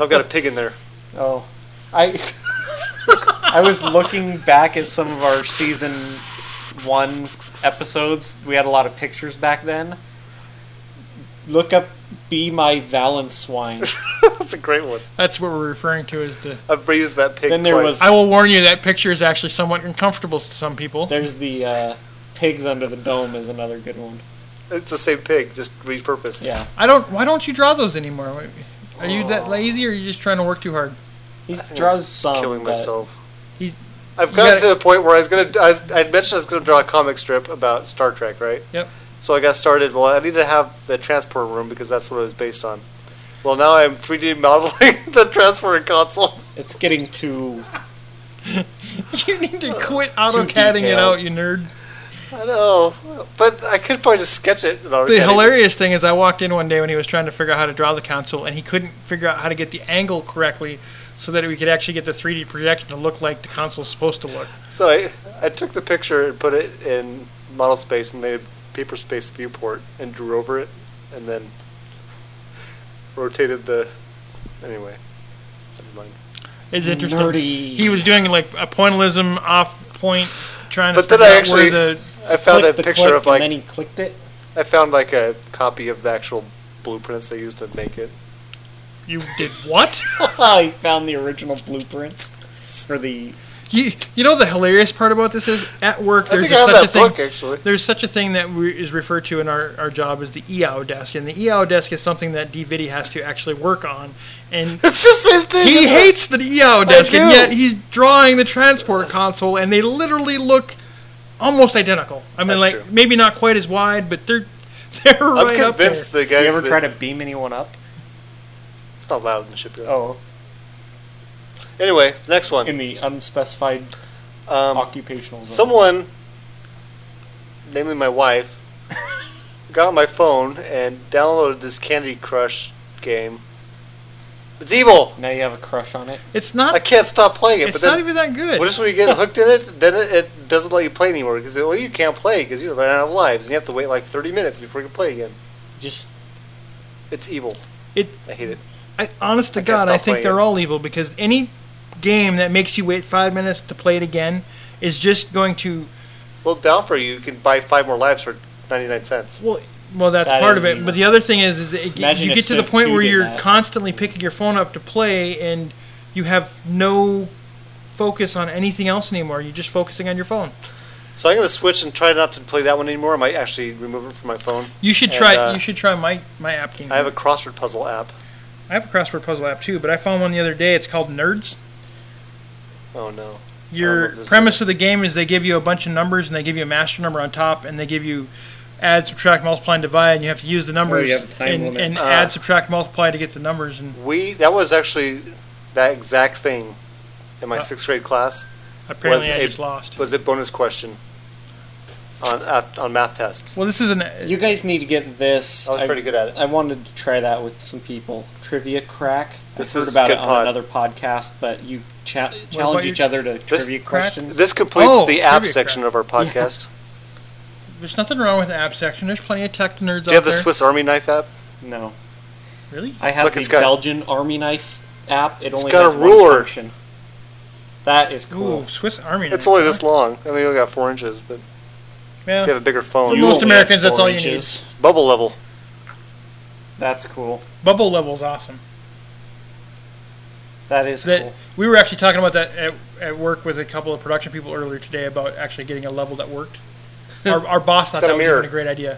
S5: I've got a pig in there. [LAUGHS]
S3: Oh, I I was looking back at some of our season one episodes. We had a lot of pictures back then. Look up "Be My Valenswine."
S5: that's a great one.
S4: [LAUGHS] that's what we're referring to as the.
S5: I've used that pig
S3: Then
S5: twice.
S3: there was-
S4: I will warn you that picture is actually somewhat uncomfortable to some people.
S3: There's the uh, "Pigs Under the Dome" is another good one.
S5: It's the same pig, just repurposed.
S3: Yeah,
S4: I don't. Why don't you draw those anymore? Are you that
S5: Oh.
S4: lazy, or are you just trying to work too hard? [LAUGHS]
S3: he draws some.
S5: killing
S3: but
S5: myself.
S4: Um, He's-
S5: I've
S4: you
S5: gotten
S4: gotta-
S5: to the point where I was gonna. I, was, I mentioned I was gonna draw a comic strip about Star Trek, right?
S4: Yep.
S5: So I got started. Well, I need to have the transport room because that's what it was based on. Well, now I'm 3D modeling [LAUGHS] the transport console.
S3: It's getting too.
S4: you need to quit AutoCADing it
S3: detailed.
S4: out, you nerd.
S5: I know, but I could probably just sketch it. and already
S4: The
S5: get it.
S4: hilarious thing is, I walked in one day when he was trying to figure out how to draw the console, and he couldn't figure out how to get the angle correctly so that we could actually get the 3D projection to look like the console's supposed to look.
S5: So I, I took the picture and put it in model space and made a paper space viewport and drew over it and then rotated the. Anyway, never mind.
S4: It's interesting.
S3: Nerdy.
S4: He was doing like a pointillism off point, trying to
S5: But then
S4: figure
S5: I
S4: out
S5: actually-
S4: where the.
S5: I found a
S3: clicked the
S5: picture of
S3: click,
S5: like
S3: And then he clicked it. [LAUGHS]
S5: I found like a copy of the actual blueprints they used to make it.
S4: You did what? [LAUGHS]
S3: he found the original blueprints for the.
S4: you, you know the hilarious part about this is at work
S5: I
S4: there's a,
S5: think I have
S4: such a
S5: that
S4: thing.
S5: book actually. [LAUGHS]
S4: There's such a thing that we, is referred to in our, our job as the EOW desk, and the EOW desk is something that DVD has to actually work on. And
S5: It's the same thing.
S4: he
S5: isn't it?
S4: hates the EO desk, and
S5: do.
S4: yet he's drawing the transport console, and they literally look almost identical. I mean,
S5: That's
S4: like
S5: true.
S4: maybe not quite as wide, but they're [LAUGHS] they're
S5: I'm
S4: right up there.
S5: convinced the
S3: You
S5: guys.
S3: ever
S5: that-
S3: try to beam anyone up?
S5: It's not loud in the shipyard.
S3: Oh,
S5: Anyway, next one.
S3: in the unspecified
S5: Um,
S3: occupational zone.
S5: someone, namely
S4: [LAUGHS]
S5: my wife, got my phone and downloaded this Candy Crush game. It's evil.
S3: Now you have a crush on it.
S4: It's
S5: I
S4: not.
S5: can't stop playing it.
S4: It's
S5: but then
S4: not even that good.
S5: Well, just when you get hooked in it, then it, it doesn't let you play anymore because well, you can't play because you run out of lives and you have to wait like 30 minutes before you can play again.
S3: Just
S5: It's evil.
S4: It-
S5: I hate it.
S4: I, honest to
S5: I can't
S4: God, I
S5: stop
S4: think
S5: playing
S4: they're
S5: it.
S4: all evil because any game that makes you wait five minutes to play it again is just going to
S5: Well, down for you, you can buy five more lives for 99 cents.
S4: Well, well, that's
S3: That
S4: part
S3: is
S4: of it.
S3: evil.
S4: But the other thing is, is it,
S3: Imagine
S4: you
S3: if
S4: get to the
S3: Civ
S4: point
S3: 2
S4: where
S3: did
S4: you're
S3: that.
S4: constantly picking your phone up to play, and you have no focus on anything else anymore. You're just focusing on your phone.
S5: So I'm going to switch and try not to play that one anymore. I might actually remove it from my phone.
S4: You should
S5: And,
S4: try.
S5: uh,
S4: you should try my my app game.
S5: I have a crossword puzzle app.
S4: I have a crossword puzzle app too, but I found one the other day. It's called Nerds.
S5: Oh no.
S4: Your
S5: love this
S4: premise of the game is they give you a bunch of numbers and they give you a master number on top and they give you add, subtract, multiply, and divide, and you have to use the numbers
S3: Oh, have a time
S4: and,
S3: limit.
S4: and
S5: Uh.
S4: add, subtract, multiply to get the numbers. And
S5: We that was actually that exact thing in my
S4: Uh,
S5: sixth grade class
S4: apparently, I
S5: a-
S4: just lost.
S5: was a bonus question on at, on math tests.
S4: Well, this is an
S3: You guys need to get this.
S5: I was pretty good at it.
S3: I wanted to try that with some people. Trivia crack.
S5: This
S3: I heard
S5: is
S3: about
S5: good
S3: it on
S5: pod.
S3: another podcast, but you cha-
S4: about
S3: challenge
S4: your
S3: each other to trivia
S4: crack?
S3: questions.
S5: This completes
S4: Oh,
S5: the app
S4: trivia
S5: section of our podcast.
S4: There's nothing wrong with the app section. There's plenty of tech nerds
S5: Do you
S4: out
S5: have the
S4: there.
S5: Swiss Army knife app?
S3: No,
S4: really?
S3: I have
S5: Look,
S3: the
S5: it's got-
S3: Belgian Army knife app. It only
S5: got a
S3: has one
S5: ruler.
S3: function. That is cool.
S4: Ooh, Swiss Army.
S5: It's
S4: knife.
S5: only this long. I mean, we only got four inches, but
S4: Yeah.
S5: if you have a bigger phone,
S4: For most
S3: only have
S4: Americans, that's
S3: four
S4: all you
S3: inches.
S5: bubble level.
S3: That's cool.
S4: Bubble level's awesome.
S3: That is
S4: That
S3: cool.
S4: we were actually talking about that at, at work with a couple of production people earlier today about actually getting a level that
S5: [LAUGHS]
S4: worked. Our, our boss thought
S5: got
S4: that
S5: a
S4: was
S5: mirror.
S4: even a great idea.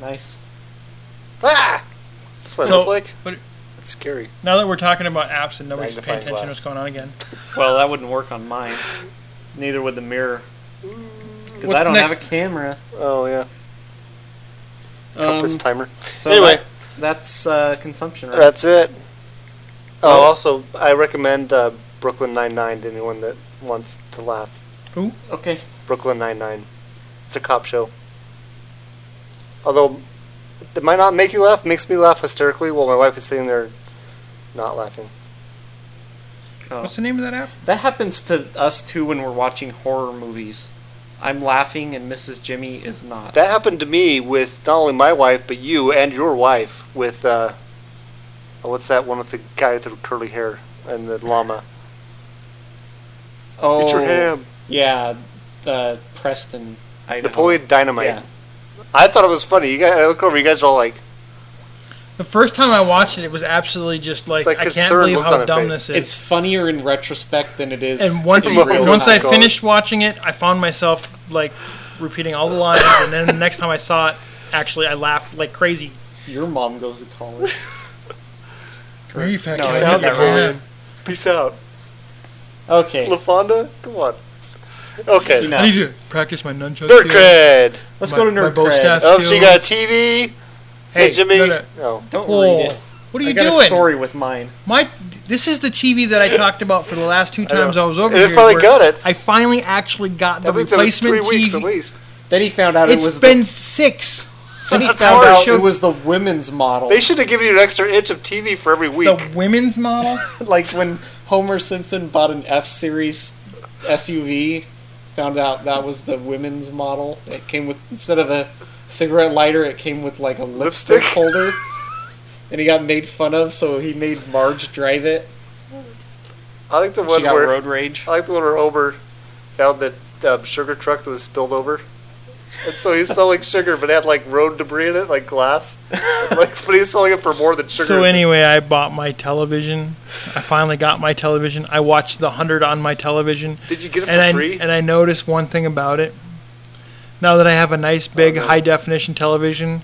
S3: Nice.
S5: Ah! That's what it
S4: So-
S5: looked like.
S4: But
S5: It's scary.
S4: now that we're talking about apps and nobody's paying
S5: Magnifying
S4: attention to
S5: glass.
S4: what's going on again,
S3: Well, that wouldn't work on mine. Neither would the mirror. Because
S4: What's
S3: I don't have a
S4: next?
S3: camera.
S5: Oh, yeah. Compass timer.
S3: So
S5: Anyway.
S3: that- that's uh, consumption, right?
S5: That's it.
S3: Oh.
S5: Oh, also, I recommend uh, Brooklyn Nine-Nine to anyone that wants to laugh.
S3: okay.
S5: Brooklyn Nine-Nine. It's a cop show. Although, it might not make you laugh. It makes me laugh hysterically while my wife is sitting there not laughing.
S3: Oh.
S4: what's the name of that app?
S3: That happens to us too when we're watching horror movies. I'm laughing and Mrs. Jimmy is not.
S5: That happened to me with not only my wife, but you and your wife with, uh, oh, what's that one with the guy with the curly hair and the llama?
S3: oh,
S5: Eat
S4: Oh.
S5: your ham.
S3: yeah, the Preston. Idaho.
S5: Napoleon Dynamite.
S3: Yeah.
S5: I thought it was funny. You guys, I look over, you guys are all like,
S4: The first time I watched it, it was absolutely just like,
S5: like
S4: I can't
S5: concern
S4: believe
S5: look on
S4: how
S5: her
S4: dumb
S5: face.
S4: this is.
S3: It's funnier in retrospect than it is.
S4: and once
S3: in
S5: you-
S3: real
S4: once I
S5: time.
S4: finished watching it, I found myself like repeating all the lines, and then the next time I saw it, actually I laughed like crazy.
S3: your mom goes to college.
S4: Are you fucking
S3: I
S5: peace
S3: said
S5: out,
S3: that
S5: Napoleon. Peace out.
S3: Okay,
S5: LaFonda, come on. Okay.
S4: I need
S3: enough.
S4: to practice my nunchucks.
S5: Nerd
S4: here.
S5: cred.
S3: Let's
S4: My-
S3: go to
S4: my
S3: nerd
S4: bow
S3: cred.
S4: staff.
S5: Oh, she
S4: Skills.
S5: got TV. Say,
S4: Hey,
S5: Jimmy.
S4: no,
S5: Oh.
S4: no.
S5: No.
S3: Don't
S4: Whoa.
S3: read it.
S4: What are you
S3: I got
S4: doing?
S3: a story with mine.
S4: My this is the TV that I talked about for the last two times I, was over
S5: And it
S4: here.
S5: finally
S4: where
S5: got it.
S4: I finally actually got the
S5: That means it was
S4: replacement
S5: three weeks
S4: TV.
S5: at least.
S3: Then he found out it
S4: It's
S3: was
S4: been
S3: the,
S4: six.
S3: [LAUGHS] then he
S5: That's
S3: found
S5: harsh.
S3: out it was the women's model.
S5: They should have given you an extra inch of TV for every week.
S4: The women's model.
S3: like [LAUGHS] when Homer Simpson bought an F series SUV, found out that was the women's model. It came with instead of a cigarette lighter, it came with like a lipstick,
S4: [LAUGHS]
S5: Lipstick?
S3: holder. And he got made fun of, so he made Marge drive it.
S5: I like the
S3: She
S5: one
S3: got
S5: where
S3: road rage.
S5: I like the one where Ober found the um, sugar truck that was spilled over. And so he's
S4: [LAUGHS]
S5: selling sugar, but it had like road debris in it, like glass. like, but he's selling it for more than sugar.
S4: So anyway, I bought my television. I finally got my television. I watched the hundred on my television.
S5: Did you get it for
S4: and I
S5: free?
S4: and I noticed one thing about it. Now that I have a nice big high definition television,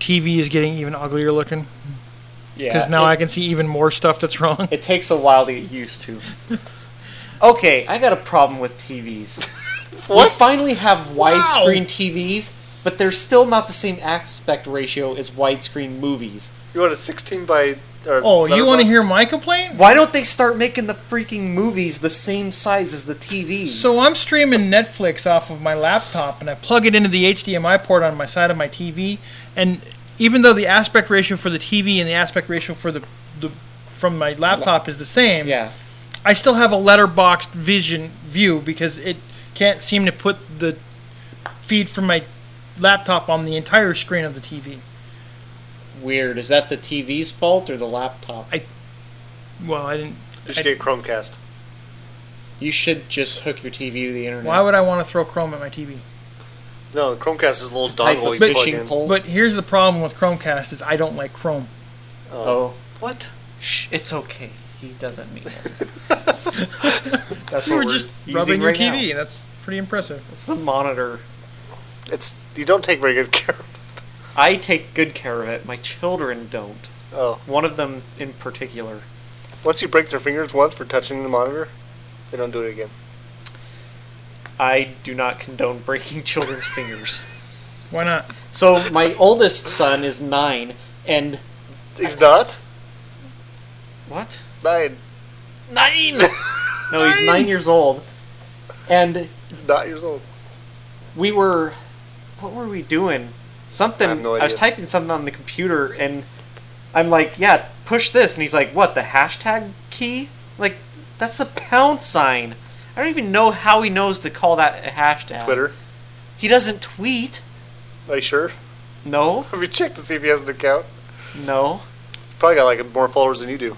S4: TV is getting even uglier looking
S3: Yeah,
S4: because now
S3: it,
S4: I can see even more stuff that's wrong.
S3: it takes a while to get used to. Okay, I got a problem with TVs. [LAUGHS]
S5: What?
S3: We finally have widescreen TVs, but they're still not the same aspect ratio as widescreen movies.
S5: you want a 16 by. Or
S4: Oh, you want to
S5: letterbox?
S4: hear my complaint?
S3: Why don't they start making the freaking movies the same size as the TVs?
S4: So I'm streaming Netflix off of my laptop, and I plug it into the HDMI port on my side of my TV, and even though the aspect ratio for the TV and the aspect ratio for the, the from my laptop is the same,
S3: yeah,
S4: I still have a letterboxed vision view because it can't seem to put the feed from my laptop on the entire screen of the TV.
S3: weird. Is that the TV's fault or the laptop?
S4: Well, I didn't.
S5: You should get Chromecast.
S3: You should just hook your TV to the internet.
S4: Why would I want to throw Chrome at my TV?
S5: No, Chromecast is a little
S3: It's a type
S5: dongle
S3: of
S5: you plug
S3: fishing
S5: in.
S3: pole?
S4: But here's the problem with Chromecast is I don't like Chrome.
S3: oh,
S5: What?
S3: shh, it's okay. He doesn't mean it.
S5: That's
S4: You were
S5: what we're
S4: just
S3: [LAUGHS] using
S4: rubbing your
S3: right now.
S4: TV. That's pretty impressive.
S3: It's the monitor.
S5: It's you don't take very good [LAUGHS] care of it.
S3: I take good care of it. My children don't.
S5: Oh,
S3: One of them in particular.
S5: once you break their fingers once for touching the monitor, they don't do it again.
S3: I do not condone breaking [LAUGHS] children's fingers.
S4: Why not?
S3: So my oldest son is nine, and
S5: He's not
S3: what?
S5: nine.
S3: [LAUGHS] Nine. no, he's nine years old, and
S5: He's not years old.
S3: we were what were we doing something
S5: I have no
S3: I was
S5: idea.
S3: typing something on the computer and i'm like yeah push this and he's like what the hashtag key like that's a pound sign i don't even know how he knows to call that a hashtag
S5: Twitter.
S3: he doesn't tweet
S5: Are you sure? [LAUGHS]
S3: no
S5: Have you checked to see if he has an account?
S3: no
S5: He's probably got like more followers than you do.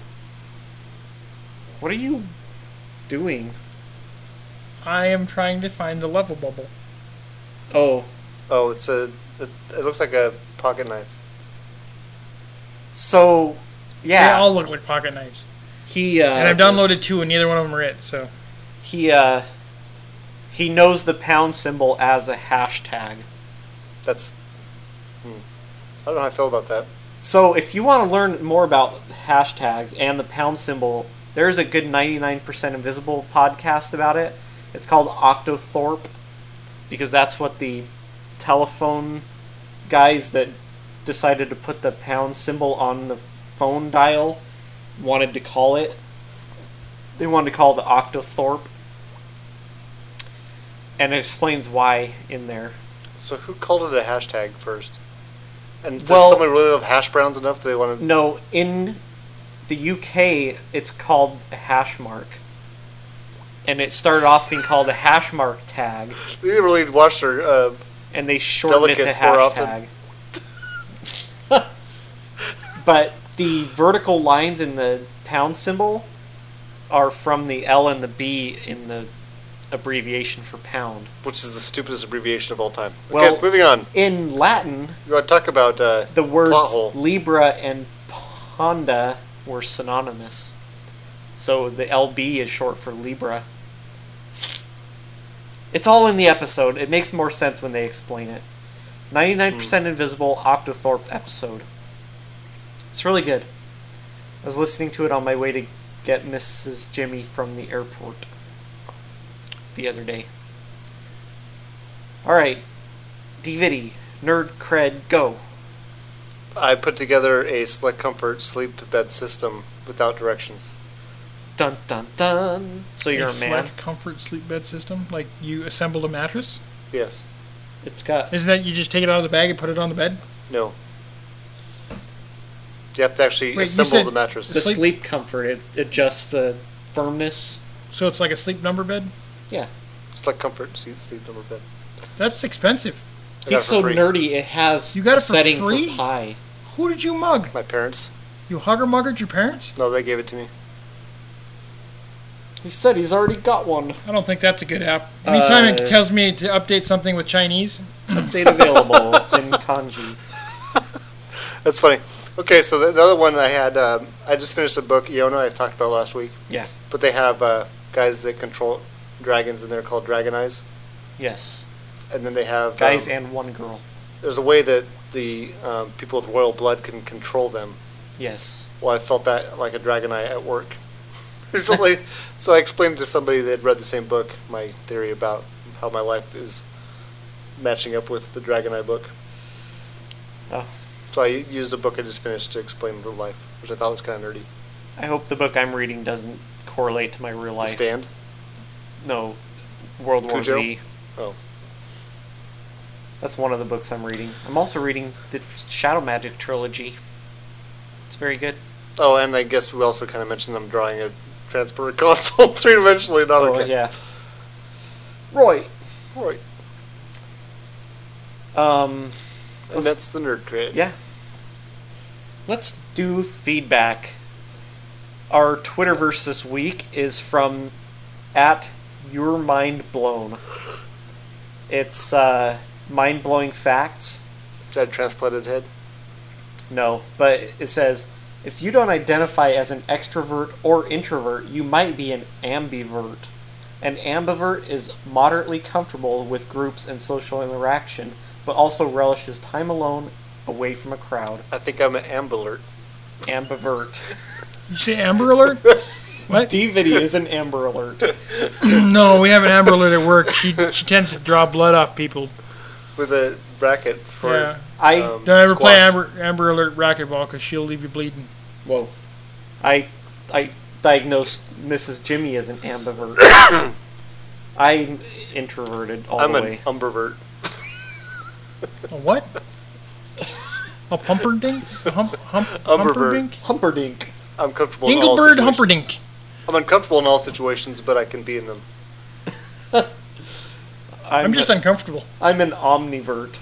S3: what are you doing
S4: I am trying to find the level bubble.
S3: oh
S5: Oh, it's a. It, it looks like a pocket knife.
S3: So,
S4: They
S3: yeah,
S4: all look like pocket knives.
S3: he uh,
S4: And I've downloaded two, and neither one of them are it. So
S3: he uh, he knows the pound symbol as a hashtag.
S5: That's. hmm. I don't know how I feel about that.
S3: So if you want to learn more about hashtags and the pound symbol, there's a good 99% invisible podcast about it. It's called Octothorpe because that's what the telephone guys that decided to put the pound symbol on the phone dial wanted to call it. They wanted to call it the Octothorpe. And it explains why in there.
S5: So who called it a hashtag first? And does
S3: Well-
S5: someone really love hash browns enough that they want to?
S3: No, in the UK, it's called a hash mark. And it started off being called a hash mark tag,
S5: They didn't really wash their. Uh,
S3: and they shortened it to
S5: Delicates more often.
S3: hashtag. [LAUGHS] but the vertical lines in the pound symbol are from the L and the B in the abbreviation for pound.
S5: which is the stupidest abbreviation of all time. Okay,
S3: Well-
S5: it's moving on.
S3: In Latin,
S5: You want to talk about uh,
S3: the words
S5: plot hole.
S3: Libra and Honda were synonymous. So the LB is short for Libra. It's all in the episode. It makes more sense when they explain it. 99%
S5: Hmm.
S3: Invisible Octothorpe episode. It's really good. I was listening to it on my way to get Mrs. Jimmy from the airport the other day. Alright. DVD. Nerd cred, go.
S5: I put together a select comfort sleep bed system without directions.
S3: Dun dun dun. So you're
S4: a
S3: a man.
S4: select comfort sleep bed system, like you assembled a mattress.
S5: Yes.
S3: It's got.
S4: Isn't that you just take it out of the bag and put it on the bed?
S5: No. You have to actually
S4: Wait, you
S5: assemble
S4: said-
S5: the mattress.
S3: The
S4: Sleep-
S3: sleep, comfort. It adjusts the firmness.
S4: So it's like a sleep number bed.
S3: Yeah.
S5: select comfort sleep, sleep number bed.
S4: That's expensive.
S5: I got it
S3: He's
S5: for
S3: so
S5: free.
S3: nerdy. It has
S4: You got
S3: a
S4: it for
S3: setting
S4: free?
S3: for pie.
S4: Who did you mug?
S5: My parents?
S4: You hugger muggered your parents?
S5: No, they gave it to me.
S3: He said he's already got one.
S4: I don't think that's a good app. Anytime
S3: Uh,
S4: it tells me to update something with Chinese,
S3: [LAUGHS] Update available. it's in kanji.
S5: That's funny. Okay, so the, the other one I had, um, I just finished a book, Iona, I talked about last week.
S3: Yeah.
S5: But they have uh, guys that control dragons in there called Dragon Eyes.
S3: Yes.
S5: And then they have. um,
S3: Guys and one girl.
S5: there's a way that the um, people with royal blood can control them.
S3: Yes.
S5: Well, I felt that like a dragon eye at work [LAUGHS] recently. so I explained to somebody that had read the same book my theory about how my life is matching up with the dragon eye book.
S3: Oh.
S5: So I used a book I just finished to explain real life, which I thought was kind of nerdy.
S3: I hope the book I'm reading doesn't correlate to my real
S5: The
S3: life.
S5: stand.
S3: No. World War
S5: Cujo?
S3: Z.
S5: Oh,
S3: That's one of the books I'm reading. I'm also reading the Shadow Magic trilogy. It's very good.
S5: oh, and I guess we also kind of mentioned I'm drawing a transporter [LAUGHS] console three dimensionally, not
S3: Oh,
S5: okay.
S3: yeah. Roy.
S5: Right.
S3: Um,
S5: And that's the nerd crit.
S3: yeah. Let's do feedback. Our Twitterverse this week is from at your mind blown. It's uh, mind blowing facts.
S5: Is that a transplanted head?
S3: No, but it says if you don't identify as an extrovert or introvert, you might be an ambivert. An ambivert is moderately comfortable with groups and social interaction, but also relishes time alone, away from a crowd.
S5: I think I'm an ambulert.
S3: Ambivert.
S4: you say
S3: [LAUGHS]
S4: Amber Alert? what?
S3: DVD is an Amber Alert.
S4: no, we have an Amber Alert at work. She, she tends to draw blood off people.
S5: with a bracket for
S4: Yeah.
S3: I
S5: um,
S4: Don't ever play
S5: squash.
S4: Amber, Amber Alert racquetball because she'll leave you bleeding.
S3: Whoa. I I diagnosed Mrs. Jimmy as an
S5: [COUGHS]
S3: ambivert. I'm introverted all
S5: I'm
S3: the
S5: an
S3: way.
S5: umbervert.
S4: A what? A pumperdink? A hump, hump, humperdink?
S5: Umberbird.
S3: Humperdink.
S5: I'm comfortable in all
S4: Dinglebird
S5: situations.
S4: Humperdink.
S5: I'm uncomfortable in all situations, but I can be in them.
S3: I'm,
S4: I'm just uncomfortable.
S3: I'm an
S5: [LAUGHS]
S3: omnivert.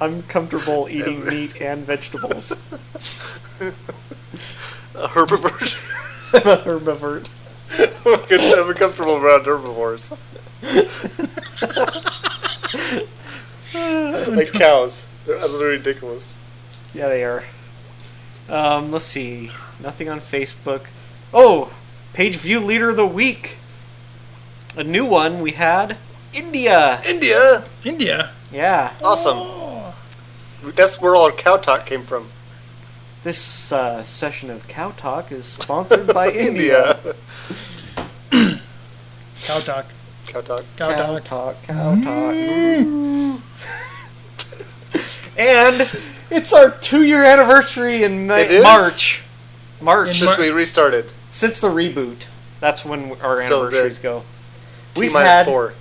S3: I'm comfortable eating meat and vegetables. [LAUGHS]
S5: A [LAUGHS] herbivore.
S3: I'm a herbivore.
S5: I'm uncomfortable around herbivores. [LAUGHS] like cows. They're utterly ridiculous.
S3: Yeah, they are. Um, let's see. Nothing on Facebook. Oh, page view leader of the week. A new one we had. India.
S5: India,
S4: India.
S3: Yeah.
S5: awesome.
S3: Oh.
S5: That's where all our cow talk came from.
S3: This uh, session of Cow Talk is sponsored
S5: [LAUGHS]
S3: by India.
S4: Cow talk.
S5: cow talk.
S4: Cow,
S3: Cow
S4: talk.
S3: Talk. Cow Talk. [LAUGHS] and it's our two-year anniversary in Ma-
S5: It is?
S3: March. March
S4: In
S5: Since
S4: Mar-
S5: we restarted,
S3: since the reboot. That's when our
S5: So the-
S3: anniversaries go.
S5: T
S3: We've
S5: minus
S3: had
S5: four.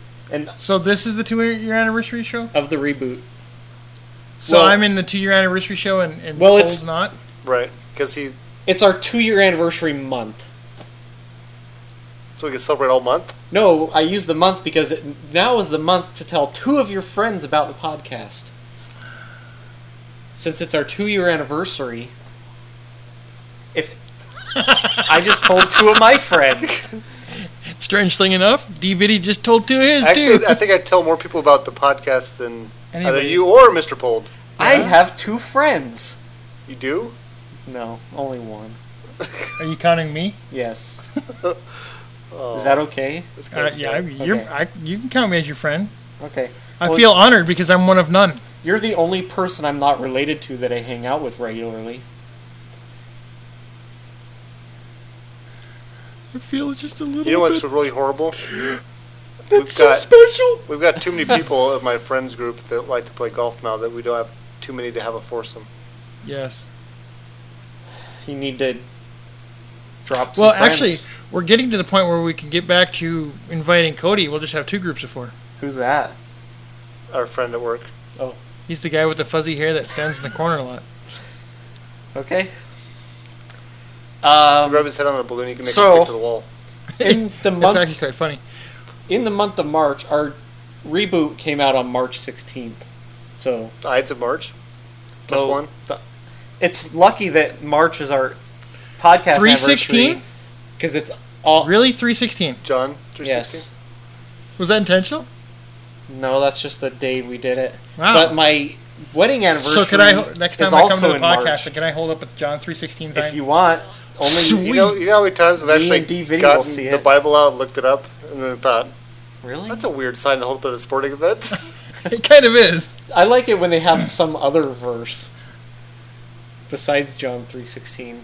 S4: So this is the two-year anniversary show.
S3: of the reboot.
S4: So
S3: Well-
S4: I'm in the two-year anniversary show, and, and
S3: Well,
S4: Cole's
S3: it's-
S4: not.
S5: Right, because he
S3: It's our two-year anniversary month.
S5: so we can celebrate all month.
S3: No, I use the month because it, now is the month to tell two of your friends about the podcast. Since it's our two year anniversary, if [LAUGHS] I just told two of my friends,
S4: Strangely enough, DVD just told two of his
S5: Actually,
S4: too.
S5: I think I tell more people about the podcast than either
S4: Anybody.
S5: you or Mr. Pold.
S3: [LAUGHS] I have two friends.
S5: You do?
S3: No, only one.
S4: Are you counting me?
S3: Yes. [LAUGHS] Is that okay?
S5: That's kinda
S4: Uh, yeah,
S5: sad.
S4: you're, I, you can count me as your friend.
S3: Okay.
S4: I
S3: Well-
S4: feel honored because I'm one of none.
S3: You're the only person I'm not related to that I hang out with regularly.
S4: I feel it's just a little.
S5: You know what's really horrible? we've
S4: so
S5: got
S4: special.
S5: we've got too many people in my friends group that like to play golf now that we don't have too many to have a foursome.
S4: Yes.
S3: You need to drop some
S4: Well,
S3: friends.
S4: actually, we're getting to the point where we can get back to inviting Cody. We'll just have two groups of four.
S3: Who's that?
S5: Our friend at work.
S4: He's the guy with the fuzzy hair that stands in the corner a lot.
S3: Okay.
S5: If you rub his head on a balloon, you can make
S3: so-
S5: him stick to the wall.
S3: In the
S4: It's
S3: month
S4: actually quite funny.
S3: in the month of March, our reboot came out on March 16th. So
S5: Ides of March. Plus
S3: so
S5: one.
S3: th- it's lucky that March is our podcast
S4: 316?
S3: because it's all
S4: Really, three sixteen?
S5: John, 360.
S3: yes.
S4: Was that intentional?
S3: No, that's just the day we did it.
S4: Wow.
S3: But my wedding anniversary
S4: Oh. So could I ho- next
S3: is
S4: time I come to
S3: also
S4: the
S3: in
S4: podcast?
S3: March.
S4: Can I hold up with John three sixteen?
S3: If
S4: [LAUGHS]
S3: you want, only
S5: You know, you know how many times I've
S3: Me
S5: actually
S3: and D Vinny will
S5: gotten
S3: see
S5: the
S3: it.
S5: Bible out, looked it up, and then thought,
S3: really.
S5: that's a weird sign to hold up at a sporting event. [LAUGHS]
S4: it kind of is.
S3: I like it when they have some other verse besides John 3:16.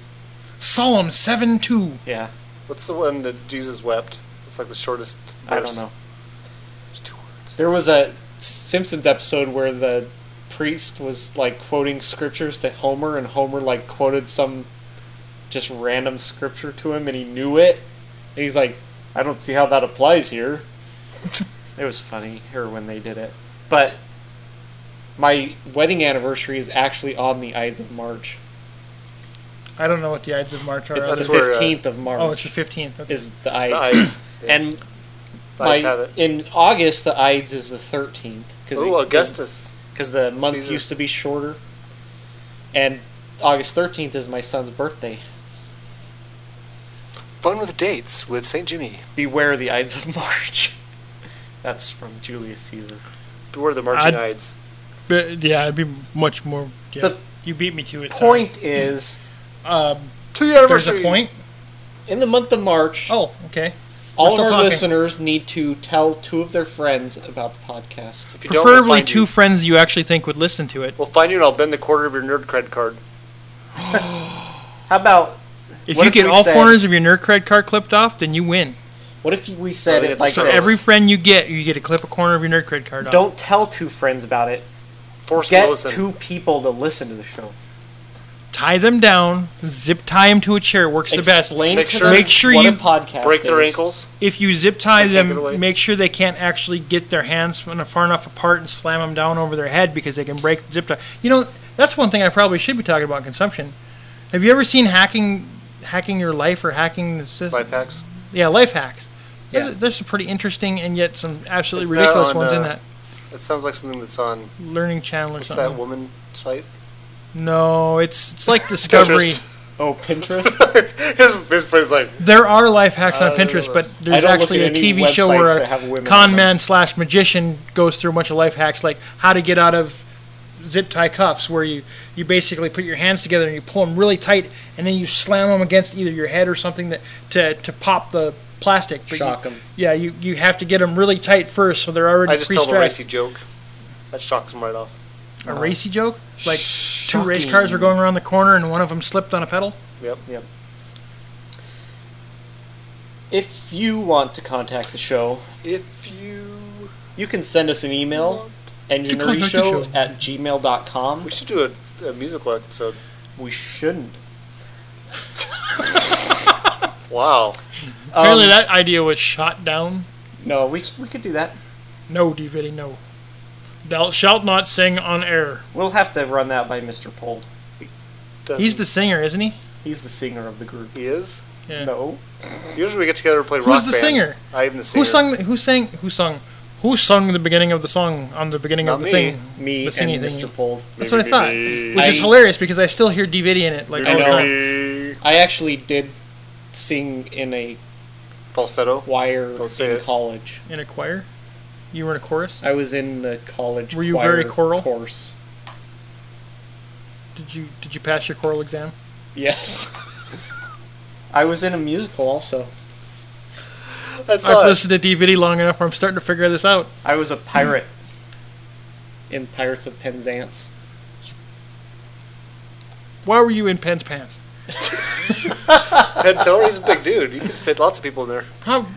S4: Solemn seven two.
S3: Yeah,
S5: What's the one that Jesus wept? It's like the shortest. Verse.
S3: I don't know.
S5: It's two words.
S3: There was a Simpsons episode where the priest was like quoting scriptures to Homer, and Homer like quoted some just random scripture to him, and he knew it. And he's like, "I don't see how that applies
S5: [LAUGHS]
S3: here." it was funny here when they did it, but my wedding anniversary is actually on the Ides of March.
S4: I don't know what the Ides of March are.
S3: It's
S5: That's
S3: the
S5: where, uh,
S3: fifteenth of March.
S4: oh, it's the fifteenth. Okay.
S3: is the
S5: The
S3: Ides.
S5: Ides.
S3: [CLEARS THROAT]
S5: Yeah.
S3: And
S5: The Ides
S3: my-
S5: had it.
S3: in August, the Ides is the 13th. Cause
S5: Ooh, Augustus.
S3: Because the month
S5: Caesar.
S3: used to be shorter. And August 13th is my son's birthday.
S5: Fun with dates with St. Jimmy.
S3: Beware the Ides of [LAUGHS] March. That's from Julius Caesar.
S5: Beware the marching
S4: I'd-
S5: Ides.
S4: But, yeah, it'd be much more. Yeah.
S3: The
S4: you beat me to it. sorry.
S3: Point is,
S4: Um,
S5: Two
S4: there's
S5: anniversary.
S4: a point.
S3: in the month of March,
S4: Oh, okay.
S3: all of
S4: still
S3: our
S4: talking.
S3: listeners need to tell two of their friends about the podcast.
S5: If you don't, we'll
S4: Preferably
S5: find
S4: two
S5: you.
S4: friends you actually think would listen to it.
S5: We'll find you and I'll bend the quarter of your nerd credit card.
S3: How about
S4: If
S3: What
S4: you
S3: if
S4: get
S3: we
S4: all
S3: said-
S4: corners of your nerd cred card clipped off, then you win.
S3: what if we said
S5: Oh, yeah,
S3: it like
S5: so
S4: So
S3: this?
S4: every friend you get, you get to clip a corner of your nerd cred card off.
S3: don't tell two friends about it.
S5: Force them to
S3: Get
S5: listen.
S3: two people to listen to the show.
S4: tie them down, zip tie them to a chair. Works the best.
S3: Explain
S5: Make
S3: to
S5: sure-
S3: them
S4: make sure
S3: what a
S4: you
S3: podcast
S5: Break their
S3: is.
S5: ankles.
S4: If you zip tie
S5: Take it away.
S4: them, make sure they can't actually get their hands from- far enough apart and slam them down over their head because they can break the zip tie. You know, that's one thing I probably should be talking about consumption. Have you ever seen hacking, hacking your life or hacking the system?
S5: Life hacks.
S4: Yeah, life hacks. There's,
S3: Yeah.
S4: there's some pretty interesting and yet some absolutely
S5: Is that
S4: ridiculous
S5: on,
S4: ones in
S5: uh,
S4: that
S5: That sounds like something that's on.
S4: Learning Channel or
S5: What's that
S4: something.
S5: woman site? [LAUGHS]
S4: No, it's
S3: [LAUGHS]
S4: it's like Discovery.
S5: Pinterest.
S3: Oh, Pinterest. [LAUGHS]
S5: his, his friend's like,
S4: there are life hacks on
S5: Uh,
S4: Pinterest, but
S3: I
S4: there's
S3: don't look
S4: actually a
S3: at any
S4: TV show where
S3: websites that have
S4: a
S3: women on
S4: con
S3: them.
S4: man slash magician goes through a bunch of life hacks, like how to get out of zip tie cuffs where you, you basically put your hands together and you pull them really tight and then you slam them against either your head or something that to, to pop the plastic. But you-
S3: Shock 'em.
S4: Yeah, you, you have to get them really tight first so they're already
S5: I just tell the
S4: pre-stressed.
S5: racy joke. That shocks him right off.
S4: A racy joke? Like two race
S3: Shocking.
S4: cars were going around the corner and one of them slipped on a pedal?
S5: Yep.
S3: Yep. If you want to contact the show,
S5: If you,
S3: you can send us an email,
S4: contact the
S3: engineeryshow
S4: show.
S3: at gmail.com.
S5: we should do a, a musical episode.
S3: We shouldn't.
S5: Wow.
S3: Um,
S4: Apparently that idea was shot down.
S3: No, we, we could do that.
S4: No, DVD, no. Thou shalt not sing on air.
S3: We'll have to run that by Mr. Pold.
S5: Doesn't-
S4: He's the singer, isn't he?
S3: He's the singer of the group.
S5: He is.
S4: Yeah.
S3: No.
S5: Usually we get together and play
S4: Who's
S5: rock.
S4: the
S5: band.
S4: singer?
S5: I am the singer.
S4: Who sung? Who sang? Who sung? Who sung the beginning of the song on the beginning
S5: Not
S4: of the
S5: me.
S4: thing?
S3: Me
S4: The
S3: and
S4: singing
S3: Mr.
S4: thingy.
S3: Pold.
S4: That's what I thought, which is
S3: I-
S4: hilarious because I still hear DVD in it. Like
S3: I
S4: all the
S3: know.
S4: time.
S3: I actually did sing in a
S5: Falsetto.
S3: choir
S5: Don't say
S3: in
S5: it.
S3: college.
S4: in a choir. You were in a chorus.
S3: I was in the college
S4: Were you
S3: choir
S4: very choral?
S3: course.
S4: Did you Did you pass your choral exam?
S3: Yes. [LAUGHS] I was in a musical also.
S5: I saw
S4: I've
S5: it.
S4: listened to DVD long enough where I'm starting to figure this out.
S3: I was a pirate
S4: [CLEARS THROAT]
S3: in Pirates of Penzance.
S4: Why were you in Penn's pants?
S5: Ted Teller, he's a big dude. You can fit lots of people in there.
S4: How?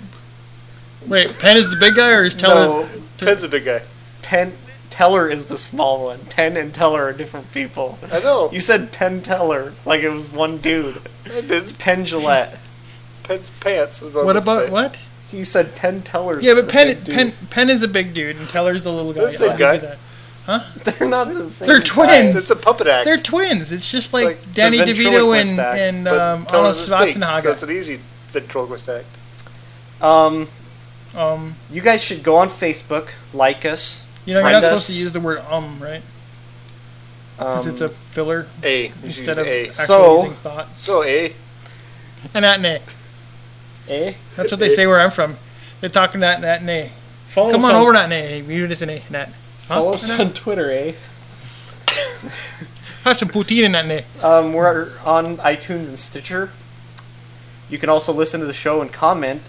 S4: Wait, Penn is the big guy, or is Teller?
S3: No,
S5: Ted's a big guy.
S3: Pen Teller is the small one. Penn and Teller are different people.
S5: I know.
S3: You said Penn Teller like it was one dude. It's Penn Gillette.
S5: Ted's pants. Is what
S4: What
S5: I'm gonna
S4: about
S5: say.
S4: what?
S3: You said Penn Teller's.
S4: Yeah, but
S3: the
S4: Penn
S3: big dude.
S4: Penn Penn is a big dude, and Teller's the little guy.
S5: They're the same
S4: I'll give you
S5: guy.
S4: that.
S5: [LAUGHS]
S3: They're not the same.
S4: They're
S3: guy.
S4: twins.
S5: It's a puppet act.
S4: They're twins. It's just like,
S5: like the
S4: Danny DeVito
S3: ventriloquist
S4: and
S3: act,
S4: and
S5: but
S4: um, Arnold
S5: Teller's is big, so it's
S4: Schwarzenegger.
S5: an easy ventriloquist act.
S3: Um,
S4: um,
S3: you guys should go on Facebook, like us.
S4: you know you're
S3: friend us.
S4: not supposed to use the word um, right? Because it's a filler
S5: A. You
S4: instead
S5: should use
S4: of
S5: Um, A.
S4: actually
S3: So-
S4: using thoughts.
S5: So A. [LAUGHS]
S4: And at nay.
S3: Eh?
S4: That's what they say where I'm from. They're talking that that nay.
S3: Follow
S4: Come
S3: us
S4: on over, not nay. You just nay nat.
S3: Follow
S4: Huh?
S3: us on Twitter, eh?
S4: Have some poutine in that nay.
S3: Um, we're on iTunes and Stitcher. You can also listen to the show and comment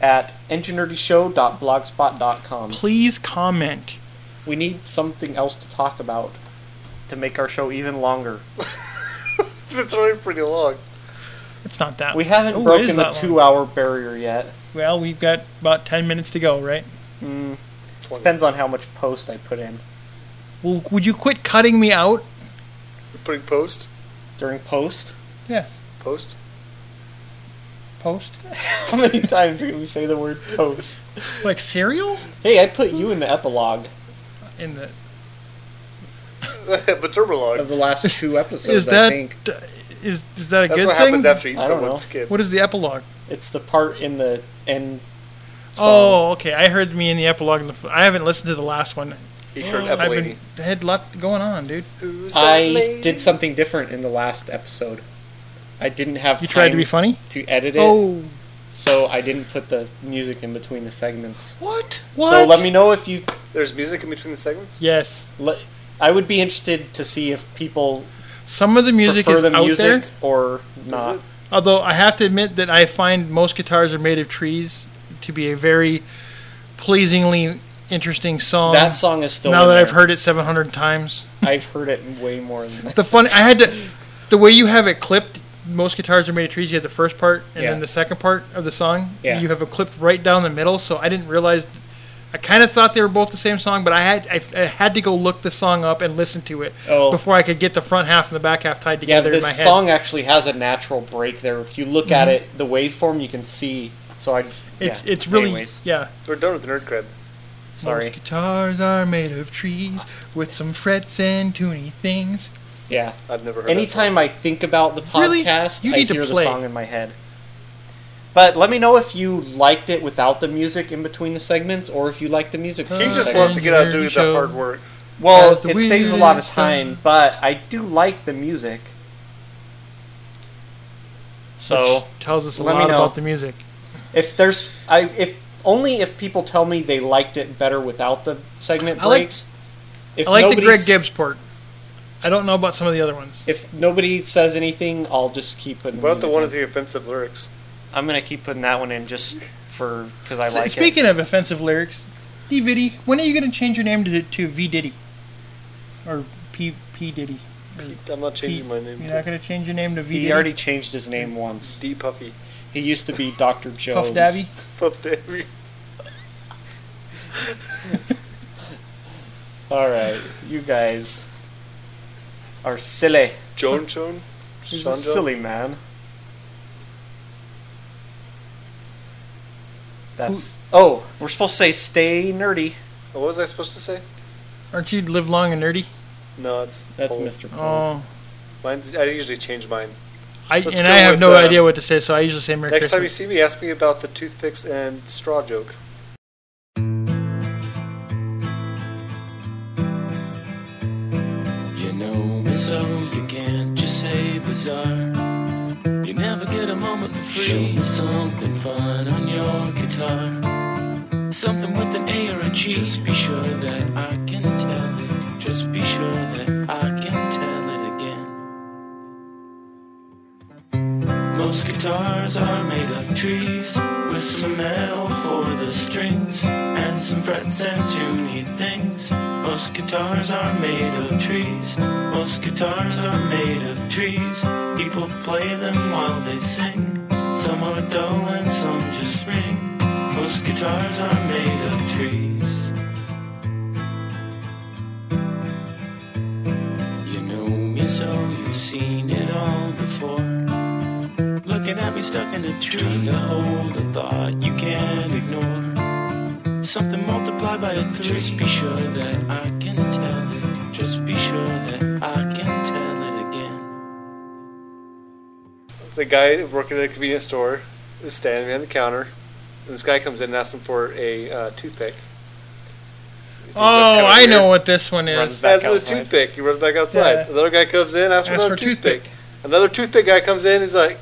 S3: at enginerdyshow.blogspot.com.
S4: Please comment.
S3: We need something else to talk about to make our show even longer.
S5: That's already pretty long.
S4: It's not that.
S3: We haven't
S4: Ooh, it is
S3: broken the
S4: that long.
S3: two-hour barrier yet.
S4: Well, we've got about ten minutes to go, right?
S3: Depends on how much post I put in
S4: Well, would you quit cutting me out?
S5: Putting post.
S3: during post.
S4: Yes.
S5: Post. [LAUGHS]
S4: Post.
S3: [LAUGHS] How many times can we say the word post?
S4: Like cereal?
S3: Hey, I put you in the epilogue
S4: In the
S5: but Dermalog.
S3: of the last [LAUGHS] two episodes.
S4: is that
S3: I think
S4: is is that a
S5: That's
S4: good
S5: what
S4: thing?
S5: happens after you eat
S3: I don't
S5: someone's
S3: know.
S5: skin.
S4: What is the epilogue?
S3: it's the part in the end. Song.
S4: Oh, okay. I heard me in the epilogue. In the, f- I haven't listened to the last one.
S5: Eat your
S4: I've
S5: apple
S4: been
S5: lady.
S4: I had a lot going on, dude.
S5: Who's that
S3: I
S5: lady?
S3: did something different in the last episode. I didn't have
S4: You
S3: time
S4: tried to be funny.
S3: to edit it,
S4: Oh,
S3: so I didn't put the music in between the segments.
S5: What?
S4: what?
S3: So let me know if you.
S5: There's music in between the segments.
S4: Yes,
S3: Let, I would be interested to see if people
S4: some of the music
S3: prefer
S4: is
S3: the
S4: out
S3: music
S4: there.
S3: or
S5: Is
S3: not.
S5: it?
S4: Although I have to admit that I find most guitars are made of trees to be a very pleasingly interesting song.
S3: that song is still.
S4: now
S3: in
S4: that
S3: there.
S4: I've heard it 700 times.
S3: I've heard it way more than
S4: [LAUGHS]
S3: that.
S4: The fun I had to the way you have it clipped. Most guitars are made of trees. You have the first part and
S3: Yeah.
S4: then the second part of the song.
S3: Yeah.
S4: You have it clipped right down the middle. So I didn't realize. I kind of thought they were both the same song, but I had I, I had to go look the song up and listen to it
S3: Oh.
S4: before I could get the front half and the back half tied
S3: Yeah,
S4: together in my
S3: this
S4: head. Mm-hmm.
S3: song actually has a natural break there. If you look at it, the waveform you can see. So I.
S4: it's
S3: yeah.
S4: it's really
S3: Anyways,
S4: yeah.
S5: We're done with the nerd cred.
S3: sorry.
S4: Most guitars are made of trees with some frets and tuney things.
S3: Yeah.
S5: I've never heard. that
S3: Anytime I think about the
S4: Really?
S3: podcast,
S4: You
S3: I
S4: need to
S3: hear the
S4: play.
S3: song in my head. But let me know if you liked it without the music in between the segments, or if you like the music.
S5: He
S3: between the
S5: just
S4: Okay.
S5: wants
S3: segments.
S5: to get out and do
S4: Nerdy
S5: the
S4: show.
S5: hard work.
S3: Well,
S4: That's the
S3: it saves a lot of
S4: weirdest
S3: time, but I do like the music. So
S4: which tells us a
S3: let me
S4: lot
S3: know.
S4: about the music.
S3: if there's, I if only if people tell me they liked it better without the segment
S4: I like-
S3: breaks, If
S4: I like the
S3: nobody
S4: Greg
S3: s-
S4: Gibbs part. I don't know about some of the other ones.
S3: If nobody says anything, I'll just keep putting.
S5: What about the
S3: music
S5: one
S3: in.
S5: with the offensive lyrics?
S3: I'm gonna keep putting that one in just for because I
S4: S-
S3: like
S4: Speaking of offensive lyrics, D Viddy, when are you going to change your name to, to V Diddy or P P Diddy?
S5: I'm not changing
S4: P-
S5: my name.
S4: You're
S5: to
S4: not going to change your name to V
S3: it.
S4: Diddy.
S3: He already changed his name once.
S5: D Puffy.
S3: He used to be Doctor Jones.
S4: Puff Daddy.
S5: Puff [LAUGHS] Daddy.
S3: All right, you guys are silly.
S5: Joan Joan.
S3: He's
S5: Sean
S3: a
S5: Joan?
S3: silly man. That's oh, we're supposed to say stay nerdy.
S5: What was I supposed to say?
S4: Aren't you live long and nerdy?
S5: No, it's
S3: That's
S5: old.
S3: Mr. Paul.
S4: Oh,
S5: Mine's, I usually change mine.
S4: I
S5: Let's
S4: and
S5: go
S4: I have
S5: with
S4: no
S5: the-
S4: idea what to say, so I usually say Merry
S5: Next time you
S4: Christmas.
S5: see me, ask me about the toothpicks and straw joke.
S2: You know me so you can't just say bizarre. You never get a moment for free. Show me something fun on your guitar. Something with an A or a G. Just be sure that I can tell it. Just be sure that I can tell it again. Most guitars are made of trees with some L for the strings and some frets and tuney things. Most guitars are made of trees. Most guitars are made of trees. People play them while they sing. Some are dull and some just ring. Most guitars are made of trees. You know me so you've seen it all before. Looking at me stuck in a tree. Trying to hold a thought you can't ignore. Something multiplied by a three. Just be sure that I can tell it. Just be sure that I can tell it again.
S5: The guy working at a convenience store is standing behind the counter, and this guy comes in and asks him for a uh, toothpick. You think that's
S4: Oh,
S5: kinda
S4: I know
S5: weird?
S4: what this one
S3: Runs
S4: is.
S3: back
S5: Asks for the
S3: outside.
S5: toothpick. He runs back outside.
S4: Yeah.
S5: Another guy comes in, asks for
S4: Ask
S5: another
S4: for
S5: toothpick.
S4: toothpick.
S5: Another toothpick guy comes in, he's like,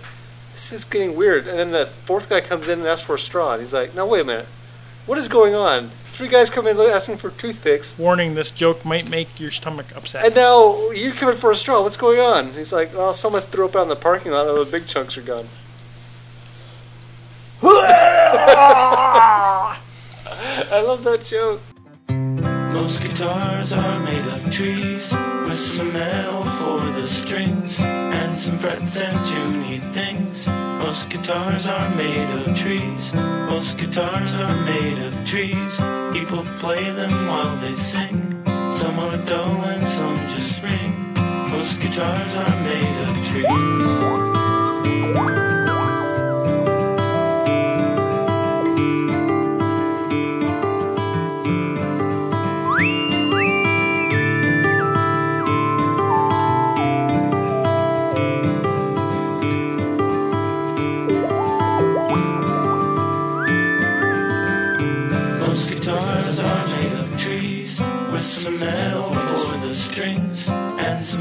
S5: this is getting weird. And then the fourth guy comes in and asks for a straw, and he's like, no, wait a minute. What is going on? Three guys come in asking for toothpicks,
S4: Warning: This joke might make your stomach upset.
S5: And now you're coming for a straw. What's going on? He's like, oh, someone threw up out in the parking lot. and the big chunks are gone. [LAUGHS] I love that joke.
S2: Most guitars are made of trees with some L for the strings and some frets and tuney things. Most guitars are made of trees. Most guitars are made of trees. People play them while they sing. Some are dull and some just ring. Most guitars are made of trees. Most guitars are made of trees with some metal for the strings and some